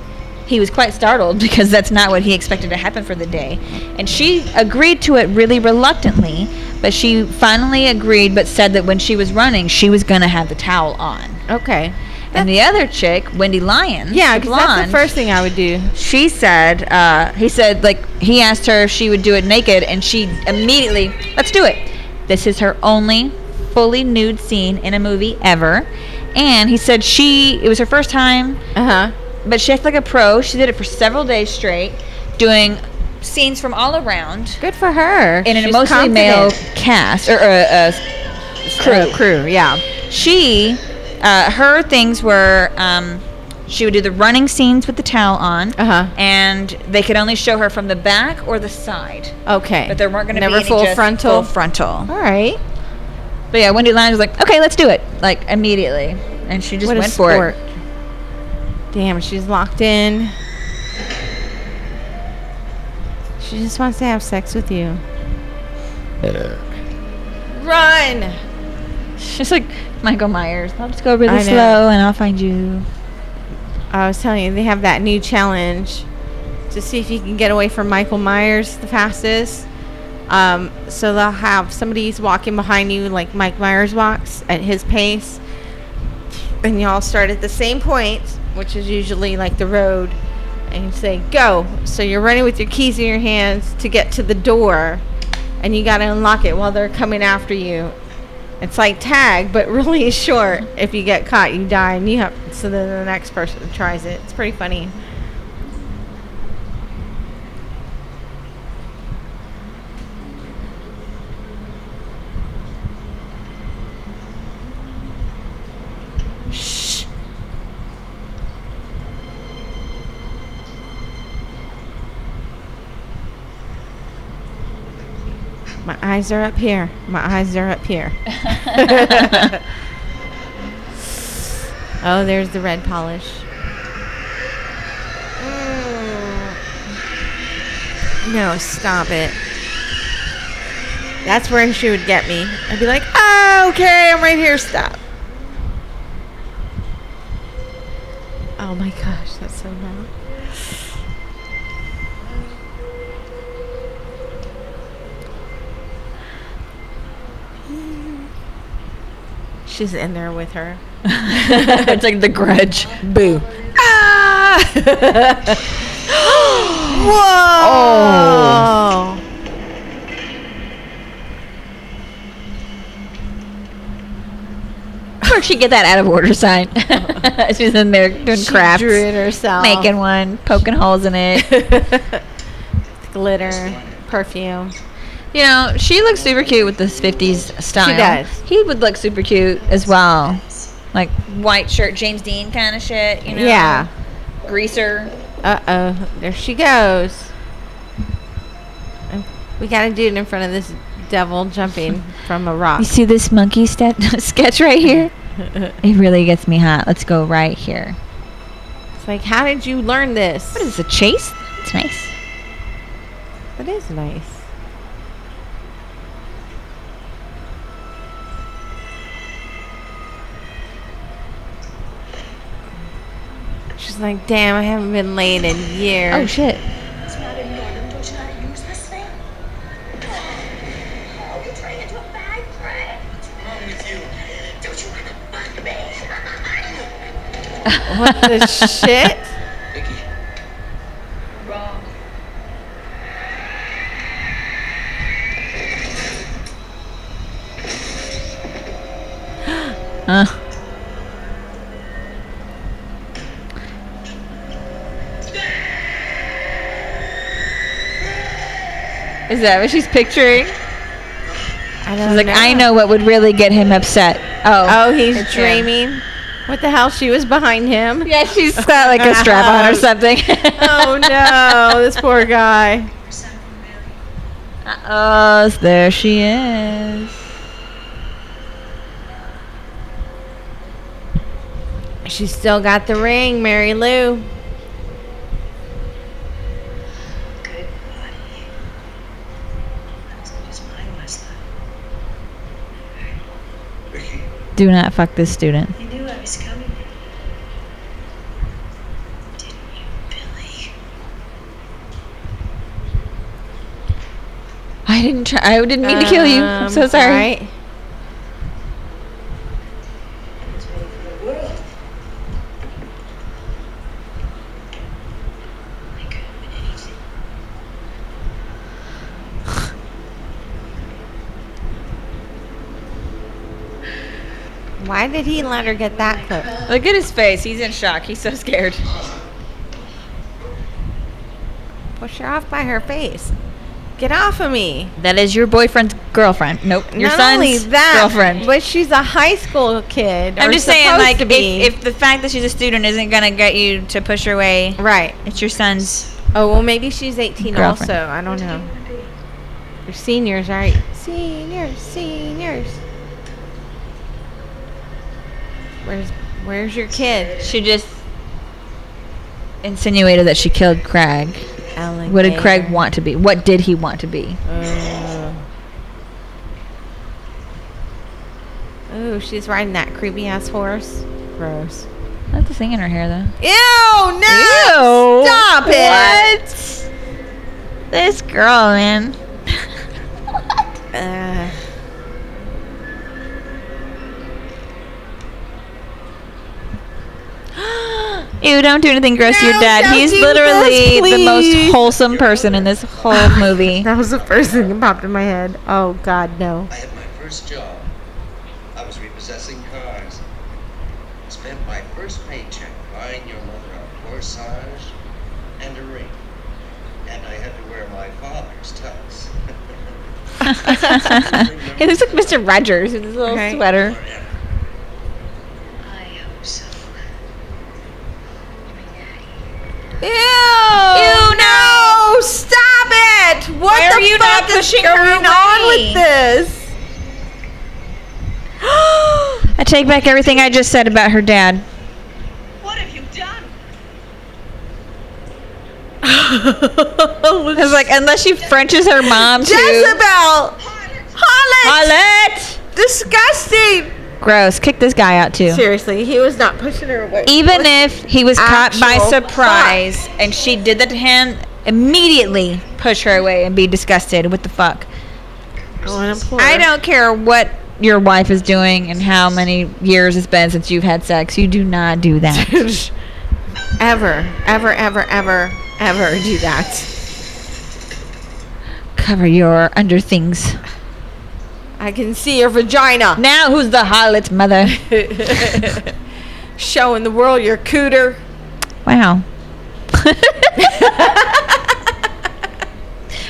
[SPEAKER 1] he was quite startled [laughs] because that's not what he expected to happen for the day. And she agreed to it really reluctantly, but she finally agreed but said that when she was running, she was going to have the towel on.
[SPEAKER 2] Okay.
[SPEAKER 1] And the other chick, Wendy Lyons,
[SPEAKER 2] Yeah,
[SPEAKER 1] the
[SPEAKER 2] because that's
[SPEAKER 1] blonde,
[SPEAKER 2] the first thing I would do.
[SPEAKER 1] she said, uh, he said, like, he asked her if she would do it naked, and she immediately, let's do it. This is her only fully nude scene in a movie ever. And he said she, it was her first time,
[SPEAKER 2] Uh huh.
[SPEAKER 1] but she acted like a pro. She did it for several days straight, doing scenes from all around
[SPEAKER 2] Good for her.
[SPEAKER 1] in an
[SPEAKER 2] She's
[SPEAKER 1] mostly
[SPEAKER 2] confident.
[SPEAKER 1] male cast or uh, uh, crew.
[SPEAKER 2] Uh, crew. Yeah.
[SPEAKER 1] She, uh, her things were um, she would do the running scenes with the towel on,
[SPEAKER 2] Uh-huh.
[SPEAKER 1] and they could only show her from the back or the side,
[SPEAKER 2] Okay.
[SPEAKER 1] but there weren't going to be
[SPEAKER 2] never
[SPEAKER 1] any
[SPEAKER 2] full
[SPEAKER 1] just
[SPEAKER 2] frontal.
[SPEAKER 1] Full frontal.
[SPEAKER 2] All right.
[SPEAKER 1] But yeah, Wendy Lyons was like, "Okay, let's do it," like immediately, and she just
[SPEAKER 2] what
[SPEAKER 1] went
[SPEAKER 2] a sport.
[SPEAKER 1] for it.
[SPEAKER 2] Damn, she's locked in. She just wants to have sex with you. Run.
[SPEAKER 1] She's like Michael Myers. I'll just go really
[SPEAKER 2] I know.
[SPEAKER 1] slow, and I'll find you.
[SPEAKER 2] I was telling you, they have that new challenge to see if you can get away from Michael Myers the fastest. Um, so they'll have somebody's walking behind you, like Mike Myers walks at his pace, and y'all start at the same point, which is usually like the road, and you say go. So you're running with your keys in your hands to get to the door, and you gotta unlock it while they're coming after you. It's like tag, but [laughs] really short. If you get caught, you die, and you have. So then the next person tries it. It's pretty funny. Shh. My eyes are up here. My eyes are up here. [laughs] oh, there's the red polish. No, stop it. That's where she would get me. I'd be like, oh, okay, I'm right here. Stop. Oh my gosh, that's so loud. She's in there with her.
[SPEAKER 1] [laughs] it's like the grudge. [gasps]
[SPEAKER 2] Ah! [laughs]
[SPEAKER 1] Oh.
[SPEAKER 2] Whoa!
[SPEAKER 1] Where'd she get that out of order [laughs] sign? She's in there doing
[SPEAKER 2] She
[SPEAKER 1] crafts,
[SPEAKER 2] drew it herself. [laughs]
[SPEAKER 1] making one, poking holes in it. [laughs]
[SPEAKER 2] glitter, perfume.
[SPEAKER 1] You know, she looks super cute with this 50s style.
[SPEAKER 2] She does.
[SPEAKER 1] He would look super cute as well. Like white shirt, James Dean kind of shit, you know?
[SPEAKER 2] Yeah.
[SPEAKER 1] Greaser.
[SPEAKER 2] Uh oh, there she goes. Um, We gotta do it in front of this devil jumping from a
[SPEAKER 1] [laughs]
[SPEAKER 2] rock.
[SPEAKER 1] You see this monkey step [laughs] sketch right here? it really gets me hot. Let's go right here.
[SPEAKER 2] It's like, how did you learn this?
[SPEAKER 1] What is this, a chase? It's nice.
[SPEAKER 2] That is nice. She's like, damn, I haven't been laid in years.
[SPEAKER 1] Oh, shit.
[SPEAKER 10] It's not in Norman. Don't you know how to use this thing? Oh, you turning into a bad friend? What's wrong with you? Don't you want to fuck me?
[SPEAKER 2] Oh, What [laughs] the shit?
[SPEAKER 6] Vicky,
[SPEAKER 4] Wrong.
[SPEAKER 1] Uh,
[SPEAKER 2] Is that what she's picturing? I don't
[SPEAKER 1] I was like, I know what would really get him upset. Oh.
[SPEAKER 2] Oh, he's
[SPEAKER 1] It's him.
[SPEAKER 2] dreaming. What the hell? She was behind him.
[SPEAKER 1] Yeah, she's got like a strap on
[SPEAKER 2] [laughs]
[SPEAKER 1] or something.
[SPEAKER 2] Oh no, this poor guy.
[SPEAKER 1] Uh oh, there she is.
[SPEAKER 2] She's still got the ring, Mary Lou.
[SPEAKER 5] Good body. Not as good as mine last night.
[SPEAKER 6] Vicky,
[SPEAKER 1] Do not fuck this student.
[SPEAKER 4] You knew I was coming.
[SPEAKER 5] didn't you, Billy?
[SPEAKER 1] I didn't try. I didn't mean to kill you. I'm
[SPEAKER 2] Um,
[SPEAKER 1] so sorry.
[SPEAKER 2] right?
[SPEAKER 5] I was ready for the world. I could have been anything.
[SPEAKER 2] Why did he let her get that close?
[SPEAKER 1] Look at his face. He's in shock. He's so scared.
[SPEAKER 2] Push her off by her face. Get off of me.
[SPEAKER 1] That is your boyfriend's girlfriend. Nope. Your
[SPEAKER 2] Not
[SPEAKER 1] son's
[SPEAKER 2] only that,
[SPEAKER 1] girlfriend.
[SPEAKER 2] but she's a high school kid.
[SPEAKER 1] I'm
[SPEAKER 2] or
[SPEAKER 1] just saying,
[SPEAKER 2] supposed
[SPEAKER 1] like,
[SPEAKER 2] to
[SPEAKER 1] if,
[SPEAKER 2] be.
[SPEAKER 1] if the fact that she's a student isn't going to get you to push her away,
[SPEAKER 2] right.
[SPEAKER 1] it's your son's.
[SPEAKER 2] Oh well, maybe she's 18
[SPEAKER 1] Girlfriend.
[SPEAKER 2] also. I don't know. They're seniors, right? Seniors, seniors. Where's Where's your kid?
[SPEAKER 1] She just insinuated that she killed Craig.
[SPEAKER 2] Alligator.
[SPEAKER 1] What did Craig want to be? What did he want to be?
[SPEAKER 2] Oh. Ooh, she's riding that creepy ass horse. Gross.
[SPEAKER 1] I like the thing in her hair, though.
[SPEAKER 2] Ew! No! Stop it!
[SPEAKER 1] What? This girl,
[SPEAKER 2] [laughs]
[SPEAKER 1] man.
[SPEAKER 2] Uh,
[SPEAKER 1] Ew, don't do anything gross to your
[SPEAKER 2] No,
[SPEAKER 1] dad.
[SPEAKER 2] don't
[SPEAKER 1] He's
[SPEAKER 2] do
[SPEAKER 1] literally
[SPEAKER 2] this,
[SPEAKER 1] the most
[SPEAKER 2] please.
[SPEAKER 1] wholesome person in this whole movie.
[SPEAKER 2] that was the first thing that popped in my head. Oh God, no.
[SPEAKER 5] I had my first job. I was repossessing cars. Spent my first paycheck buying your mother a corsage and a ring. And I had to wear my father's tux.
[SPEAKER 1] [laughs] he looks like Mr. Rogers with his little
[SPEAKER 2] Right.
[SPEAKER 1] sweater.
[SPEAKER 5] Forever.
[SPEAKER 4] I hope so.
[SPEAKER 2] Ew! Ew! No! Stop it! What
[SPEAKER 1] Why
[SPEAKER 2] the
[SPEAKER 1] are you
[SPEAKER 2] fuck
[SPEAKER 1] not
[SPEAKER 2] is
[SPEAKER 1] pushing her
[SPEAKER 2] going
[SPEAKER 1] away?
[SPEAKER 2] on with this? [gasps]
[SPEAKER 1] I take back everything I just said about her dad.
[SPEAKER 4] What have you done?
[SPEAKER 1] [laughs] I was like, unless she Frenches her mom too.
[SPEAKER 2] Jezebel! Harlot!
[SPEAKER 1] Harlot!
[SPEAKER 2] Disgusting!
[SPEAKER 1] Gross. Kick this guy out too.
[SPEAKER 2] Seriously, he was not pushing her away.
[SPEAKER 1] Even if he was caught by
[SPEAKER 2] actual
[SPEAKER 1] surprise and she did that to him, immediately push her away and be disgusted. What the fuck?
[SPEAKER 2] I want to
[SPEAKER 1] I don't care what your wife is doing and how many years it's been since you've had sex. You do not do that.
[SPEAKER 2] don't ever, ever, ever, ever, ever do that.
[SPEAKER 1] [laughs] Cover your under things.
[SPEAKER 2] I can see your vagina
[SPEAKER 1] [laughs] Now who's the harlot's mother?
[SPEAKER 2] showing the world your cooter.
[SPEAKER 1] Wow.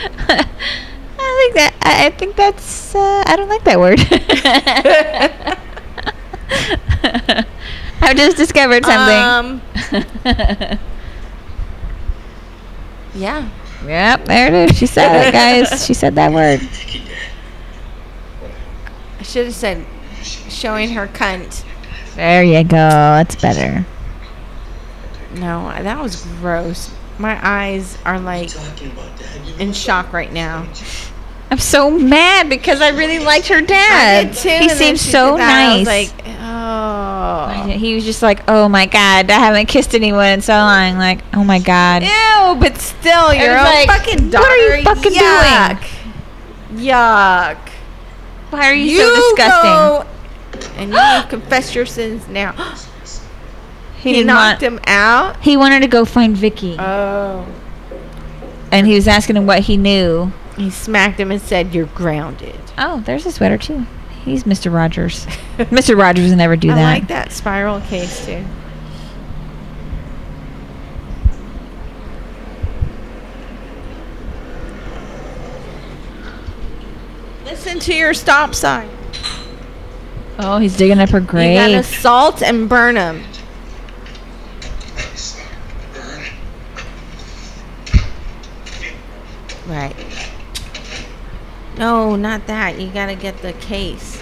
[SPEAKER 1] I think that I, I think that's uh, I don't like that word. I've just discovered something.
[SPEAKER 2] Um, yeah.
[SPEAKER 1] yep, there it is. She said it, guys. She said that word.
[SPEAKER 5] Thank you, Dad.
[SPEAKER 2] I should have said showing her cunt.
[SPEAKER 1] There you go. That's better.
[SPEAKER 2] No, that was gross. My eyes are like
[SPEAKER 14] Talking about that, you
[SPEAKER 2] in shock right now.
[SPEAKER 1] I'm so mad because I really liked her
[SPEAKER 2] I
[SPEAKER 1] dad.
[SPEAKER 2] did too,
[SPEAKER 1] he
[SPEAKER 2] and then
[SPEAKER 1] seemed
[SPEAKER 2] she
[SPEAKER 1] so
[SPEAKER 2] did that, I was
[SPEAKER 1] nice.
[SPEAKER 2] like, oh.
[SPEAKER 1] he was just like, "Oh my god, I haven't kissed anyone in so long." Like, "Oh my god."
[SPEAKER 2] Ew, but still, your own
[SPEAKER 1] was like,
[SPEAKER 2] fucking daughter.
[SPEAKER 1] what are you fucking doing?
[SPEAKER 2] doing? Yuck.
[SPEAKER 1] Why are you, so disgusting?
[SPEAKER 2] go- and you [gasps] confess your sins
[SPEAKER 1] [gasps]
[SPEAKER 2] now.
[SPEAKER 1] he
[SPEAKER 2] he
[SPEAKER 1] did not.
[SPEAKER 2] knocked him out.
[SPEAKER 1] He wanted to go find Vicky,
[SPEAKER 2] Oh.
[SPEAKER 1] and he was asking him what he knew.
[SPEAKER 2] He smacked him and said, "You're grounded."
[SPEAKER 1] [laughs] Oh, there's a sweater too. He's
[SPEAKER 2] [laughs]
[SPEAKER 1] Mr. Rogers. Mr. Rogers would never do
[SPEAKER 2] I
[SPEAKER 1] that.
[SPEAKER 2] like that spiral case too. Listen to your stop sign.
[SPEAKER 1] Oh, he's digging up her grave.
[SPEAKER 2] You gotta salt and burn them. Right. No, not that. You gotta get the case.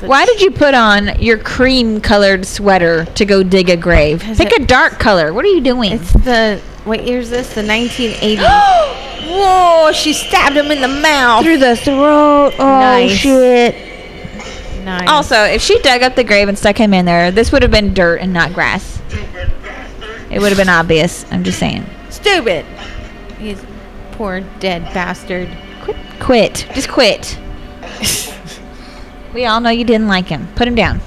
[SPEAKER 1] Why did you put on your cream-colored sweater to go dig a grave?
[SPEAKER 2] Because
[SPEAKER 1] Pick
[SPEAKER 2] it-
[SPEAKER 1] a dark color. What are you doing?
[SPEAKER 2] It's [gasps] the what year is this? The 1980s. Whoa! She stabbed him in the mouth.
[SPEAKER 1] [gasps] Through the throat. Oh
[SPEAKER 2] Nice.
[SPEAKER 1] shit.
[SPEAKER 2] Nice.
[SPEAKER 1] Also, if she dug up the grave and stuck him in there, this would have been dirt and not grass. It would have been obvious. I'm just saying.
[SPEAKER 2] stupid. He's poor dead bastard.
[SPEAKER 1] Quit. Quit. Just quit. we all know you didn't like him. Put him down.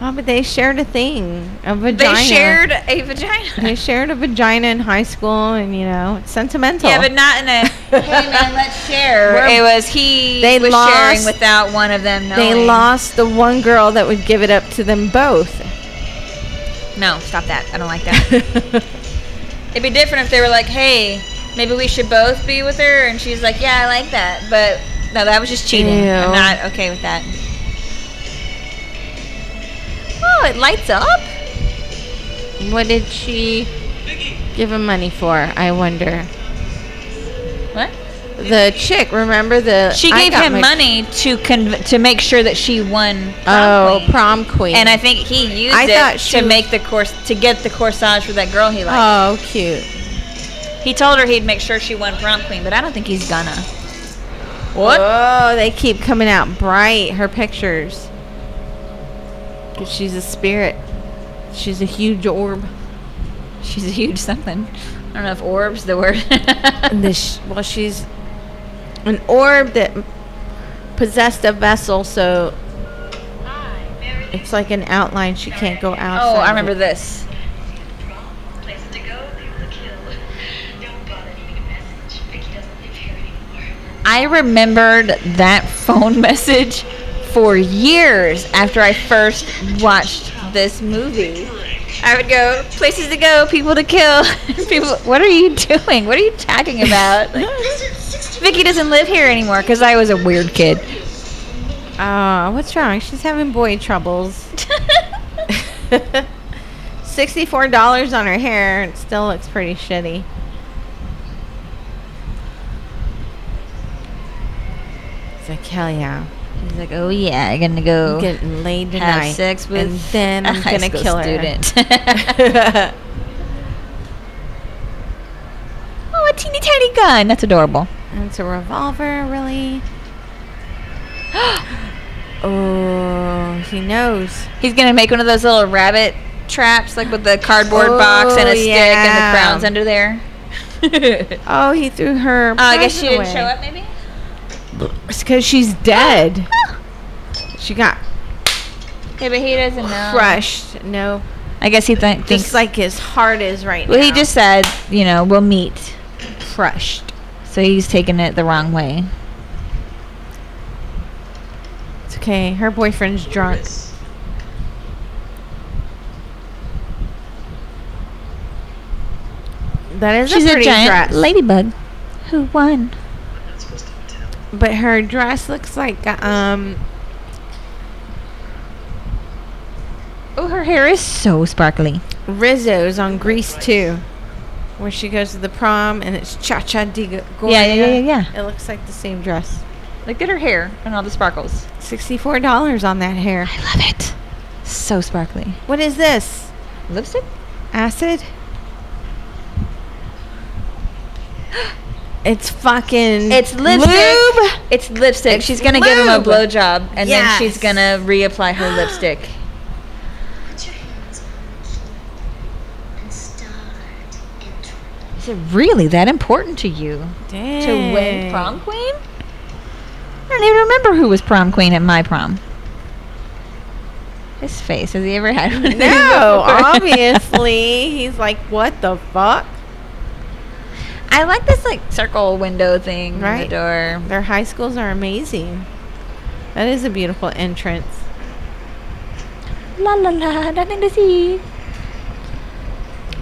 [SPEAKER 2] Oh, but they shared a thing. A vagina.
[SPEAKER 1] They shared a
[SPEAKER 2] They
[SPEAKER 1] vagina.
[SPEAKER 2] shared a vagina in high school, and you know, it's sentimental.
[SPEAKER 1] [laughs] Yeah, but not in a [laughs] hey man, let's share.
[SPEAKER 2] We're-
[SPEAKER 1] it was he
[SPEAKER 2] They
[SPEAKER 1] was sharing
[SPEAKER 2] lost-
[SPEAKER 1] without one of them knowing.
[SPEAKER 2] they lost the one girl that would give it up to them
[SPEAKER 1] [laughs]
[SPEAKER 2] both.
[SPEAKER 1] No, stop that. I don't like [laughs] that. It'd be different if they were like, hey, maybe we should both be with her, and she's like, yeah, I like that. But no, that was just cheating. I'm
[SPEAKER 2] Ew.
[SPEAKER 1] not okay with that. Oh, it lights up.
[SPEAKER 2] what did she give him money for? I wonder.
[SPEAKER 1] What?
[SPEAKER 2] The chick, remember the
[SPEAKER 1] She
[SPEAKER 2] I
[SPEAKER 1] gave
[SPEAKER 2] got
[SPEAKER 1] him
[SPEAKER 2] my-
[SPEAKER 1] money to conv- to make sure that she won. Prom
[SPEAKER 2] Oh,
[SPEAKER 1] Queen.
[SPEAKER 2] prom queen.
[SPEAKER 1] And I think he used
[SPEAKER 2] I
[SPEAKER 1] it
[SPEAKER 2] thought she
[SPEAKER 1] to
[SPEAKER 2] was-
[SPEAKER 1] make the course to get the corsage for that girl he liked.
[SPEAKER 2] Oh, cute. Oh.
[SPEAKER 1] he told her he'd make sure she won prom queen, but I don't think he's gonna.
[SPEAKER 2] What? Oh, they keep coming out bright. Her pictures. 'Cause she's a spirit. She's a huge orb.
[SPEAKER 1] She's a huge something. I don't know if orbs the word. [laughs]
[SPEAKER 2] And this, [laughs] well, she's an orb that possessed a vessel, so it's like an outline. She can't go out.
[SPEAKER 1] oh, I remember this.
[SPEAKER 4] Places to go, people to kill. Don't bother leaving a message. Vicky doesn't live here anymore.
[SPEAKER 1] I remembered that phone [laughs] message for years after I first watched this movie. I would go places to go, people to kill. [laughs] people, what are you doing? What are you
[SPEAKER 2] [laughs]
[SPEAKER 1] talking about? Like, Vicky doesn't live here anymore because I was a weird
[SPEAKER 2] [laughs]
[SPEAKER 1] kid.
[SPEAKER 2] Oh, what's wrong? She's having boy troubles. [laughs] Sixty-four dollars on her hair. It still looks pretty shitty. It's like hell yeah.
[SPEAKER 1] He's like, oh yeah, I'm gonna go
[SPEAKER 2] I'm getting laid
[SPEAKER 1] have
[SPEAKER 2] tonight.
[SPEAKER 1] sex with
[SPEAKER 2] and then [laughs]
[SPEAKER 1] a
[SPEAKER 2] I'm
[SPEAKER 1] high
[SPEAKER 2] gonna
[SPEAKER 1] school
[SPEAKER 2] kill
[SPEAKER 1] student.
[SPEAKER 2] [laughs]
[SPEAKER 1] [laughs]
[SPEAKER 2] her.
[SPEAKER 1] oh, a teeny tiny gun. That's adorable.
[SPEAKER 2] And it's a revolver, [gasps] really. oh, he knows.
[SPEAKER 1] He's gonna make one of those little rabbit traps, like with the cardboard box and
[SPEAKER 2] Oh,
[SPEAKER 1] a stick and
[SPEAKER 2] yeah.
[SPEAKER 1] the crowns under there. oh,
[SPEAKER 2] Oh, he threw her.
[SPEAKER 1] I guess she didn't show up, maybe.
[SPEAKER 2] It's because she's dead. she got
[SPEAKER 1] Yeah, but he doesn't know.
[SPEAKER 2] crushed. No,
[SPEAKER 1] I guess he th- thinks.
[SPEAKER 2] just like his heart is right
[SPEAKER 1] well,
[SPEAKER 2] now.
[SPEAKER 1] he just said, you know, we'll meet.
[SPEAKER 2] crushed.
[SPEAKER 1] So he's taking it the wrong way.
[SPEAKER 2] It's okay. Her boyfriend's drunk. That is
[SPEAKER 1] She's
[SPEAKER 2] a
[SPEAKER 1] a
[SPEAKER 2] pretty
[SPEAKER 1] giant
[SPEAKER 2] dress.
[SPEAKER 1] ladybug who won.
[SPEAKER 2] But her dress looks like um
[SPEAKER 1] Oh, her hair is so sparkly.
[SPEAKER 2] Rizzo's on Grease too, where she goes to the prom and it's Cha Cha Di Go-
[SPEAKER 1] Yeah, yeah, yeah, yeah,
[SPEAKER 2] It looks like the same dress.
[SPEAKER 1] Look at her hair and all the sparkles.
[SPEAKER 2] Sixty-four dollars on that hair.
[SPEAKER 1] I love it. So sparkly.
[SPEAKER 2] What is this?
[SPEAKER 1] Lipstick?
[SPEAKER 2] Acid? [gasps] It's fucking.
[SPEAKER 1] It's lipstick.
[SPEAKER 2] Lube.
[SPEAKER 1] It's lipstick. she's gonna give him a
[SPEAKER 2] lube.
[SPEAKER 1] blowjob, and then
[SPEAKER 2] Yes.
[SPEAKER 1] she's gonna
[SPEAKER 2] [gasps]
[SPEAKER 1] reapply her lipstick.
[SPEAKER 15] Put your hands on the key and start entering.
[SPEAKER 1] Is it really that important to you to win
[SPEAKER 2] Dang.
[SPEAKER 1] prom queen? I don't even remember who was prom queen at my prom. His face. Has he ever had [laughs] one? of these
[SPEAKER 2] No,
[SPEAKER 1] before? [laughs]
[SPEAKER 2] obviously he's like, what the fuck?
[SPEAKER 1] I like this like circle window thing. Right.
[SPEAKER 2] Right.
[SPEAKER 1] The door.
[SPEAKER 2] Their high schools are amazing. That is a beautiful entrance.
[SPEAKER 1] La la la. Nothing to see.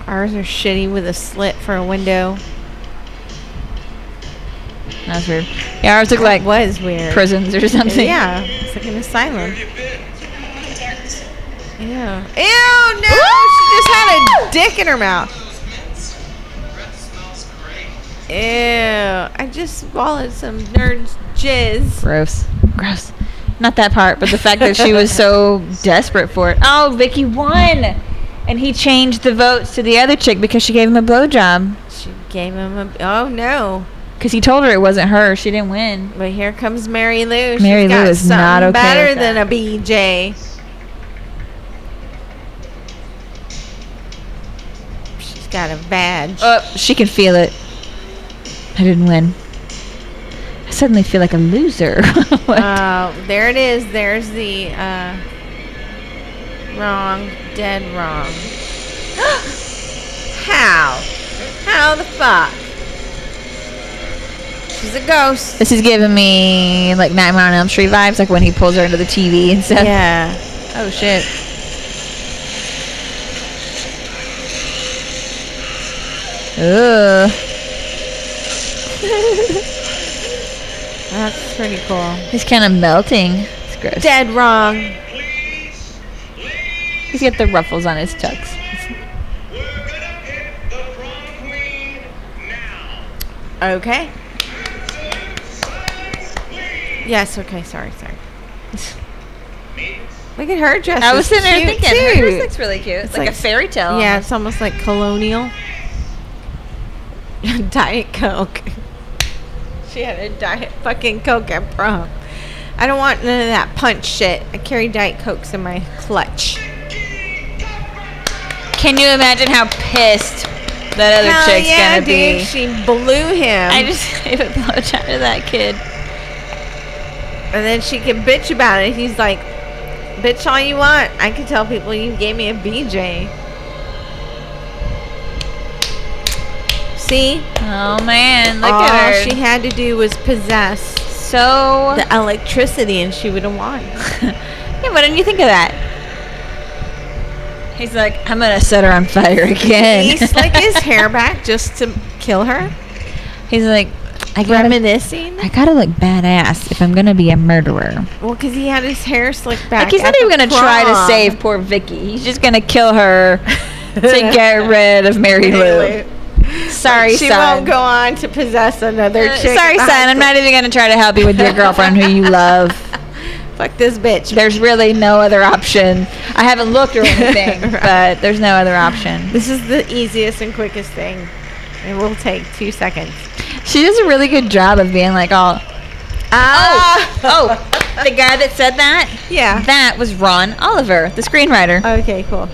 [SPEAKER 2] Ours are shitty with a slit for a window.
[SPEAKER 1] That's weird. Yeah, ours look
[SPEAKER 2] That
[SPEAKER 1] like
[SPEAKER 2] was weird.
[SPEAKER 1] prisons or something.
[SPEAKER 2] Yeah, it's like an asylum. Yeah.
[SPEAKER 16] Ew, no! She just had a dick in her mouth.
[SPEAKER 2] Ew. I just swallowed some nerd's jizz.
[SPEAKER 1] Gross. Gross. Not that part, but the fact that she was so desperate for it. Oh, Vicky won. And he changed the votes to the other chick because she gave him a blowjob.
[SPEAKER 2] She gave him a. Oh no.
[SPEAKER 1] Because he told her it wasn't her. She didn't win.
[SPEAKER 2] But here comes Mary Lou.
[SPEAKER 1] Mary Lou
[SPEAKER 2] She's got
[SPEAKER 1] is not
[SPEAKER 2] something
[SPEAKER 1] okay
[SPEAKER 2] Better
[SPEAKER 1] with
[SPEAKER 2] than a BJ. She's got a badge. [laughs]
[SPEAKER 1] Oh, she can feel it. I didn't win. I suddenly feel like a loser. [laughs] What?
[SPEAKER 2] Oh, Uh, there it is. There's the uh, Wrong. Dead wrong. [gasps] How? How the fuck? She's a ghost.
[SPEAKER 1] This is giving me like Nightmare on Elm Street vibes, like when he pulls her into the TV and stuff.
[SPEAKER 2] Yeah. Oh shit.
[SPEAKER 1] Ugh.
[SPEAKER 2] That's pretty cool.
[SPEAKER 1] He's kind of melting. It's gross.
[SPEAKER 2] Dead wrong.
[SPEAKER 1] He's got the ruffles on his tux.
[SPEAKER 2] Okay. Yes. Okay. Sorry.
[SPEAKER 1] [laughs]
[SPEAKER 2] Sorry. Look at her dress.
[SPEAKER 1] I
[SPEAKER 2] is
[SPEAKER 1] was sitting there
[SPEAKER 2] cute,
[SPEAKER 1] thinking,
[SPEAKER 2] too.
[SPEAKER 1] hers looks really cute. It's like,
[SPEAKER 2] like-
[SPEAKER 1] a fairy tale.
[SPEAKER 2] Yeah, it's almost like colonial. [laughs] Diet Coke. [laughs] she had a diet fucking Coke at prom. I don't want none of that punch shit. I carry Diet Cokes in my clutch.
[SPEAKER 1] Can you imagine how pissed that other
[SPEAKER 2] Hell
[SPEAKER 1] chick's
[SPEAKER 2] yeah,
[SPEAKER 1] gonna
[SPEAKER 2] dude.
[SPEAKER 1] be?
[SPEAKER 2] She blew him.
[SPEAKER 1] I just [laughs] gave a blowjob to that kid.
[SPEAKER 2] and then she can bitch about it. He's like, bitch all you want. I can tell people you gave me a BJ. See?
[SPEAKER 1] Oh man, look
[SPEAKER 2] all
[SPEAKER 1] at her.
[SPEAKER 2] she had to do was possess
[SPEAKER 1] so
[SPEAKER 2] the electricity and she would have won.
[SPEAKER 1] [laughs] yeah, what didn't you think of that? He's like, I'm gonna set her on fire again.
[SPEAKER 2] he slicked his hair back just to kill her.
[SPEAKER 1] [laughs] He's like, I gotta,
[SPEAKER 2] Reminiscing.
[SPEAKER 1] I gotta look badass if I'm gonna be a murderer.
[SPEAKER 2] Well, because he had his hair slicked back.
[SPEAKER 1] Like he's not
[SPEAKER 2] at
[SPEAKER 1] even
[SPEAKER 2] the
[SPEAKER 1] gonna try to
[SPEAKER 2] prom.
[SPEAKER 1] save poor Vicky. He's just gonna kill her
[SPEAKER 2] [laughs]
[SPEAKER 1] to get rid of Mary Lou. Sorry,
[SPEAKER 2] She
[SPEAKER 1] son.
[SPEAKER 2] won't go on to possess another
[SPEAKER 1] Uh,
[SPEAKER 2] chick.
[SPEAKER 1] sorry,
[SPEAKER 2] at
[SPEAKER 1] son.
[SPEAKER 2] the
[SPEAKER 1] I'm not even gonna try to help you with your girlfriend
[SPEAKER 2] [laughs]
[SPEAKER 1] who you love.
[SPEAKER 2] high- Fuck this bitch.
[SPEAKER 1] There's really no other option. I haven't
[SPEAKER 2] [laughs]
[SPEAKER 1] looked or anything, but there's no other option.
[SPEAKER 2] [laughs] This is the easiest and quickest thing. It will take two seconds.
[SPEAKER 1] She does a really good job of being like all. Oh,
[SPEAKER 2] [laughs]
[SPEAKER 1] oh, the guy that said that.
[SPEAKER 2] Ah." Yeah.
[SPEAKER 1] That was Ron Oliver, the screenwriter,
[SPEAKER 2] Okay, cool.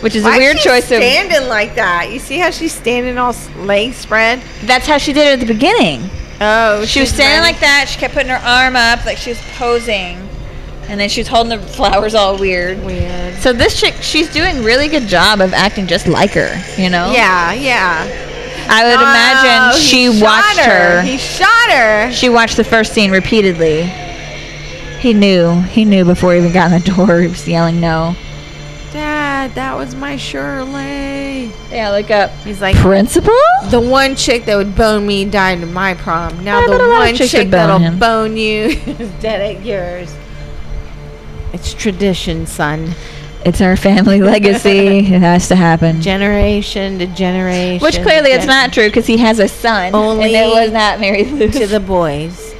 [SPEAKER 1] which is
[SPEAKER 2] Why
[SPEAKER 1] a weird
[SPEAKER 2] is she
[SPEAKER 1] choice. Of,
[SPEAKER 2] standing like that? You see how she's standing all s- legs spread?
[SPEAKER 1] that's how she did it at the beginning.
[SPEAKER 2] Oh,
[SPEAKER 1] She was standing like that. She kept putting her arm up, like she was posing, and then she was holding the flowers all weird.
[SPEAKER 2] Weird.
[SPEAKER 1] So this chick, she's doing really good job of acting just like her. You know?
[SPEAKER 2] Yeah, yeah.
[SPEAKER 1] I would imagine
[SPEAKER 2] Oh, he
[SPEAKER 1] she
[SPEAKER 2] shot
[SPEAKER 1] watched her.
[SPEAKER 2] He shot her.
[SPEAKER 1] She watched the first scene repeatedly. He knew. He knew before he even got in the door. He was yelling no.
[SPEAKER 2] Dad, that was my Shirley.
[SPEAKER 1] Yeah, look up.
[SPEAKER 2] He's like,
[SPEAKER 1] Principal?
[SPEAKER 2] the one chick that would bone me died in my prom. Now
[SPEAKER 1] I bet a
[SPEAKER 2] the
[SPEAKER 1] lot of
[SPEAKER 2] one
[SPEAKER 1] chicks
[SPEAKER 2] chick
[SPEAKER 1] would bone
[SPEAKER 2] that'll
[SPEAKER 1] him.
[SPEAKER 2] bone you [laughs] is dead at yours. It's tradition, son.
[SPEAKER 1] It's our family [laughs] legacy. it has to happen.
[SPEAKER 2] Generation to generation.
[SPEAKER 1] Which clearly
[SPEAKER 2] to
[SPEAKER 1] it's not true because he has a son.
[SPEAKER 2] Only
[SPEAKER 1] and it was not Mary Lou.
[SPEAKER 2] to the boys.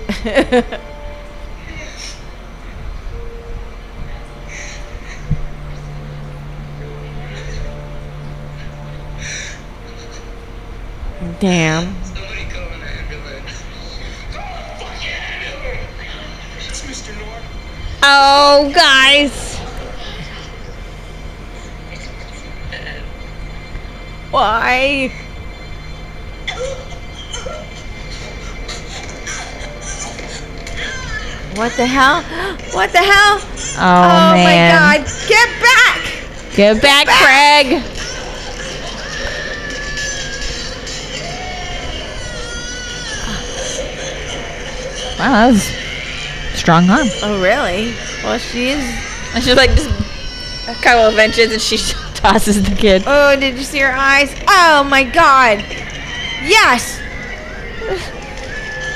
[SPEAKER 2] Damn.
[SPEAKER 5] Somebody call an ambulance. Call a fucking ambulance! It's Mr. Norton.
[SPEAKER 1] Oh, guys.
[SPEAKER 2] Why? What the hell? What the hell?
[SPEAKER 1] Oh,
[SPEAKER 2] oh
[SPEAKER 1] man.
[SPEAKER 2] my god. Get back!
[SPEAKER 1] Get back, Craig. Wow, that was strong arm.
[SPEAKER 2] Oh, really? Well, she is
[SPEAKER 1] And she's like just a couple of inches, and she [laughs] tosses the kid.
[SPEAKER 2] Oh, did you see her eyes? Oh my god. Yes.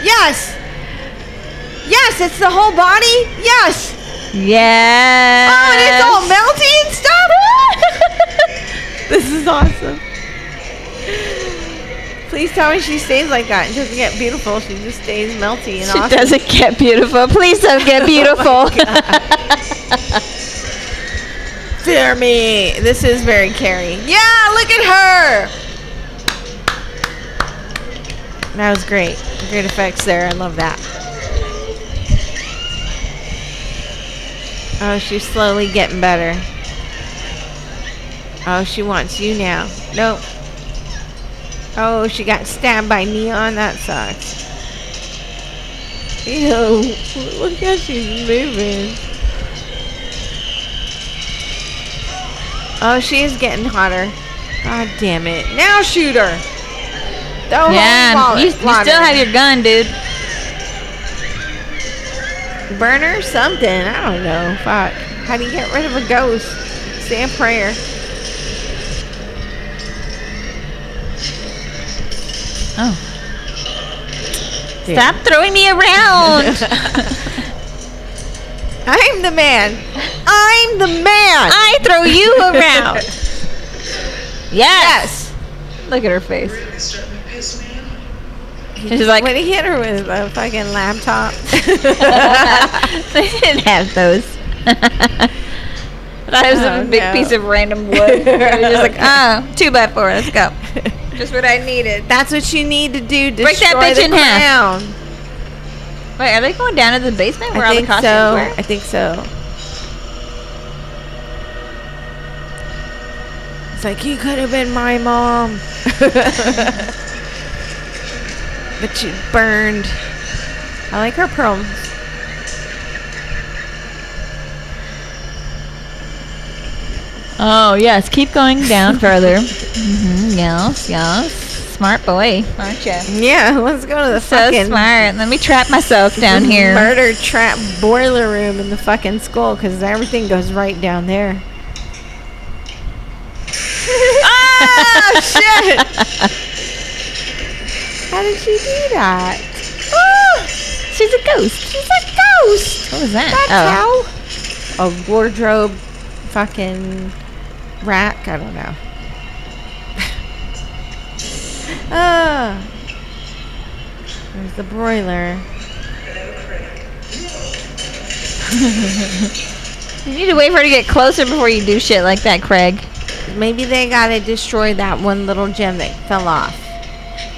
[SPEAKER 2] Yes. Yes, it's the whole body. Yes.
[SPEAKER 1] Yeah.
[SPEAKER 2] Oh, and it's all melty and stuff. [laughs] this is awesome. Please tell me she stays like that and doesn't get beautiful. She just stays melty and
[SPEAKER 1] She
[SPEAKER 2] awesome.
[SPEAKER 1] doesn't get beautiful. Please don't [laughs] get beautiful. [laughs]
[SPEAKER 2] Dear me, this is very Carrie. Yeah, look at her. That was great. Great effects there. I love that. Oh, she's slowly getting better. Oh, she wants you now. Nope. Oh, she got stabbed by neon. That sucks. Ew. Look how she's moving. Oh, she is getting hotter. God damn it. Now shoot her. Throw her
[SPEAKER 1] yeah,
[SPEAKER 2] wallet-
[SPEAKER 1] you, you still
[SPEAKER 2] water.
[SPEAKER 1] have your gun, dude.
[SPEAKER 2] burner something. I don't know. Fuck. How do you get rid of a ghost? Say a prayer.
[SPEAKER 1] Oh,
[SPEAKER 2] Dude.
[SPEAKER 1] stop throwing me [laughs] around.
[SPEAKER 2] I'm the man. I'm the man.
[SPEAKER 1] I throw you around.
[SPEAKER 2] [laughs]
[SPEAKER 1] Yes.
[SPEAKER 2] yes.
[SPEAKER 1] Look at her face.
[SPEAKER 17] Really starting to piss me off.
[SPEAKER 1] She's like,
[SPEAKER 2] when he hit her with a fucking laptop.
[SPEAKER 1] they didn't have those. [laughs] That was
[SPEAKER 2] Oh, [laughs]
[SPEAKER 1] a big
[SPEAKER 2] no.
[SPEAKER 1] piece of random [laughs] wood. They're just like, oh, two by four, let's go.
[SPEAKER 2] Just what I needed. That's what you need to do. Destroy
[SPEAKER 1] Break that bitch
[SPEAKER 2] the
[SPEAKER 1] in half.
[SPEAKER 2] crown.
[SPEAKER 1] Wait, are they going down to the basement where
[SPEAKER 2] I
[SPEAKER 1] all the
[SPEAKER 2] think
[SPEAKER 1] costumes
[SPEAKER 2] so.
[SPEAKER 1] were?
[SPEAKER 2] I think so. It's like you could have been my [laughs] mom, but you burned. I like her prom.
[SPEAKER 1] Oh yes, keep going down further. [laughs] hmm Yes, yes. Smart boy, aren't you?
[SPEAKER 2] Yeah, [laughs] let's go to the
[SPEAKER 1] So
[SPEAKER 2] fucking
[SPEAKER 1] smart. Let me trap myself down here. [laughs]
[SPEAKER 2] murder trap boiler room in the fucking school because everything goes right down there. oh shit!
[SPEAKER 1] [laughs]
[SPEAKER 2] How did she do that?
[SPEAKER 1] She's a ghost. She's a ghost. What was that?
[SPEAKER 2] That's
[SPEAKER 1] oh.
[SPEAKER 2] how a wardrobe fucking rack. I don't know. [laughs] Ah, there's the broiler.
[SPEAKER 1] You need to wait for her to get closer before you do shit like that, Craig.
[SPEAKER 2] Maybe they gotta destroy that one little gem that fell off.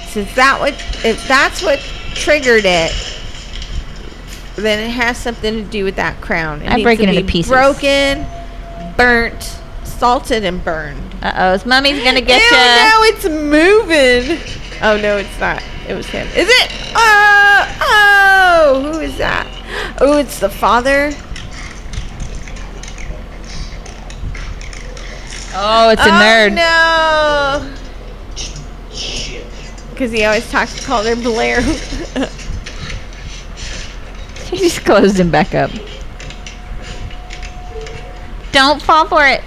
[SPEAKER 2] Since that what if that's what triggered it, then it has something to do with that crown. It
[SPEAKER 1] I
[SPEAKER 2] needs
[SPEAKER 1] break
[SPEAKER 2] to
[SPEAKER 1] it into
[SPEAKER 2] be
[SPEAKER 1] pieces.
[SPEAKER 2] Broken, burnt, salted, and burned.
[SPEAKER 1] Uh oh, his mummy's gonna get
[SPEAKER 2] Ew,
[SPEAKER 1] you.
[SPEAKER 2] no, it's moving. Oh no, it's not. It was him. Is it? Oh, oh, who is that? Oh, it's the father.
[SPEAKER 1] Oh, it's a
[SPEAKER 2] oh,
[SPEAKER 1] nerd.
[SPEAKER 2] No.
[SPEAKER 1] [laughs]
[SPEAKER 2] Because he always talks, called her Blair. [laughs]
[SPEAKER 1] She just closed him back up. Don't fall for it.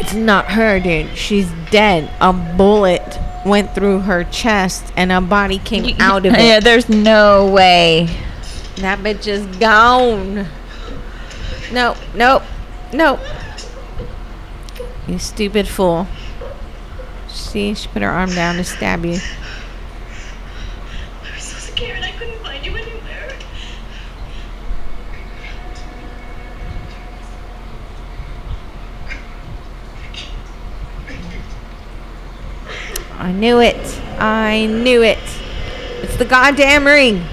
[SPEAKER 2] it's not her, dude. She's dead. A bullet went through her chest and a body came out [laughs] of
[SPEAKER 1] Yeah,
[SPEAKER 2] it.
[SPEAKER 1] there's no way.
[SPEAKER 2] That bitch is gone. Nope, nope, nope. You stupid fool. See, she put her arm down to stab you.
[SPEAKER 18] I was so scared I couldn't find you anywhere.
[SPEAKER 2] I knew it. I knew it. It's the goddamn ring.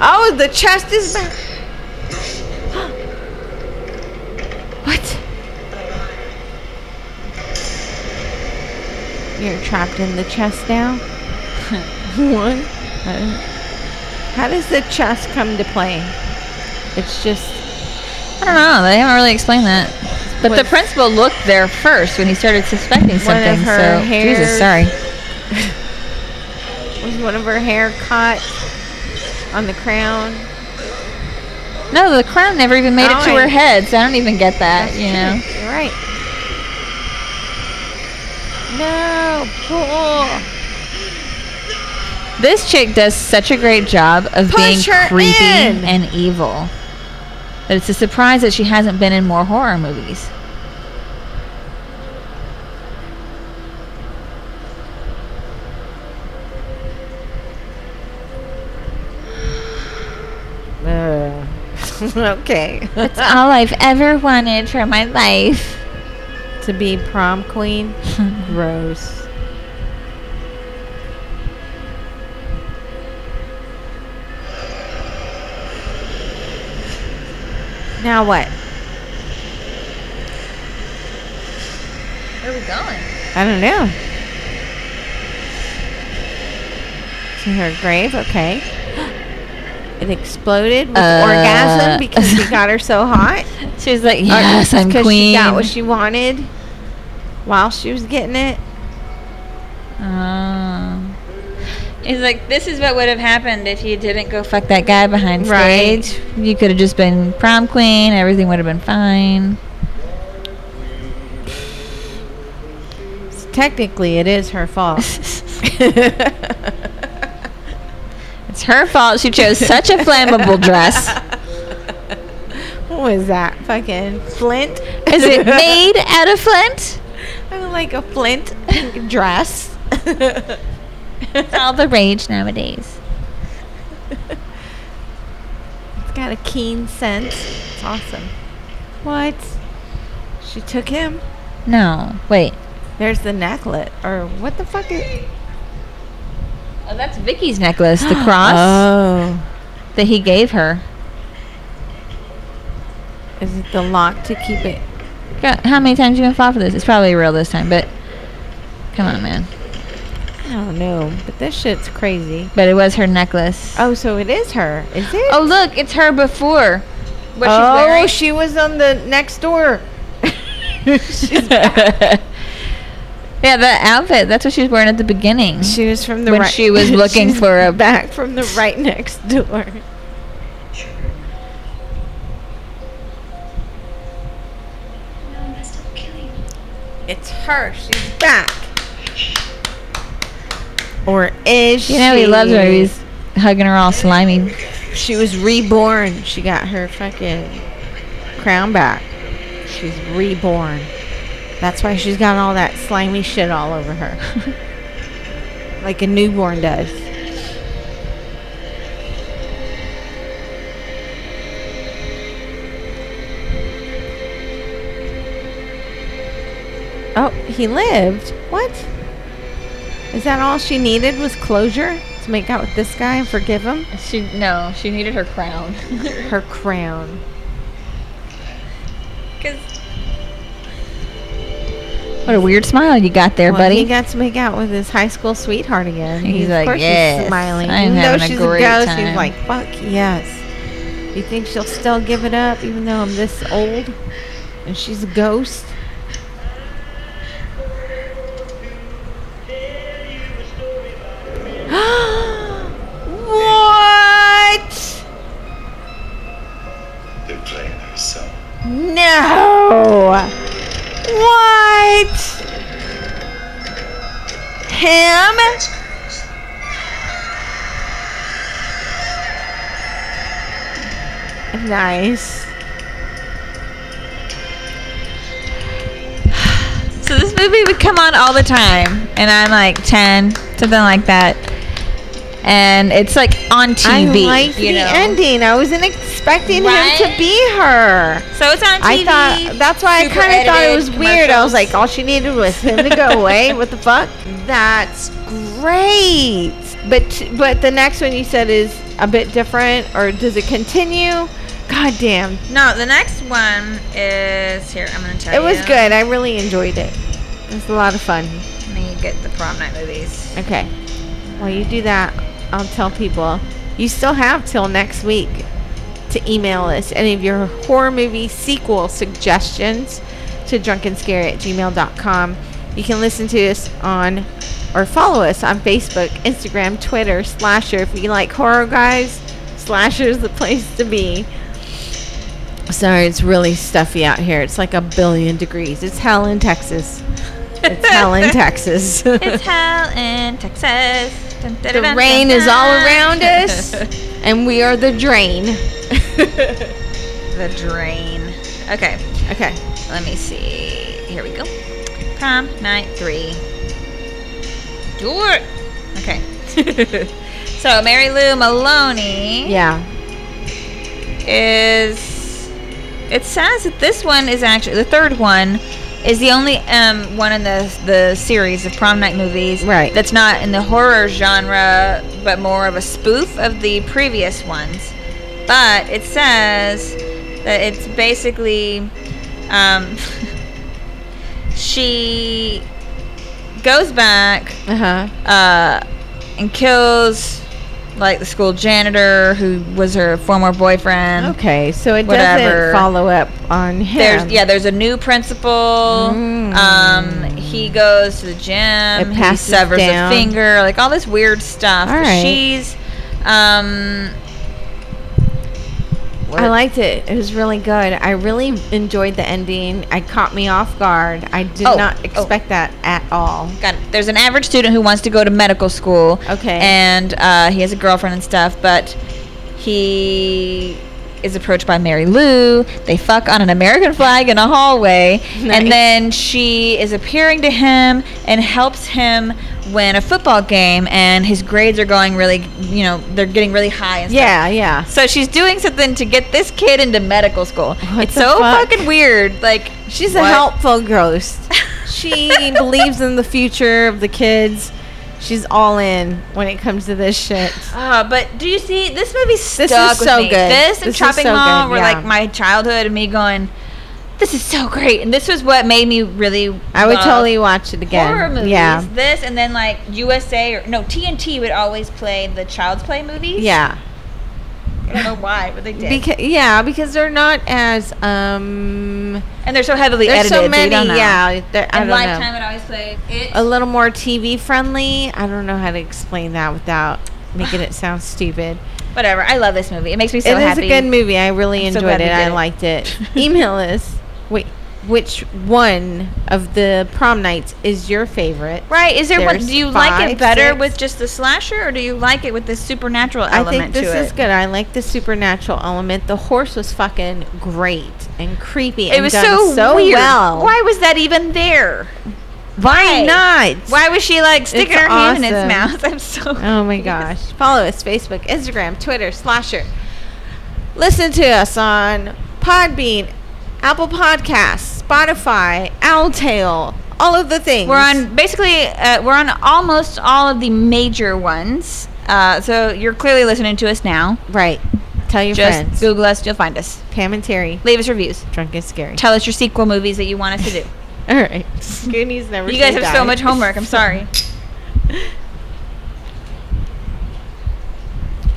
[SPEAKER 2] Oh, the chest is back. [gasps] what? You're trapped in the chest now? [laughs] what? How does the chest come to play? It's just
[SPEAKER 1] I don't know. They haven't really explained that. But the principal looked there first when he started suspecting
[SPEAKER 2] One of
[SPEAKER 1] something.
[SPEAKER 2] her
[SPEAKER 1] so Jesus,
[SPEAKER 2] hairs.
[SPEAKER 1] sorry.
[SPEAKER 2] was one of her hair caught on the crown.
[SPEAKER 1] No, the crown never even made it to
[SPEAKER 2] Oh, I-
[SPEAKER 1] her head, so I don't even get that. you know.
[SPEAKER 2] You're right. No, pull.
[SPEAKER 1] This chick does such a great job of
[SPEAKER 2] Push
[SPEAKER 1] being
[SPEAKER 2] her
[SPEAKER 1] creepy
[SPEAKER 2] in.
[SPEAKER 1] and evil. That it's a surprise that she hasn't been in more horror movies.
[SPEAKER 2] [laughs] okay.
[SPEAKER 1] That's all I've ever wanted for my life.
[SPEAKER 2] to be prom
[SPEAKER 1] [laughs]
[SPEAKER 2] queen? Gross. Now what?
[SPEAKER 1] Where are we going?
[SPEAKER 2] I don't know.
[SPEAKER 1] [gasps]
[SPEAKER 2] To her grave? Okay. It exploded with
[SPEAKER 1] Uh,
[SPEAKER 2] orgasm because we got her so
[SPEAKER 1] [laughs]
[SPEAKER 2] hot.
[SPEAKER 1] She was like,
[SPEAKER 2] Or
[SPEAKER 1] "Yes, I'm
[SPEAKER 2] 'cause She
[SPEAKER 1] queen."
[SPEAKER 2] got what she wanted while she was getting it.
[SPEAKER 1] Oh. He's like, this is what would have happened if you didn't go fuck that guy behind
[SPEAKER 2] Right.
[SPEAKER 1] stage. You could have just been prom queen. Everything would have been [laughs] fine.
[SPEAKER 2] So technically, it is her
[SPEAKER 1] [laughs]
[SPEAKER 2] fault. [laughs]
[SPEAKER 1] It's her fault she chose such a flammable dress.
[SPEAKER 2] what was that? Fucking flint? [laughs]
[SPEAKER 1] Is [laughs] it made out of flint?
[SPEAKER 2] I'm like a flint dress.
[SPEAKER 1] It's all the rage nowadays.
[SPEAKER 2] It's got a keen scent. It's awesome. What? She took him.
[SPEAKER 1] No, wait.
[SPEAKER 2] There's the necklet, or what the fuck is?
[SPEAKER 1] Oh, that's Vicky's necklace, [gasps] the cross
[SPEAKER 2] Oh,
[SPEAKER 1] that he gave her.
[SPEAKER 2] is it the lock to keep it?
[SPEAKER 1] God, How many times you gonna fall for this? It's probably real this time, but come on, man.
[SPEAKER 2] I don't know, but this shit's crazy.
[SPEAKER 1] But it was her necklace.
[SPEAKER 2] Oh, so it is her, is it?
[SPEAKER 1] Oh, look, it's her before. What
[SPEAKER 2] Oh,
[SPEAKER 1] she's
[SPEAKER 2] [laughs]
[SPEAKER 1] wearing.
[SPEAKER 2] she was on the next door.
[SPEAKER 1] [laughs] yeah, that outfit. That's what she was wearing at the beginning.
[SPEAKER 2] She was from the
[SPEAKER 1] When
[SPEAKER 2] right. [laughs]
[SPEAKER 1] she was looking
[SPEAKER 2] she's
[SPEAKER 1] for a-
[SPEAKER 2] back from the right next door.
[SPEAKER 4] No, I'm still killing you.
[SPEAKER 2] It's her. She's back. Or is she?
[SPEAKER 1] you know, he loves her. He's hugging her all slimy.
[SPEAKER 2] She was reborn. She got her fucking crown back. She's reborn. That's why she's got all that slimy shit all over her. [laughs] like a newborn does. Oh, he lived? What? Is that all she needed was closure? To make out with this guy and forgive him?
[SPEAKER 1] She no, she needed her crown.
[SPEAKER 2] her crown.
[SPEAKER 1] What a weird smile you got there,
[SPEAKER 2] Well,
[SPEAKER 1] buddy.
[SPEAKER 2] He got to make out with his high school sweetheart again.
[SPEAKER 1] He's
[SPEAKER 2] He-
[SPEAKER 1] like,
[SPEAKER 2] of course
[SPEAKER 1] "Yes,
[SPEAKER 2] she's smiling.
[SPEAKER 1] I'm
[SPEAKER 2] even though
[SPEAKER 1] having a
[SPEAKER 2] she's
[SPEAKER 1] great
[SPEAKER 2] ghost,
[SPEAKER 1] time."
[SPEAKER 2] she's like, fuck yes. You think she'll still give it up even though I'm this old and she's a ghost? [gasps] what?
[SPEAKER 19] They're playing her song.
[SPEAKER 2] No. What? Him? Nice.
[SPEAKER 1] So this movie would come on all the time, and I'm like ten, something like that, and it's like on
[SPEAKER 2] I
[SPEAKER 1] TV.
[SPEAKER 2] liked
[SPEAKER 1] you
[SPEAKER 2] the
[SPEAKER 1] know?
[SPEAKER 2] ending. I wasn't expecting him
[SPEAKER 1] Right?
[SPEAKER 2] to be her.
[SPEAKER 1] So it's on
[SPEAKER 2] I
[SPEAKER 1] TV.
[SPEAKER 2] thought that's why I
[SPEAKER 1] super
[SPEAKER 2] kind of thought it
[SPEAKER 1] edited
[SPEAKER 2] was weird. I was
[SPEAKER 1] commercials.
[SPEAKER 2] like, all she needed was him to
[SPEAKER 1] [laughs]
[SPEAKER 2] go away. What the fuck? That's great. But but the next one you said is a bit different, or does it continue? God damn,
[SPEAKER 1] No, the next one is here. I'm gonna tell
[SPEAKER 2] it
[SPEAKER 1] you.
[SPEAKER 2] was good. I really enjoyed it. It was a lot of fun.
[SPEAKER 1] And then you get the prom night movies.
[SPEAKER 2] Okay. While you do that, I'll tell people you still have till next week to email us any of your horror movie sequel suggestions to drunkenscary at gmail.com. You can listen to us on or follow us on Facebook, Instagram, Twitter, Slasher. If you like horror guys, Slasher's the place to be. Sorry, it's really stuffy out here. It's like a billion degrees. It's hell in Texas. It's hell in Texas. [laughs]
[SPEAKER 1] It's hell in Texas. Dun, dun,
[SPEAKER 2] The
[SPEAKER 1] dun,
[SPEAKER 2] rain
[SPEAKER 1] dun,
[SPEAKER 2] is all
[SPEAKER 1] dun.
[SPEAKER 2] around
[SPEAKER 1] [laughs]
[SPEAKER 2] us, and we are the drain.
[SPEAKER 1] the drain. Okay,
[SPEAKER 2] Okay.
[SPEAKER 1] let me see. Here we go. Prom night three. Door. Okay. [laughs] so Mary Lou Maloney
[SPEAKER 2] Yeah.
[SPEAKER 1] is. It says that this one is actually the third one is the only um, one in the the series of prom night movies
[SPEAKER 2] Right.
[SPEAKER 1] that's not in the horror genre, but more of a spoof of the previous ones. But it says that it's basically um, [laughs] she goes back
[SPEAKER 2] Uh huh.
[SPEAKER 1] uh, and kills like the school janitor who was her former boyfriend.
[SPEAKER 2] Okay, so it
[SPEAKER 1] Whatever.
[SPEAKER 2] doesn't follow up on him.
[SPEAKER 1] There's yeah, there's a new principal.
[SPEAKER 2] Mm.
[SPEAKER 1] Um, he goes to the gym.
[SPEAKER 2] It
[SPEAKER 1] He
[SPEAKER 2] passes
[SPEAKER 1] severs
[SPEAKER 2] down.
[SPEAKER 1] a finger, like all this weird stuff.
[SPEAKER 2] All
[SPEAKER 1] But
[SPEAKER 2] right.
[SPEAKER 1] She's, um,
[SPEAKER 2] I liked it. It was really good. I really enjoyed the ending. I caught me off guard. I did
[SPEAKER 1] Oh,
[SPEAKER 2] not
[SPEAKER 1] oh.
[SPEAKER 2] expect that at all.
[SPEAKER 1] got it. there's an average student who wants to go to medical school.
[SPEAKER 2] Okay.
[SPEAKER 1] And uh, he has a girlfriend and stuff, but he is approached by Mary Lou. They fuck on an American flag in a hallway,
[SPEAKER 2] [laughs] Nice.
[SPEAKER 1] and then she is appearing to him and helps him win a football game. And his grades are going really, you know, they're getting really high. And stuff.
[SPEAKER 2] Yeah, yeah.
[SPEAKER 1] So she's doing something to get this kid into medical school.
[SPEAKER 2] What
[SPEAKER 1] it's
[SPEAKER 2] the
[SPEAKER 1] so
[SPEAKER 2] fuck?
[SPEAKER 1] fucking weird. Like
[SPEAKER 2] She's a
[SPEAKER 1] what?
[SPEAKER 2] helpful
[SPEAKER 1] [laughs]
[SPEAKER 2] ghost. She believes in the future of the kids. She's all in when it comes to this shit.
[SPEAKER 1] Ah, but do you see this movie stuck
[SPEAKER 2] is
[SPEAKER 1] with
[SPEAKER 2] so
[SPEAKER 1] me.
[SPEAKER 2] good.
[SPEAKER 1] This and
[SPEAKER 2] This is
[SPEAKER 1] Chopping
[SPEAKER 2] so
[SPEAKER 1] Mall
[SPEAKER 2] good,
[SPEAKER 1] were
[SPEAKER 2] yeah.
[SPEAKER 1] like my childhood and me going, this is so great. And this was what made me really.
[SPEAKER 2] I would
[SPEAKER 1] love
[SPEAKER 2] totally watch it again.
[SPEAKER 1] horror movies.
[SPEAKER 2] Yeah.
[SPEAKER 1] This and then like USA or no TNT would always play the Child's Play movies.
[SPEAKER 2] Yeah.
[SPEAKER 1] I don't know why, but they did.
[SPEAKER 2] Because yeah, because they're not as um
[SPEAKER 1] and they're so heavily
[SPEAKER 2] there's
[SPEAKER 1] edited.
[SPEAKER 2] so
[SPEAKER 1] that you
[SPEAKER 2] many,
[SPEAKER 1] don't know.
[SPEAKER 2] yeah. they're- I don't
[SPEAKER 1] And Lifetime
[SPEAKER 2] know.
[SPEAKER 1] would always play it.
[SPEAKER 2] A little more TV friendly. I don't know how to explain that without making it sound [sighs] stupid.
[SPEAKER 1] Whatever. I love this movie. It makes me so
[SPEAKER 2] it is
[SPEAKER 1] happy.
[SPEAKER 2] a good movie. I really
[SPEAKER 1] I'm so
[SPEAKER 2] enjoyed
[SPEAKER 1] glad we
[SPEAKER 2] it. I
[SPEAKER 1] did it.
[SPEAKER 2] liked [laughs] it. Email us. Wait, which one of the prom nights is your favorite?
[SPEAKER 1] Right? Is there one?
[SPEAKER 2] There's
[SPEAKER 1] Do you like
[SPEAKER 2] five,
[SPEAKER 1] it better
[SPEAKER 2] six.
[SPEAKER 1] with just the slasher, or do you like it with the supernatural
[SPEAKER 2] I think
[SPEAKER 1] element to
[SPEAKER 2] this
[SPEAKER 1] it?
[SPEAKER 2] is good. I like the supernatural element. The horse was fucking great and creepy.
[SPEAKER 1] It
[SPEAKER 2] and
[SPEAKER 1] was
[SPEAKER 2] done
[SPEAKER 1] so,
[SPEAKER 2] so
[SPEAKER 1] weird.
[SPEAKER 2] well.
[SPEAKER 1] Why was that even there?
[SPEAKER 2] Why not?
[SPEAKER 1] Why was she like sticking
[SPEAKER 2] It's
[SPEAKER 1] her hand in
[SPEAKER 2] awesome.
[SPEAKER 1] its mouth? [laughs] I'm so.
[SPEAKER 2] Oh my gosh. Follow us Facebook, Instagram, Twitter, Slasher. Listen to us on Podbean, Apple Podcasts, Spotify, Owltail, all of the things.
[SPEAKER 1] We're on basically. Uh, we're on almost all of the major ones. Uh, so you're clearly listening to us now.
[SPEAKER 2] Right. Tell your
[SPEAKER 1] Just
[SPEAKER 2] friends.
[SPEAKER 1] Google us. You'll find us.
[SPEAKER 2] Pam and Terry.
[SPEAKER 1] Leave us reviews.
[SPEAKER 2] Drunk and scary. [laughs]
[SPEAKER 1] Tell us your sequel movies that you want us to do.
[SPEAKER 2] All right. Goonies never.
[SPEAKER 1] you guys
[SPEAKER 2] say
[SPEAKER 1] have so
[SPEAKER 2] die.
[SPEAKER 1] much homework.
[SPEAKER 2] [laughs]
[SPEAKER 1] I'm sorry.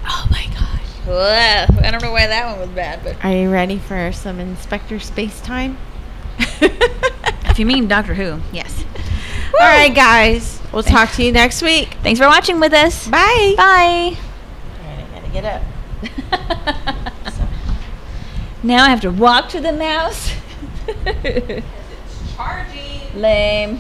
[SPEAKER 2] Oh my gosh.
[SPEAKER 1] Ugh, I don't know why that one was bad, but
[SPEAKER 2] Are you ready for some Inspector Space
[SPEAKER 1] [laughs]
[SPEAKER 2] Time?
[SPEAKER 1] if you mean Doctor Who, yes.
[SPEAKER 2] All right, guys. We'll talk to you next week.
[SPEAKER 1] Thanks for watching with us.
[SPEAKER 2] Bye.
[SPEAKER 1] Bye.
[SPEAKER 2] Get
[SPEAKER 1] [laughs]
[SPEAKER 2] up. [laughs]
[SPEAKER 1] now I have to walk to the mouse. Lame.